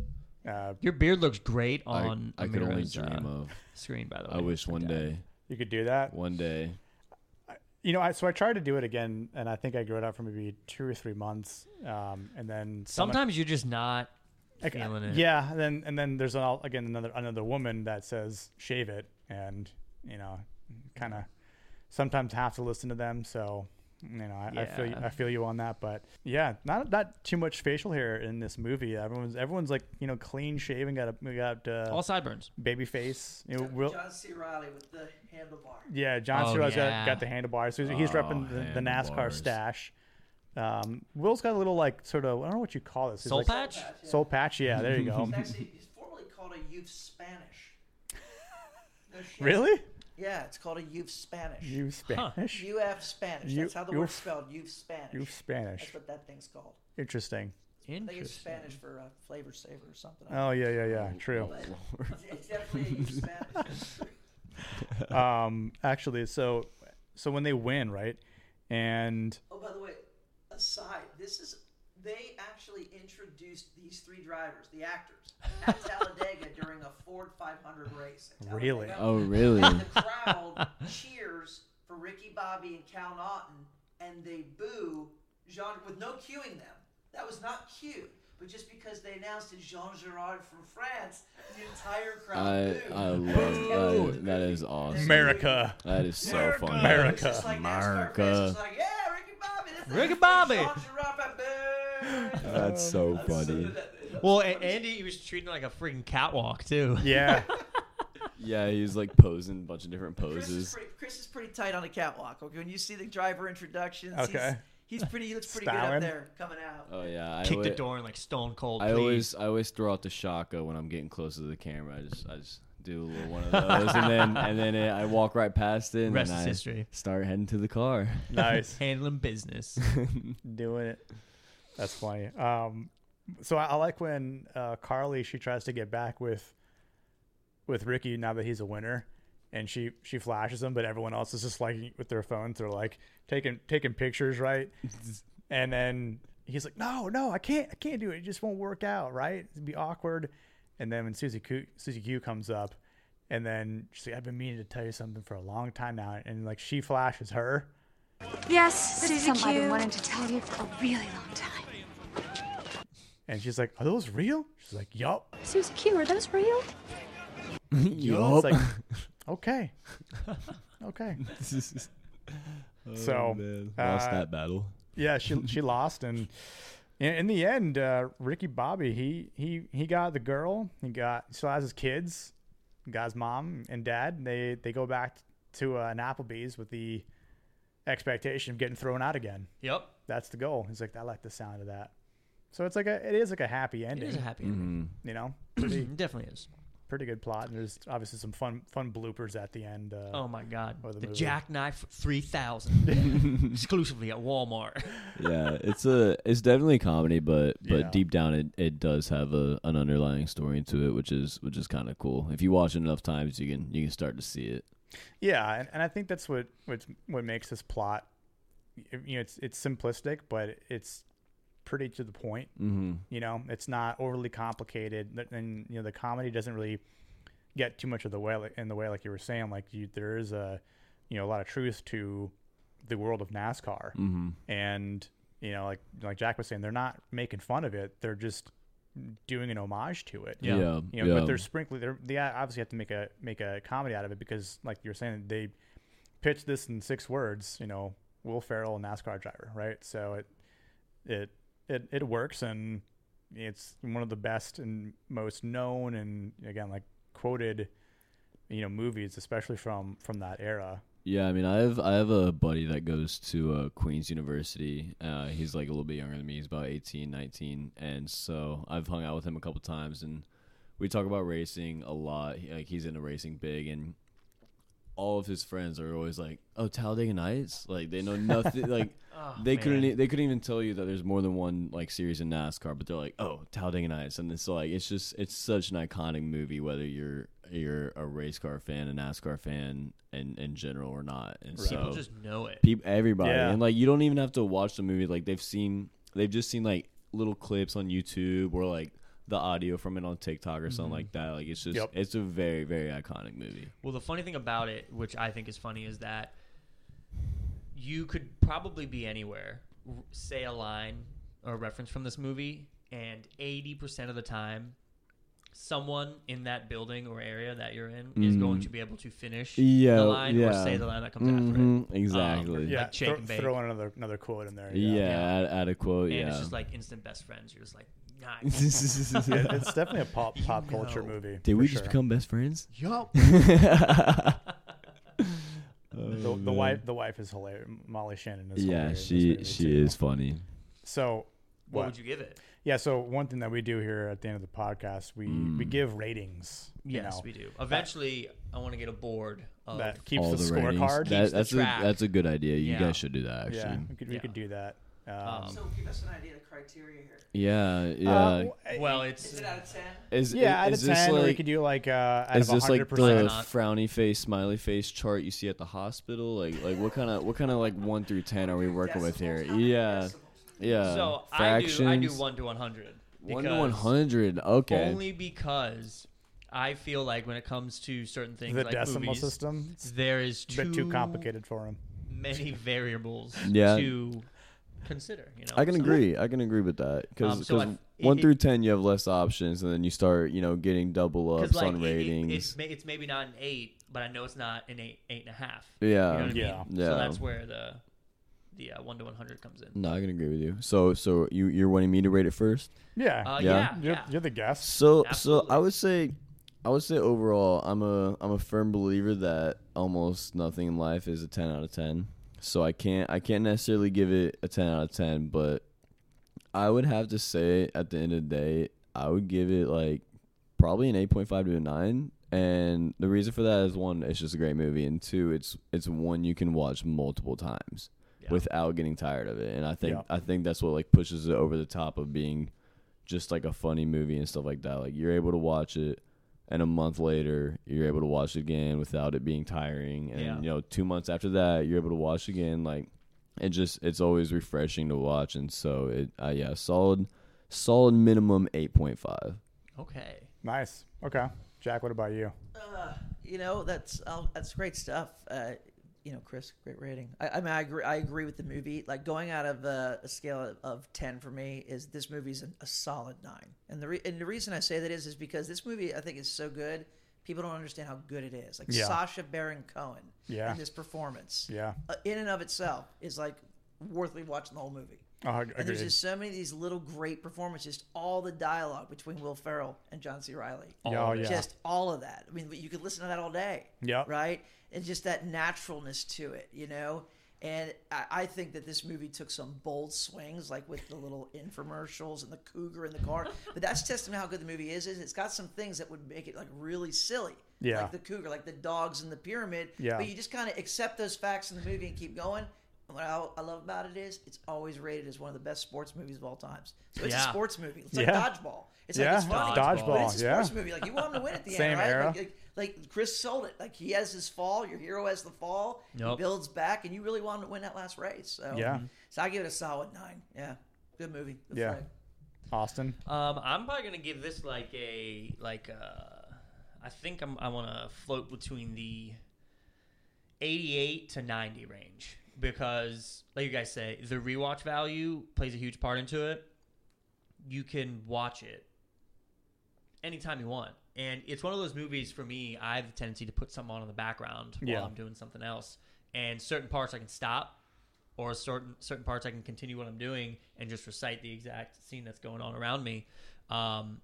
Speaker 1: Uh,
Speaker 2: Your beard looks great
Speaker 3: I-
Speaker 2: on.
Speaker 3: I, could only
Speaker 2: Amira's, uh,
Speaker 1: [LAUGHS]
Speaker 3: dream of.
Speaker 2: screen. By the way, uh,
Speaker 3: I wish one day,
Speaker 1: you could do that.
Speaker 3: one day.
Speaker 1: You know, I so I tried to do it again, and I think I grew it out for maybe two or three months, um, and then someone-
Speaker 2: Sometimes you're just not
Speaker 1: Like, uh,
Speaker 2: feeling it.
Speaker 1: Yeah, and then and then there's all, again another another woman that says shave it, and you know, kind of sometimes have to listen to them. So you know, I, I feel you,
Speaker 2: Yeah.
Speaker 1: I feel you on that, but yeah, not not too much facial hair in this movie. Everyone's everyone's like you know clean shaven, got a we got uh,
Speaker 2: All sideburns.
Speaker 1: baby face. You know, [LAUGHS] Will,
Speaker 4: John C. Riley with the handlebar.
Speaker 1: yeah, John
Speaker 2: Oh,
Speaker 1: Cero's
Speaker 2: yeah.
Speaker 1: got, got the handlebars. So he's, he's
Speaker 2: Oh,
Speaker 1: repping the, the NASCAR
Speaker 2: handlebars.
Speaker 1: stash. Um, Will's got a little like sort of I don't know what you call this. It's
Speaker 2: Soul
Speaker 1: like-
Speaker 2: patch?
Speaker 1: Soul patch. Yeah, there you
Speaker 2: [LAUGHS]
Speaker 1: go.
Speaker 4: It's actually, it's formerly called a youth Spanish.
Speaker 1: [LAUGHS]
Speaker 4: No shit.
Speaker 1: Really?
Speaker 4: Yeah, it's called a youth Spanish.
Speaker 1: Youth Spanish?
Speaker 4: Huh. UF Spanish.
Speaker 1: You-
Speaker 4: That's how the word's
Speaker 1: youth-
Speaker 4: spelled. Youth Spanish.
Speaker 1: youth Spanish.
Speaker 4: That's what that thing's called.
Speaker 1: Interesting.
Speaker 4: I think it's Spanish for uh, flavor saver
Speaker 1: [LAUGHS]
Speaker 4: or something.
Speaker 1: Oh yeah, yeah, yeah. True.
Speaker 4: But it's- it's definitely a youth Spanish.
Speaker 1: [LAUGHS] um, actually, so so when they win, right? And
Speaker 4: oh, by the way, aside, this is they actually introduced these three drivers, the actors, at Talladega during a Ford 500 race. at Talladega.
Speaker 1: Really?
Speaker 3: Oh, really?
Speaker 4: And the crowd cheers for Ricky Bobby and Cal Naughton, and they boo Jean with no cueing them. That was not cued. But just because they announced it's Jean Girard from France, the entire crowd
Speaker 3: I
Speaker 4: booed.
Speaker 3: I
Speaker 4: But it's
Speaker 3: love that.
Speaker 4: Talladega.
Speaker 3: That is awesome.
Speaker 1: America.
Speaker 3: That is so
Speaker 1: America.
Speaker 3: funny.
Speaker 1: America. It's
Speaker 4: like
Speaker 3: America.
Speaker 4: Like, yeah, Ricky Bobby. This is
Speaker 2: Ricky
Speaker 4: from
Speaker 2: Bobby.
Speaker 4: Jean Girard, boo.
Speaker 3: [LAUGHS] That's so funny.
Speaker 2: Well, and Andy, he was treating it like a freaking catwalk too. [LAUGHS]
Speaker 1: Yeah.
Speaker 3: Yeah, he's like posing a bunch of different
Speaker 4: Chris is,
Speaker 3: poses.
Speaker 4: pretty, Chris is pretty tight on the catwalk. Okay, when you see the driver introductions,
Speaker 3: Okay.
Speaker 4: he's, he's pretty. He looks pretty good
Speaker 3: Styling.
Speaker 4: up there coming out.
Speaker 3: Oh yeah, I
Speaker 2: Kick the
Speaker 3: alwa-
Speaker 2: door in like Stone Cold.
Speaker 3: I
Speaker 2: please.
Speaker 3: always I always throw out the shaka when I'm getting close to the camera. I just I just do a little one of those, and then and then it, I walk right past it, and
Speaker 2: Rest
Speaker 3: then
Speaker 2: is
Speaker 3: I
Speaker 2: history.
Speaker 3: start heading to the car. [LAUGHS]
Speaker 1: Nice.
Speaker 2: Handling business.
Speaker 1: Doing it. That's funny. Um, so I, I like when uh, Carly she tries to get back with with Ricky now that he's a winner, and she she flashes him, but everyone else is just like with their phones. They're like taking taking pictures, right? and then he's like, "No, no, I can't, I can't do it. It just won't work out, right? It'd be awkward." And then when Susie Q, Susie Q comes up, and then she's like, "I've been meaning to tell you something for a long time now," and like she flashes her.
Speaker 16: Yes,
Speaker 6: This is
Speaker 16: Susie
Speaker 6: something I've been
Speaker 16: Q.
Speaker 6: wanting
Speaker 16: to tell you for a really long time.
Speaker 1: And she's like, "Are those real?" She's like, "Yup."
Speaker 16: Susie Q, are those real?
Speaker 1: [LAUGHS] Yup. It's like, [LAUGHS] okay, okay. [LAUGHS] so
Speaker 3: lost
Speaker 1: uh,
Speaker 3: that battle.
Speaker 1: Yeah, she she lost, and in, in the end, uh, Ricky Bobby he he he got the girl. He got he still has his kids, got his mom and dad. and They they go back to uh, an Applebee's with the expectation of getting thrown out again.
Speaker 2: Yep.
Speaker 1: that's the goal. He's like, I like the sound of that. So it's like a it is like a happy ending.
Speaker 2: is a happy [CLEARS THROAT] ending.
Speaker 1: You know, pretty,
Speaker 2: definitely is.
Speaker 1: Pretty good plot, and there's obviously some fun fun bloopers at the end. Uh,
Speaker 2: Oh my God.
Speaker 1: of
Speaker 2: The
Speaker 1: movie.
Speaker 2: Jackknife 3000. Exclusively at Walmart.
Speaker 3: yeah, it's a it's definitely comedy, but but
Speaker 2: Yeah.
Speaker 3: deep down it, it does have a an underlying story to it, which is which is kind of cool. If you watch it enough times, you can you can start to see it.
Speaker 1: Yeah, and, and I think that's what what's, what makes this plot. You know, it's it's simplistic, but it's pretty to the point.
Speaker 2: Mm-hmm.
Speaker 3: Mhm.
Speaker 1: You know, it's not overly complicated, th- and you know the comedy doesn't really get too much of the way like, in the way like you were saying. Like you, there is a you know a lot of truth to the world of NASCAR,
Speaker 2: Mm-hmm.
Speaker 3: Mhm.
Speaker 1: and you know like like Jack was saying, they're not making fun of it; they're just doing an homage to it.
Speaker 3: Yeah. Yeah,
Speaker 1: you know, but
Speaker 3: yeah.
Speaker 1: they're sprinkling. They're, they obviously have to make a make a comedy out of it because, like you're saying, they pitched this in six words. You know, Will Ferrell, NASCAR driver, right? So it it it it works, and it's one of the best and most known, and again, like quoted, you know, movies, especially from from that era.
Speaker 3: Yeah, I mean, I have I have a buddy that goes to uh, Queens University. Uh, he's like a little bit younger than me. He's about 18, 19. and so I've hung out with him a couple times, and we talk about racing a lot. He, like he's into racing big, and all of his friends are always like, "Oh, Talladega Nights!" Like they know nothing. like
Speaker 2: Oh,
Speaker 3: they
Speaker 2: man.
Speaker 3: couldn't e- they couldn't even tell you that there's more than one like series in NASCAR. But they're like, "Oh, Talladega Nights!" And it's like it's just it's such an iconic movie, whether you're you're a race car fan, a NASCAR fan, and in general or not. And
Speaker 2: Right.
Speaker 3: so
Speaker 2: People just know it.
Speaker 3: Peop- everybody,
Speaker 2: Yeah.
Speaker 3: and like you don't even have to watch the movie. Like they've seen they've just seen like little clips on YouTube or like the audio from it on TikTok or
Speaker 1: Mm-hmm.
Speaker 3: something
Speaker 2: Mhm.
Speaker 3: like that. Like it's just
Speaker 2: Yep.
Speaker 3: it's a very very iconic movie.
Speaker 2: Well, the funny thing about it, which I think is funny, is that you could probably be anywhere, r- say a line or a reference from this movie, and 80% of the time, someone in that building or area that you're in is
Speaker 3: Mhm.
Speaker 2: going to be able to finish
Speaker 3: Yeah,
Speaker 2: the line
Speaker 3: yeah.
Speaker 2: or say the line that comes after it. Um,
Speaker 3: Mhm, exactly.
Speaker 2: like
Speaker 3: Yeah,
Speaker 2: shake
Speaker 1: throw,
Speaker 2: and bake.
Speaker 1: throw in another another quote in there.
Speaker 3: Yeah, Add, add a quote.
Speaker 2: and
Speaker 3: yeah,
Speaker 2: it's just like instant best friends. You're just like,
Speaker 3: [LAUGHS]
Speaker 2: nice.
Speaker 1: Yeah, it's definitely a pop pop culture
Speaker 2: know.
Speaker 1: movie.
Speaker 3: Did
Speaker 1: for
Speaker 3: we
Speaker 1: sure.
Speaker 3: just become best friends?
Speaker 2: Yup.
Speaker 1: the, the wife the wife is hilarious. Molly Shannon is
Speaker 3: Mm. yeah,
Speaker 1: hilarious.
Speaker 3: she she is funny.
Speaker 1: So,
Speaker 2: What would you give it?
Speaker 1: Yeah, so one thing that we do here at the end of the podcast, we
Speaker 3: Mm.
Speaker 1: we give ratings. you
Speaker 2: Yes,
Speaker 1: know.
Speaker 2: we do. Eventually, I want to get a board of
Speaker 1: That keeps
Speaker 3: All
Speaker 1: the,
Speaker 3: the ratings.
Speaker 1: scorecard.
Speaker 3: That-
Speaker 1: keeps the
Speaker 3: that's a-
Speaker 1: track.
Speaker 3: that's a good idea. You
Speaker 1: Yeah.
Speaker 3: guys should Uh, do that,
Speaker 1: Yeah,
Speaker 3: actually.
Speaker 1: we could, we could do that. Um,
Speaker 4: so give us an idea of the criteria here.
Speaker 3: Yeah, yeah.
Speaker 2: well, it's
Speaker 4: is it out of ten?
Speaker 3: Is-
Speaker 1: Uh, eh, yeah, out
Speaker 3: is
Speaker 1: of
Speaker 3: this
Speaker 1: ten, or we
Speaker 3: like-
Speaker 1: could do like uh, out
Speaker 3: is
Speaker 1: of
Speaker 3: this like
Speaker 1: 100%.
Speaker 3: the frowny face, smiley face chart you see at the hospital? Like, like what kind of what kind of like one through ten are we working with here? Yeah, yeah.
Speaker 2: So I do, I do
Speaker 3: Fractions.
Speaker 2: one to one hundred.
Speaker 3: One to 100, okay.
Speaker 2: Only because I feel like when it comes to certain things,
Speaker 1: the
Speaker 2: like
Speaker 1: decimal
Speaker 2: movies,
Speaker 1: system.
Speaker 2: there is
Speaker 1: a bit too
Speaker 2: too
Speaker 1: complicated for him.
Speaker 2: many variables
Speaker 3: [LAUGHS] Yeah.
Speaker 2: to consider. You know,
Speaker 3: I can
Speaker 2: So-
Speaker 3: agree. I can agree with that because
Speaker 2: Um, so I-
Speaker 3: one
Speaker 2: it-
Speaker 3: through ten you have less options, and then you start you know getting double
Speaker 2: 'cause,
Speaker 3: ups
Speaker 2: like,
Speaker 3: on
Speaker 2: it- it-
Speaker 3: ratings.
Speaker 2: it's, may, it's maybe not an eight, but I know it's not an eight, eight and a half.
Speaker 3: Yeah.
Speaker 2: you know what I mean?
Speaker 3: Yeah.
Speaker 2: So
Speaker 3: Yeah. Mm.
Speaker 2: that's where the the uh, one to one hundred comes in.
Speaker 3: no, I can agree with you. So so you you're wanting me to rate it first?
Speaker 1: Yeah.
Speaker 2: Uh, yeah,
Speaker 1: You're, you're the guest.
Speaker 3: So so I would say I would say overall I'm a I'm a firm believer that almost nothing in life is a 10 out of 10. So I can't I can't necessarily give it a 10 out of 10, but I would have to say at the end of the day I would give it like probably an 8.5 to a 9 And the reason for that is one, it's just a great movie, and two, it's it's one you can watch multiple times without getting tired of it. And I think
Speaker 17: Yeah.
Speaker 3: I think that's what like pushes it over the top of being just like a funny movie and stuff like that. Like you're able to watch it and a month later you're able to watch it again without it being tiring. And
Speaker 17: Yeah.
Speaker 3: you know, two months after that you're able to watch again. Like it just it's always refreshing to watch and so it uh, yeah, solid solid minimum eight point five.
Speaker 2: Okay.
Speaker 1: Nice. Okay. Jack, what about you?
Speaker 4: Uh, you know, that's I'll, that's great stuff. Uh, you know, Chris, great rating. I, I mean, I agree. I agree with the movie. Like going out of uh, a scale of, of ten for me is this movie's an, a solid nine. And the re- and the reason I say that is is because this movie I think is so good. People don't understand how good it is. Like
Speaker 1: Yeah.
Speaker 4: Sasha Baron Cohen
Speaker 1: Yeah.
Speaker 4: and his performance,
Speaker 1: Yeah.
Speaker 4: uh, in and of itself, is like worth watching the whole movie.
Speaker 1: Oh, I-
Speaker 4: and
Speaker 1: agreed.
Speaker 4: there's just so many of these little great performances. Just all the dialogue between Will Ferrell and John C. Riley.
Speaker 1: Yeah, oh, yeah.
Speaker 4: Just all of that. I mean, you could listen to that all day.
Speaker 1: Yep.
Speaker 4: Right? And just that naturalness to it, you know? And I, I think that this movie took some bold swings, like with the little infomercials and the cougar in
Speaker 1: [LAUGHS]
Speaker 4: the car. But that's testament to how good the movie is. Is it's got some things that would make it like really silly,
Speaker 1: Yeah.
Speaker 4: like the cougar, like the dogs in the pyramid.
Speaker 1: Yeah.
Speaker 4: But you just kind of accept those facts in the movie and keep going. And what I, I love about it is it's always rated as one of the best sports movies of all times. So it's
Speaker 1: Yeah.
Speaker 4: a sports movie. It's
Speaker 1: Yeah.
Speaker 4: like dodgeball. It's
Speaker 1: Yeah.
Speaker 4: like it's funny,
Speaker 1: Dodgeball,
Speaker 4: but it's a sports
Speaker 1: yeah.
Speaker 4: movie. Like you want him to win at the
Speaker 1: Same
Speaker 4: end, right?
Speaker 1: era.
Speaker 4: Like, like, like, Chris sold it. Like he has his fall. Your hero has the fall.
Speaker 1: Yep.
Speaker 4: He builds back, and you really want him to win that last race. So
Speaker 1: Yeah. Mhm.
Speaker 4: So I give it a solid nine. Yeah, good movie. Good
Speaker 1: yeah.
Speaker 4: flick.
Speaker 1: Austin.
Speaker 2: Um, I'm probably gonna give this like a like uh, I think I'm I want to float between the 88 to 90 range because, like you guys say, the rewatch value plays a huge part into it. You can watch it anytime you want, and it's one of those movies for me. I have the tendency to put something on in the background while
Speaker 1: Yeah.
Speaker 2: I'm doing something else, and certain parts I can stop, or certain certain parts I can continue what I'm doing and just recite the exact scene that's going on around me. Um,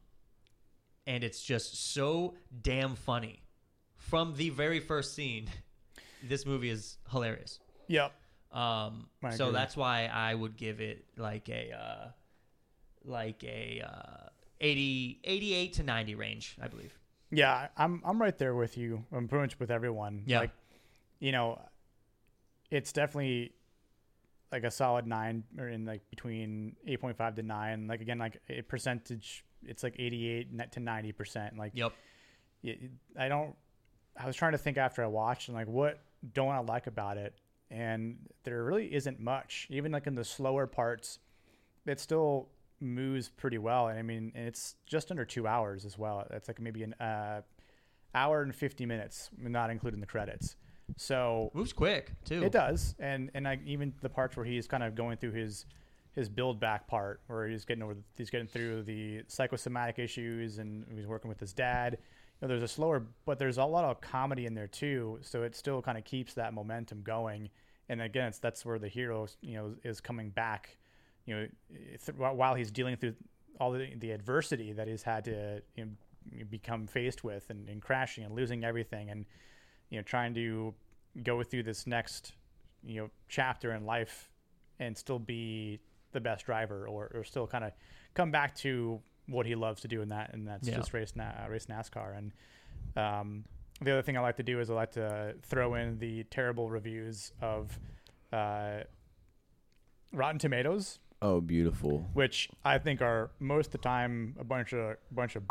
Speaker 2: and it's just so damn funny from the very first scene. [LAUGHS] This movie is hilarious.
Speaker 1: Yep.
Speaker 2: Um,
Speaker 1: I
Speaker 2: so
Speaker 1: agree.
Speaker 2: that's why I would give it like a uh, like a uh, 80, 88 to ninety range, I believe.
Speaker 1: Yeah, I'm I'm right there with you. I'm pretty much with everyone.
Speaker 2: Yeah.
Speaker 1: Like, you know, it's definitely like a solid nine or in like between eight point five to nine. Like again, like a percentage it's like eighty eight net to ninety percent. Like
Speaker 2: Yep.
Speaker 1: y- I don't I was trying to think after I watched and like what don't I like about it? And there really isn't much. Even like in the slower parts, it still moves pretty well. And I mean, and it's just under two hours as well. That's like maybe an uh, hour and fifty minutes, not including the credits. So
Speaker 2: moves quick too.
Speaker 1: It does, and and I, even the parts where he's kind of going through his his build back part, where he's getting over, he's getting through the psychosomatic issues, and he's working with his dad. You know, there's a slower, but there's a lot of comedy in there too, so it still kind of keeps that momentum going. And again, it's that's where the hero, you know, is coming back you know, th- wh- while he's dealing through all the, the adversity that he's had to you know, become faced with and, and crashing and losing everything and, you know, trying to go through this next, you know, chapter in life and still be the best driver or, or still kind of come back to what he loves to do in that. And that's
Speaker 17: Yeah.
Speaker 1: just race, na- uh, race NASCAR. And, um, the other thing I like to do is I like to throw in the terrible reviews of, uh, Rotten Tomatoes,
Speaker 3: Oh, beautiful.
Speaker 1: which I think are most of the time a bunch of bunch
Speaker 2: [LAUGHS]
Speaker 1: of.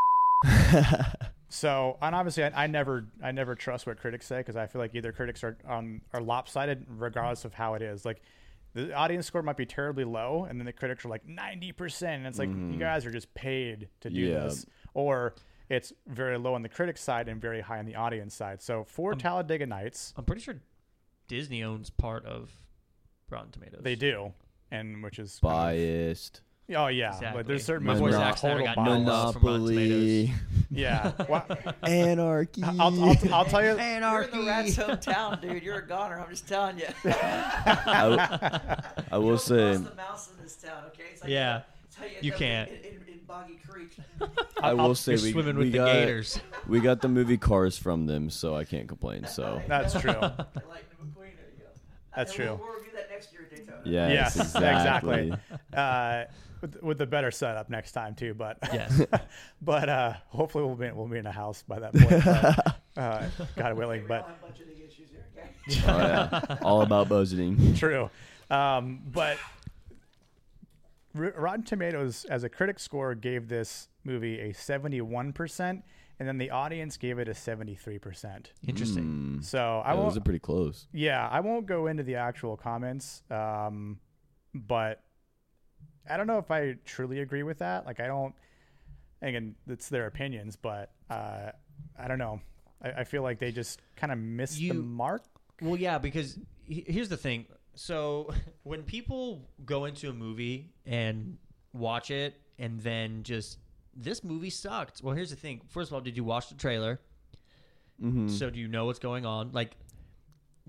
Speaker 1: so, and obviously, I, I never I never trust what critics say because I feel like either critics are um, are lopsided regardless of how it is. Like the audience score might be terribly low, and then the critics are like ninety percent, and it's like
Speaker 17: Mhm.
Speaker 2: Mm-hmm.
Speaker 1: you guys are just paid to do
Speaker 17: Yeah.
Speaker 1: this, or it's very low on the critics side and very high on the audience side. So
Speaker 2: Um,
Speaker 1: for Talladega Nights,
Speaker 2: I'm pretty sure Disney owns part of Rotten Tomatoes.
Speaker 1: they do, and which is
Speaker 3: Biased.
Speaker 1: Oh yeah, but
Speaker 2: Exactly.
Speaker 1: there's certain
Speaker 2: My boy
Speaker 1: movies that are
Speaker 2: Zack Snyder
Speaker 1: total
Speaker 2: got
Speaker 1: bias.
Speaker 2: no love from Rotten
Speaker 3: Monopoly.
Speaker 2: [LAUGHS]
Speaker 1: Yeah, Wha-
Speaker 3: [LAUGHS] Anarchy.
Speaker 1: I'll, I'll, I'll tell you.
Speaker 4: You're in the rat's hometown, dude. You're a goner. I'm just telling you.
Speaker 3: [LAUGHS] I, w- I will say.
Speaker 4: It's the mouse in this town, okay? It's like
Speaker 3: Yeah.
Speaker 4: it's how end
Speaker 2: You
Speaker 4: up
Speaker 2: can't.
Speaker 4: In, in, in Boggy Creek.
Speaker 3: I will say
Speaker 2: You're
Speaker 3: we,
Speaker 2: swimming
Speaker 3: we
Speaker 2: with the
Speaker 3: got, Hmm.
Speaker 2: gators.
Speaker 3: We got the movie Cars from them, so I can't complain. So
Speaker 1: That's [LAUGHS] true.
Speaker 4: And
Speaker 1: That's
Speaker 4: we'll-
Speaker 1: true.
Speaker 4: We'll review that next year at Daytona.
Speaker 1: Yes,
Speaker 3: Yes,
Speaker 1: exactly.
Speaker 3: exactly.
Speaker 1: Uh, with, with the better setup next time too. But [LAUGHS] yes, but uh, hopefully we'll be we'll be in a house by that point. But, uh, God willing, but
Speaker 3: Oh, yeah. All about budgeting.
Speaker 1: True, um, but R- Rotten Tomatoes as a critic score gave this movie a seventy-one percent, and then the audience gave it a seventy-three percent.
Speaker 2: Interesting.
Speaker 1: So I
Speaker 3: yeah,
Speaker 1: won't.
Speaker 3: those are pretty close.
Speaker 1: Yeah, I won't go into the actual comments, um, but I don't know if I truly agree with that. Like, I don't. Again, it's their opinions, but uh, I don't know. I, I feel like they just kind of missed the
Speaker 2: You- uh,
Speaker 1: mark.
Speaker 2: Well, yeah, because he- here's the thing. So [LAUGHS] when people go into a movie and watch it and then just this movie sucked. Well, here's the thing. First of all, did you watch the trailer?
Speaker 3: Mhm.
Speaker 2: So do you know what's going on? Like,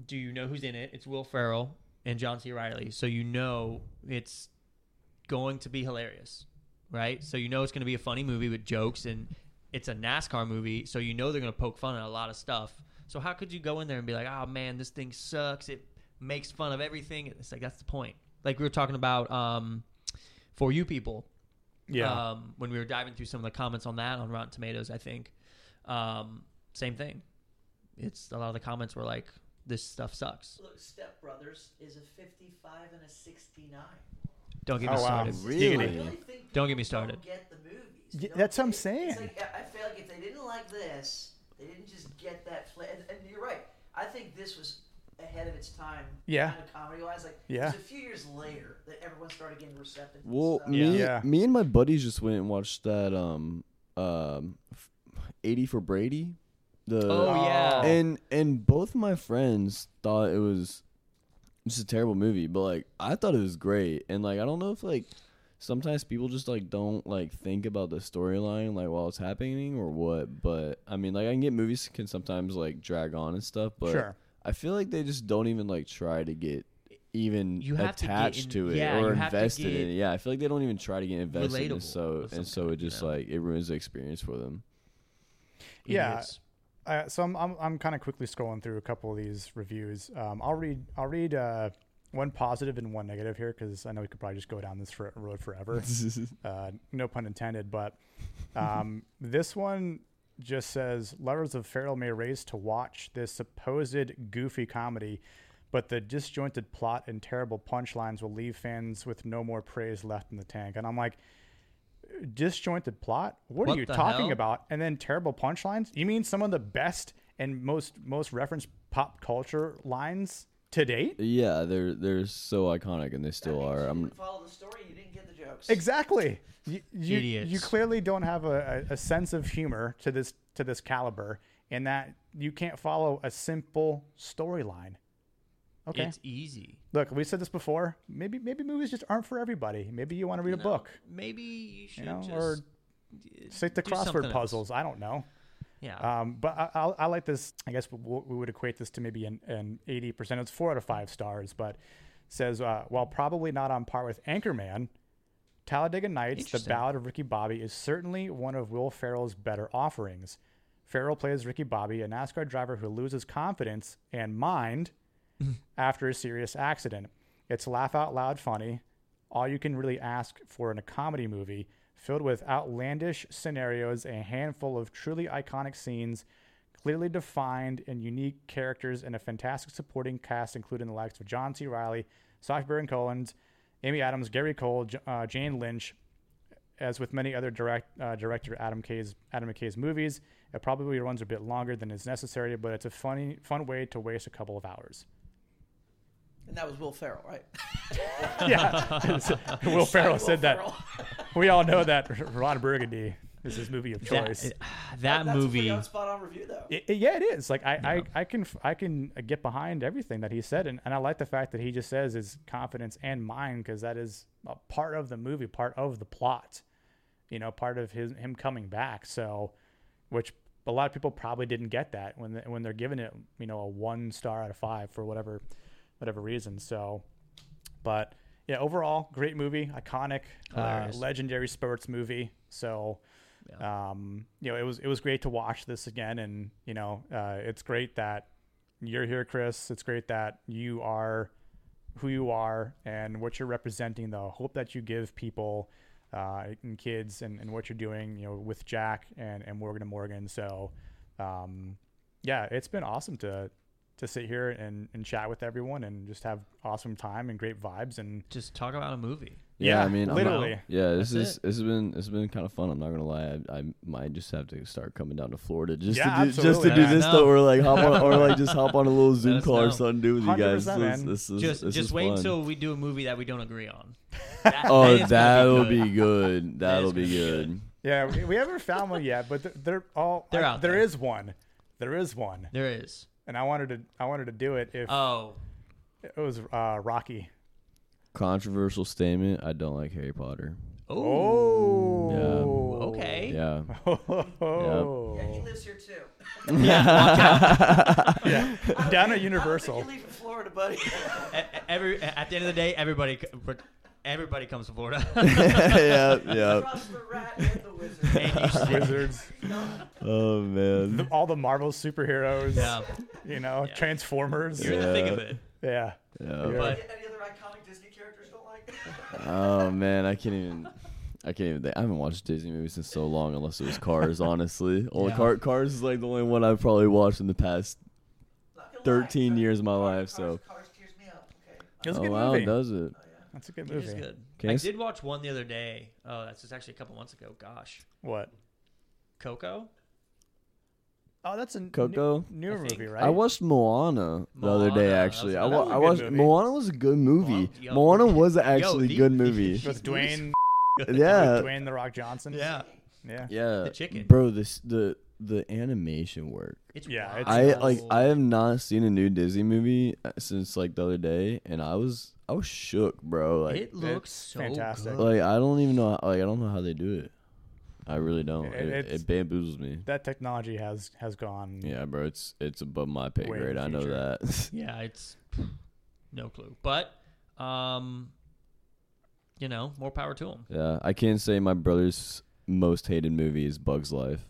Speaker 2: do you know who's in it? It's Will Ferrell and John C. Riley. So you know it's going to be hilarious, right? So you know it's going to be a funny movie with jokes, and it's a NASCAR movie, so you know they're going to poke fun at a lot of stuff. So how could you go in there and be like, "Oh man, this thing sucks. It makes fun of everything." It's like that's the point. Like we were talking about um, for you people,
Speaker 1: Yeah.
Speaker 2: Um, when we were diving through some of the comments on that on Rotten Tomatoes, I think um, same thing. It's a lot of the comments were like, "This stuff sucks."
Speaker 4: Look, Step Brothers is a 55 and a 69.
Speaker 2: Don't get
Speaker 1: Oh,
Speaker 2: me
Speaker 1: wow.
Speaker 2: started.
Speaker 1: Really?
Speaker 4: I really think people
Speaker 2: Don't get me started.
Speaker 4: Don't get the movies.
Speaker 1: Yeah,
Speaker 4: Don't
Speaker 1: that's what I'm
Speaker 4: get-
Speaker 1: saying.
Speaker 4: It's like, I I feel like if they didn't like this, they didn't just get that. Fl- and, and you're right. I think this was ahead of its time.
Speaker 1: Yeah.
Speaker 4: Kind of comedy wise, like
Speaker 3: Yeah.
Speaker 4: it was a few years later that everyone started getting receptive. to
Speaker 3: Well,
Speaker 4: stuff.
Speaker 3: me, me and my buddies just went and watched that um um f- 80 for Brady. The
Speaker 2: Oh,
Speaker 1: Um,
Speaker 2: yeah.
Speaker 3: And and both my friends thought it was just a terrible movie, but like I thought it was great. And like I don't know if like sometimes people just like don't like think about the storyline like while it's happening or what, but I mean like I can get movies can sometimes like drag on and stuff, but
Speaker 1: Sure.
Speaker 3: I feel like they just don't even like try to get even
Speaker 2: You have to get
Speaker 3: attached
Speaker 2: in-
Speaker 3: to, it
Speaker 2: yeah,
Speaker 3: or
Speaker 2: you have to
Speaker 3: invested in
Speaker 2: get-
Speaker 3: it. Yeah, I feel like they don't even try to get invested, in
Speaker 2: Relatable
Speaker 3: it, so
Speaker 2: of some
Speaker 3: and so it just like it ruins the experience for them.
Speaker 1: yeah uh, so i'm, I'm, I'm kind of quickly scrolling through a couple of these reviews um, i'll read i'll read uh, one positive and one negative here because i know we could probably just go down this fro- road forever uh, no pun intended but
Speaker 2: [LAUGHS]
Speaker 1: um, this one just says lovers of feral may race to watch this supposed goofy comedy but the disjointed plot and terrible punchlines will leave fans with no more praise left in the tank and i'm like disjointed plot what,
Speaker 2: What
Speaker 1: are you
Speaker 2: the
Speaker 1: talking about
Speaker 2: hell?
Speaker 1: about and then terrible punchlines you mean some of the best and most most referenced pop culture lines to date
Speaker 3: Yeah, they're they're so iconic and they still are. I'm
Speaker 4: follow the story. You didn't get the jokes.
Speaker 1: exactly you you,
Speaker 3: Idiots.
Speaker 1: you clearly don't have a, a, a sense of humor to this to this caliber in that you can't follow a simple storyline okay
Speaker 2: It's easy.
Speaker 1: look we said this before maybe maybe movies just aren't for everybody maybe you want to read a book
Speaker 2: Maybe you should
Speaker 1: you know,
Speaker 2: just
Speaker 1: or stick to
Speaker 2: do something
Speaker 1: crossword
Speaker 2: else. Oh.
Speaker 1: puzzles. I don't know.
Speaker 2: Yeah.
Speaker 1: Um, but I, I, I like this. I guess we, we would equate this to maybe an, an 80%. It's four out of five stars, but says, uh, while probably not on par with Anchorman, Talladega Nights, The
Speaker 2: Interesting.
Speaker 1: Ballad of Ricky Bobby, is certainly one of Will Ferrell's better offerings. Ferrell plays Ricky Bobby, a NASCAR driver who loses confidence and mind after a serious accident. It's laugh out loud funny, all you can really ask for in a comedy movie, filled with outlandish scenarios, a handful of truly iconic scenes, clearly defined and unique characters, and a fantastic supporting cast, including the likes of John C. Riley, Sacha Baron Collins, Amy Adams, Gary Cole, J- uh, Jane Lynch, as with many other direct uh, director Adam K's Adam McKay's movies, it probably runs a bit longer than is necessary, but it's a funny fun way to waste a couple of [LAUGHS] hours.
Speaker 4: And that was Will Ferrell,
Speaker 2: [LAUGHS]
Speaker 4: right?
Speaker 1: yeah, uh, Will Ferrell said that. we all know that Ron Burgundy is his movie of
Speaker 2: That-
Speaker 1: choice.
Speaker 2: [SIGHS] that That's a pretty movie-
Speaker 4: Spot on review though.
Speaker 1: It- it- yeah, it is. Like I, I, I can, f- I can uh, get behind everything that he said, and, and I like the fact that he just says his confidence and mine because that is a part of the movie, part of the plot, you know, part of his him coming back. So, which a lot of people probably didn't get that when they, when they're giving it, you know, a one star out of five for whatever, whatever reason. So, but yeah, overall, great movie, iconic, uh,
Speaker 2: Hilarious.
Speaker 1: legendary sports movie. So, um, you know, it was it was great to watch this again, and you know, uh, it's great that you're here, Chris. It's great that you are who you are and what you're representing, the hope that you give people uh, and kids and, and what you're doing, you know, with Jack and, and Morgan and Morgan. So, um, yeah, it's been awesome to to sit here and, and chat with everyone and just have awesome time and great vibes and
Speaker 2: just talk about a movie.
Speaker 3: Yeah, I mean, I'm not-
Speaker 1: literally.
Speaker 3: yeah, this
Speaker 1: That's
Speaker 3: is this has been this has been kind of fun. I'm not gonna lie, I, I might just have to start coming down to Florida just
Speaker 1: Yeah,
Speaker 3: to do, just to
Speaker 1: absolutely.
Speaker 3: do
Speaker 1: Yeah, I
Speaker 3: this
Speaker 1: know.
Speaker 3: though, or like hop on, or like just hop on a little Zoom
Speaker 1: us
Speaker 3: call
Speaker 1: know.
Speaker 3: or something, do with you guys.
Speaker 1: 100%,
Speaker 3: This,
Speaker 1: man.
Speaker 3: this is
Speaker 2: just
Speaker 3: this
Speaker 2: just
Speaker 3: is
Speaker 2: wait
Speaker 3: fun.
Speaker 2: until we do a movie that we don't
Speaker 1: [LAUGHS]
Speaker 2: agree on.
Speaker 3: oh,
Speaker 2: is gonna be
Speaker 3: that'll
Speaker 2: good.
Speaker 3: be good. That'll
Speaker 2: gonna
Speaker 3: be
Speaker 2: be
Speaker 3: good.
Speaker 1: Yeah, we, we haven't found one yet, but th- they're all
Speaker 2: They're
Speaker 1: I-
Speaker 2: out
Speaker 1: There is one. There is one.
Speaker 2: There is.
Speaker 1: And I wanted to I wanted to do it if
Speaker 2: Oh.
Speaker 1: It was uh, Rocky.
Speaker 3: Controversial statement. I don't like Harry Potter.
Speaker 1: Oh.
Speaker 3: Yeah.
Speaker 2: Okay.
Speaker 3: Yeah. [LAUGHS]
Speaker 1: Oh.
Speaker 4: Yeah, he lives here
Speaker 3: [LAUGHS]
Speaker 4: too.
Speaker 1: Yeah. Down at Universal.
Speaker 4: [LAUGHS] I don't think you leave for
Speaker 1: [LAUGHS]
Speaker 4: Florida, buddy.
Speaker 2: E- Every at the end of the day, everybody c- everybody comes
Speaker 1: [LAUGHS]
Speaker 2: to Florida.
Speaker 3: yeah, yeah.
Speaker 4: Trust the rat and the wizard.
Speaker 2: And you-
Speaker 1: Wizards.
Speaker 3: Oh man.
Speaker 1: The- all the Marvel superheroes.
Speaker 2: Yeah.
Speaker 1: You know, Transformers.
Speaker 2: You're in the thick of it.
Speaker 1: Yeah.
Speaker 3: Yeah.
Speaker 1: You're-
Speaker 2: But-
Speaker 4: Any other iconic Disney characters
Speaker 1: [LAUGHS]
Speaker 4: don't like?
Speaker 3: Oh man, I can't even. I can't even. Think. I haven't watched Disney movies in so long, unless it was Cars. Honestly, Only
Speaker 2: Yeah.
Speaker 3: Car, Cars is like the only one I've probably watched in the past thirteen years of my life. So,
Speaker 1: It was a
Speaker 3: oh
Speaker 1: good
Speaker 3: wow,
Speaker 1: movie.
Speaker 3: does it?
Speaker 1: That's a good
Speaker 2: It is
Speaker 1: movie.
Speaker 2: good.
Speaker 3: Can I
Speaker 2: I
Speaker 3: s-
Speaker 2: did watch one the other day. Oh, that's just actually a couple months ago. Gosh,
Speaker 1: What?
Speaker 2: Coco.
Speaker 1: Oh, that's a n-
Speaker 3: Coco?
Speaker 1: new, newer
Speaker 2: I think.
Speaker 1: movie, right?
Speaker 3: I watched Moana the other
Speaker 2: Moana,
Speaker 3: day.
Speaker 2: that
Speaker 3: Actually,
Speaker 2: was
Speaker 3: I,
Speaker 2: another
Speaker 3: wa- I
Speaker 1: good
Speaker 3: watched
Speaker 1: movie.
Speaker 3: Moana was a good movie.
Speaker 2: yo.
Speaker 3: Moana was
Speaker 2: Yo,
Speaker 3: actually
Speaker 2: the-
Speaker 3: a good movie.
Speaker 1: with Dwayne.
Speaker 3: Yeah.
Speaker 1: With Dwayne the Rock Johnson.
Speaker 2: [LAUGHS] Yeah.
Speaker 1: Yeah.
Speaker 3: [LAUGHS] yeah,
Speaker 2: The chicken.
Speaker 3: bro. This the the animation work.
Speaker 2: It's
Speaker 1: Yeah,
Speaker 2: wild.
Speaker 1: it's
Speaker 3: I like I have not seen a new Disney movie uh, since like the other day, and I was I was shook, bro. Like
Speaker 2: it looks
Speaker 1: it's
Speaker 2: so
Speaker 1: fantastic.
Speaker 2: good.
Speaker 3: Like I don't even know. Like I don't know how they do it. I really don't.
Speaker 1: It-
Speaker 3: It, it,
Speaker 1: it's-
Speaker 3: bamboozles me.
Speaker 1: That technology has has gone.
Speaker 3: Yeah, bro. It's it's above my pay
Speaker 1: Way in
Speaker 3: grade.
Speaker 1: the
Speaker 3: I know
Speaker 1: future.
Speaker 3: that. [LAUGHS]
Speaker 2: Yeah, it's no clue. But um, you know, more power to him.
Speaker 3: yeah, I can't say my brother's most hated movie is Bugs Life.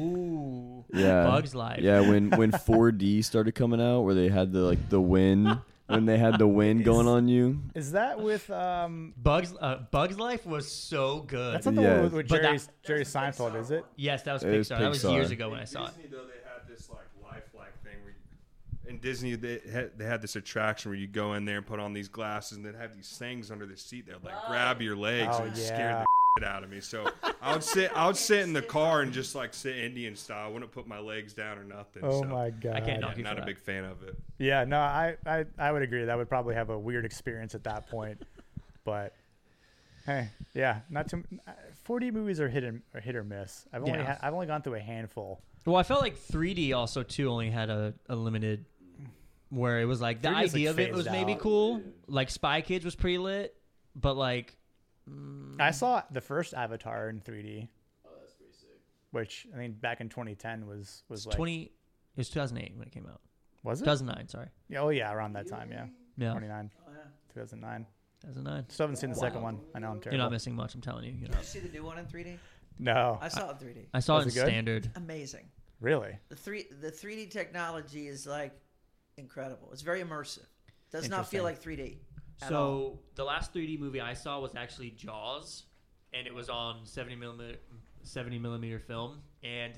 Speaker 2: Ooh.
Speaker 3: Yeah,
Speaker 2: Bugs Life.
Speaker 3: Yeah, when when 4D started coming out, where they had the like the wind, when they had the wind going on you.
Speaker 1: Is that with um?
Speaker 2: Bugs uh, Bugs Life was so good.
Speaker 1: That's not the
Speaker 3: Yes.
Speaker 1: one with, with
Speaker 2: But that-
Speaker 1: Jerry Jerry Seinfeld, is it?
Speaker 2: yes, that was
Speaker 3: It
Speaker 2: Pixar.
Speaker 3: was
Speaker 2: That was years
Speaker 3: Pixar.
Speaker 2: ago when I saw it.
Speaker 17: Disney though they had this like lifelike thing where you, in Disney they had, they had this attraction where you go in there and put on these glasses and they'd have these things under the seat that would like grab your legs
Speaker 1: Oh,
Speaker 17: and it
Speaker 1: yeah.
Speaker 17: scared the [LAUGHS] shit out of me. So I would sit I would sit in the car and just like sit Indian style. I wouldn't put my legs down or nothing.
Speaker 1: Oh
Speaker 17: so.
Speaker 1: my god.
Speaker 2: can't knock
Speaker 17: Yeah,
Speaker 2: you for
Speaker 17: not a
Speaker 2: that.
Speaker 17: big fan of it.
Speaker 1: Yeah, no, I, I I would agree. That would probably have a weird experience at that point, but hey, yeah, not too. uh, 4D movies are hit and are hit or miss. I've only
Speaker 2: Yeah.
Speaker 1: ha- I've only gone through a handful.
Speaker 2: Well, I felt like 3D also too only had a, a limited where it was like the
Speaker 1: 3D is, like,
Speaker 2: idea of it
Speaker 1: phased
Speaker 2: was maybe
Speaker 1: out.
Speaker 2: cool. Like Spy Kids was pretty lit, but like
Speaker 1: I saw the first Avatar in 3D. Oh, that's pretty sick. Which I think back in 2010 was was like
Speaker 2: 20 it was 2008 when it came out.
Speaker 1: was it?
Speaker 2: 2009, sorry.
Speaker 1: Yeah, oh yeah, around that time, yeah.
Speaker 2: Yeah.
Speaker 1: 29, 2009.
Speaker 2: 2009.
Speaker 1: Still haven't seen the second one. I know I'm terrible.
Speaker 2: You're not missing much, I'm telling you. You're
Speaker 4: Did
Speaker 2: not.
Speaker 4: you see the new one in 3D?
Speaker 1: No,
Speaker 4: I saw it in 3D.
Speaker 2: I saw
Speaker 1: Was
Speaker 2: it in
Speaker 1: it good?
Speaker 2: standard.
Speaker 4: Amazing.
Speaker 1: really.
Speaker 4: The three the 3D technology is like incredible. It's very immersive. Does not
Speaker 2: Interesting.
Speaker 4: feel like 3D. At
Speaker 2: So
Speaker 4: all.
Speaker 2: the last 3D movie I saw was actually Jaws, and it was on 70 millimeter 70 millimeter film, and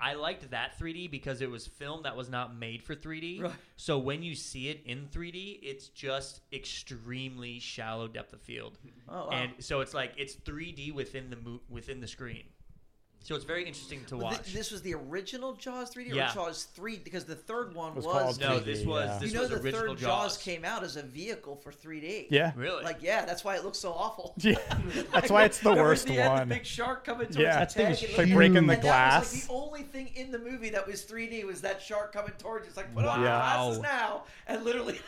Speaker 2: I liked that 3D because it was film that was not made for 3D.
Speaker 4: Right.
Speaker 2: So when you see it in 3D, it's just extremely shallow depth of field,
Speaker 4: Oh, wow.
Speaker 2: and so it's like it's 3D within the mo- within the screen. So it's very interesting to
Speaker 4: Well, thi-
Speaker 2: watch.
Speaker 4: this was the original Jaws 3D
Speaker 2: Yeah.
Speaker 4: or Jaws 3 because the third one
Speaker 1: Was
Speaker 4: was,
Speaker 1: called
Speaker 2: no,
Speaker 1: 3D,
Speaker 2: this was
Speaker 1: yeah.
Speaker 2: this
Speaker 4: you know
Speaker 2: was
Speaker 4: the
Speaker 2: original
Speaker 4: third Jaws.
Speaker 2: Jaws.
Speaker 4: came out as a vehicle for 3D.
Speaker 1: Yeah.
Speaker 2: Really?
Speaker 4: Like yeah, that's why it looks so awful.
Speaker 1: [LAUGHS] Yeah,
Speaker 4: [LAUGHS]
Speaker 1: that's why it's the
Speaker 4: Remember at
Speaker 1: worst
Speaker 4: the end,
Speaker 1: one.
Speaker 4: The big shark coming towards
Speaker 1: Yeah.
Speaker 4: the
Speaker 1: That thing was
Speaker 4: tank and
Speaker 1: like
Speaker 4: looking-
Speaker 1: breaking the
Speaker 4: and that was,
Speaker 1: glass.
Speaker 4: like, the only thing in the movie that was 3D was that shark coming towards you. It's like put on your
Speaker 2: Wow.
Speaker 4: glasses now, and literally,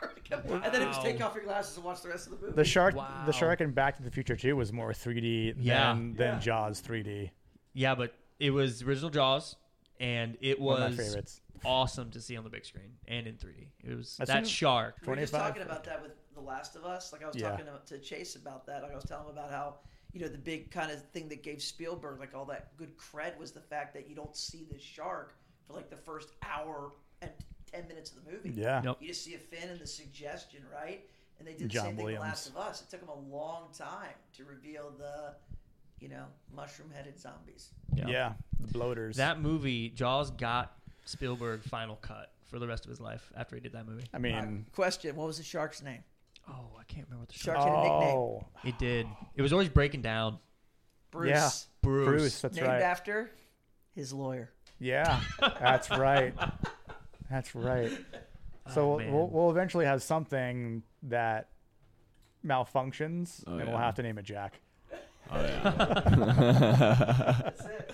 Speaker 4: [LAUGHS] and then it was take off your glasses and watch the rest of the movie.
Speaker 1: The shark,
Speaker 2: Wow.
Speaker 1: the shark in Back to the Future 2 was more 3D
Speaker 2: Yeah.
Speaker 1: than than Jaws 3D.
Speaker 2: Yeah, but it was original Jaws, and it
Speaker 1: One of
Speaker 2: was
Speaker 1: my favorites.
Speaker 2: awesome to see on the big screen and in 3D. It was
Speaker 1: As soon
Speaker 2: that
Speaker 1: as-
Speaker 2: shark.
Speaker 4: We were just
Speaker 1: 25.
Speaker 4: talking about that with The Last of Us. Like I was
Speaker 1: Yeah.
Speaker 4: talking to, to Chase about that. Like I was telling him about how you know the big kind of thing that gave Spielberg like all that good cred was the fact that you don't see the shark for like the first hour and ten minutes of the movie.
Speaker 1: Yeah. Yep.
Speaker 4: You just see a Finn and the suggestion, right? And they did the
Speaker 1: John
Speaker 4: same thing with
Speaker 1: Williams.
Speaker 4: Last of Us. It took them a long time to reveal the, you know, mushroom-headed zombies.
Speaker 1: Yeah, the bloaters.
Speaker 2: That movie, Jaws, got Spielberg final cut for the rest of his life after he did that movie.
Speaker 1: I mean,
Speaker 4: Uh, Question: What was the shark's name?
Speaker 2: Oh, I can't remember what the
Speaker 4: shark
Speaker 1: Oh,
Speaker 4: had a nickname.
Speaker 2: it did. It was always breaking down.
Speaker 4: Bruce.
Speaker 2: Bruce.
Speaker 4: Named after his lawyer.
Speaker 1: Yeah, that's right. That's right. So
Speaker 4: Oh,
Speaker 1: we'll,
Speaker 4: man.
Speaker 1: we'll, we'll eventually have something that malfunctions,
Speaker 3: Oh,
Speaker 1: and we'll
Speaker 3: yeah.
Speaker 1: have to name it Jack.
Speaker 3: Oh, [LAUGHS] yeah. That's it.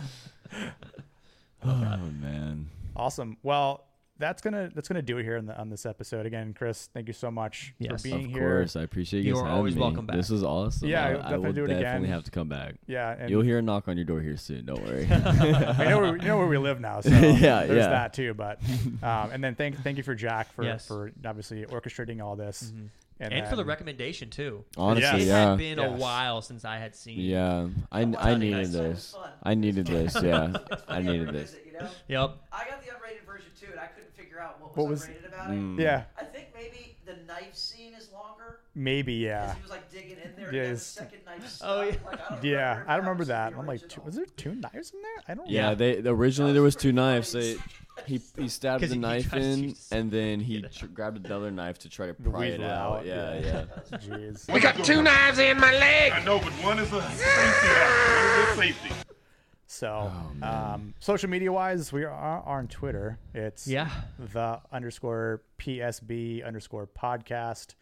Speaker 3: Oh, man.
Speaker 1: Awesome. Well, that's gonna that's gonna do it here on, the, on this episode. Again, Chris, thank you so much
Speaker 3: Yes.
Speaker 1: for being
Speaker 3: Of
Speaker 1: here.
Speaker 3: course, I appreciate you You guys are having always me. welcome back. This was awesome.
Speaker 1: Yeah,
Speaker 3: I-
Speaker 1: will
Speaker 3: I
Speaker 1: definitely
Speaker 3: will
Speaker 1: do it again.
Speaker 3: definitely have to come back.
Speaker 1: Yeah, and
Speaker 3: You'll hear a knock on your door here soon. Don't worry.
Speaker 1: I know where, we- you know where we live now, so
Speaker 3: [LAUGHS] Yeah,
Speaker 1: there's
Speaker 3: yeah.
Speaker 1: that too.
Speaker 3: [LAUGHS]
Speaker 1: But um, and then thank thank you for Jack for
Speaker 2: Yes. Mm-hmm.
Speaker 1: for obviously orchestrating all this,
Speaker 2: And, for the
Speaker 1: then-
Speaker 2: recommendation too. it
Speaker 3: Honestly, Oh, yeah.
Speaker 2: had been a
Speaker 3: Yes.
Speaker 2: while since I had seen.
Speaker 3: Yeah, I, I needed this. I needed this. Yeah,
Speaker 4: [LAUGHS]
Speaker 3: I needed this.
Speaker 2: Yep.
Speaker 4: I got the unrated version too, and I couldn't figure out what was,
Speaker 1: What was-
Speaker 4: unrated about
Speaker 1: Mm.
Speaker 4: it.
Speaker 1: Yeah.
Speaker 4: I think maybe the knife scene is longer.
Speaker 1: Maybe, yeah.
Speaker 4: 'Cause He was like digging in
Speaker 1: Yeah,
Speaker 4: there. And then the
Speaker 1: it's-
Speaker 4: second knife.
Speaker 2: Oh,
Speaker 4: stuck.
Speaker 2: yeah.
Speaker 4: Like, I don't
Speaker 1: Yeah, I remember that. I'm like, two, was there two knives in there? I don't.
Speaker 3: Yeah,
Speaker 1: know.
Speaker 3: they originally there was two knives. They he he stabbed
Speaker 1: 'Cause
Speaker 3: the
Speaker 1: he- he
Speaker 3: knife
Speaker 1: tries to
Speaker 3: in,
Speaker 1: use-
Speaker 3: and then he tr- grabbed another knife to try to pry it
Speaker 1: weasel
Speaker 3: out.
Speaker 1: out,
Speaker 3: Yeah, yeah.
Speaker 1: yeah. Jeez.
Speaker 18: We got two knives in my leg.
Speaker 17: I know, but one is a safety. One is a safety.
Speaker 1: So,
Speaker 3: Oh,
Speaker 1: um, social media wise, we are, are on Twitter. It's
Speaker 2: Yeah.
Speaker 1: the underscore PSB underscore podcast.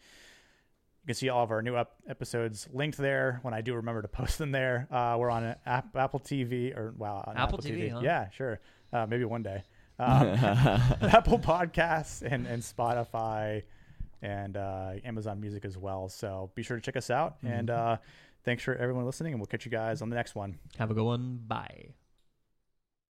Speaker 1: You can see all of our new up episodes linked there when I do remember to [LAUGHS] post them there. Uh, we're on App- Apple TV or wow, on
Speaker 2: Apple TV, huh?
Speaker 1: Yeah, sure. Uh, maybe one
Speaker 2: [LAUGHS]
Speaker 1: day. Um, [LAUGHS] Apple Podcasts and, and Spotify and uh, Amazon Music as well. So be sure to check us out. And
Speaker 2: Mhm.
Speaker 1: uh, thanks for everyone listening, and we'll catch you guys on the next one.
Speaker 2: Have a good one. Bye.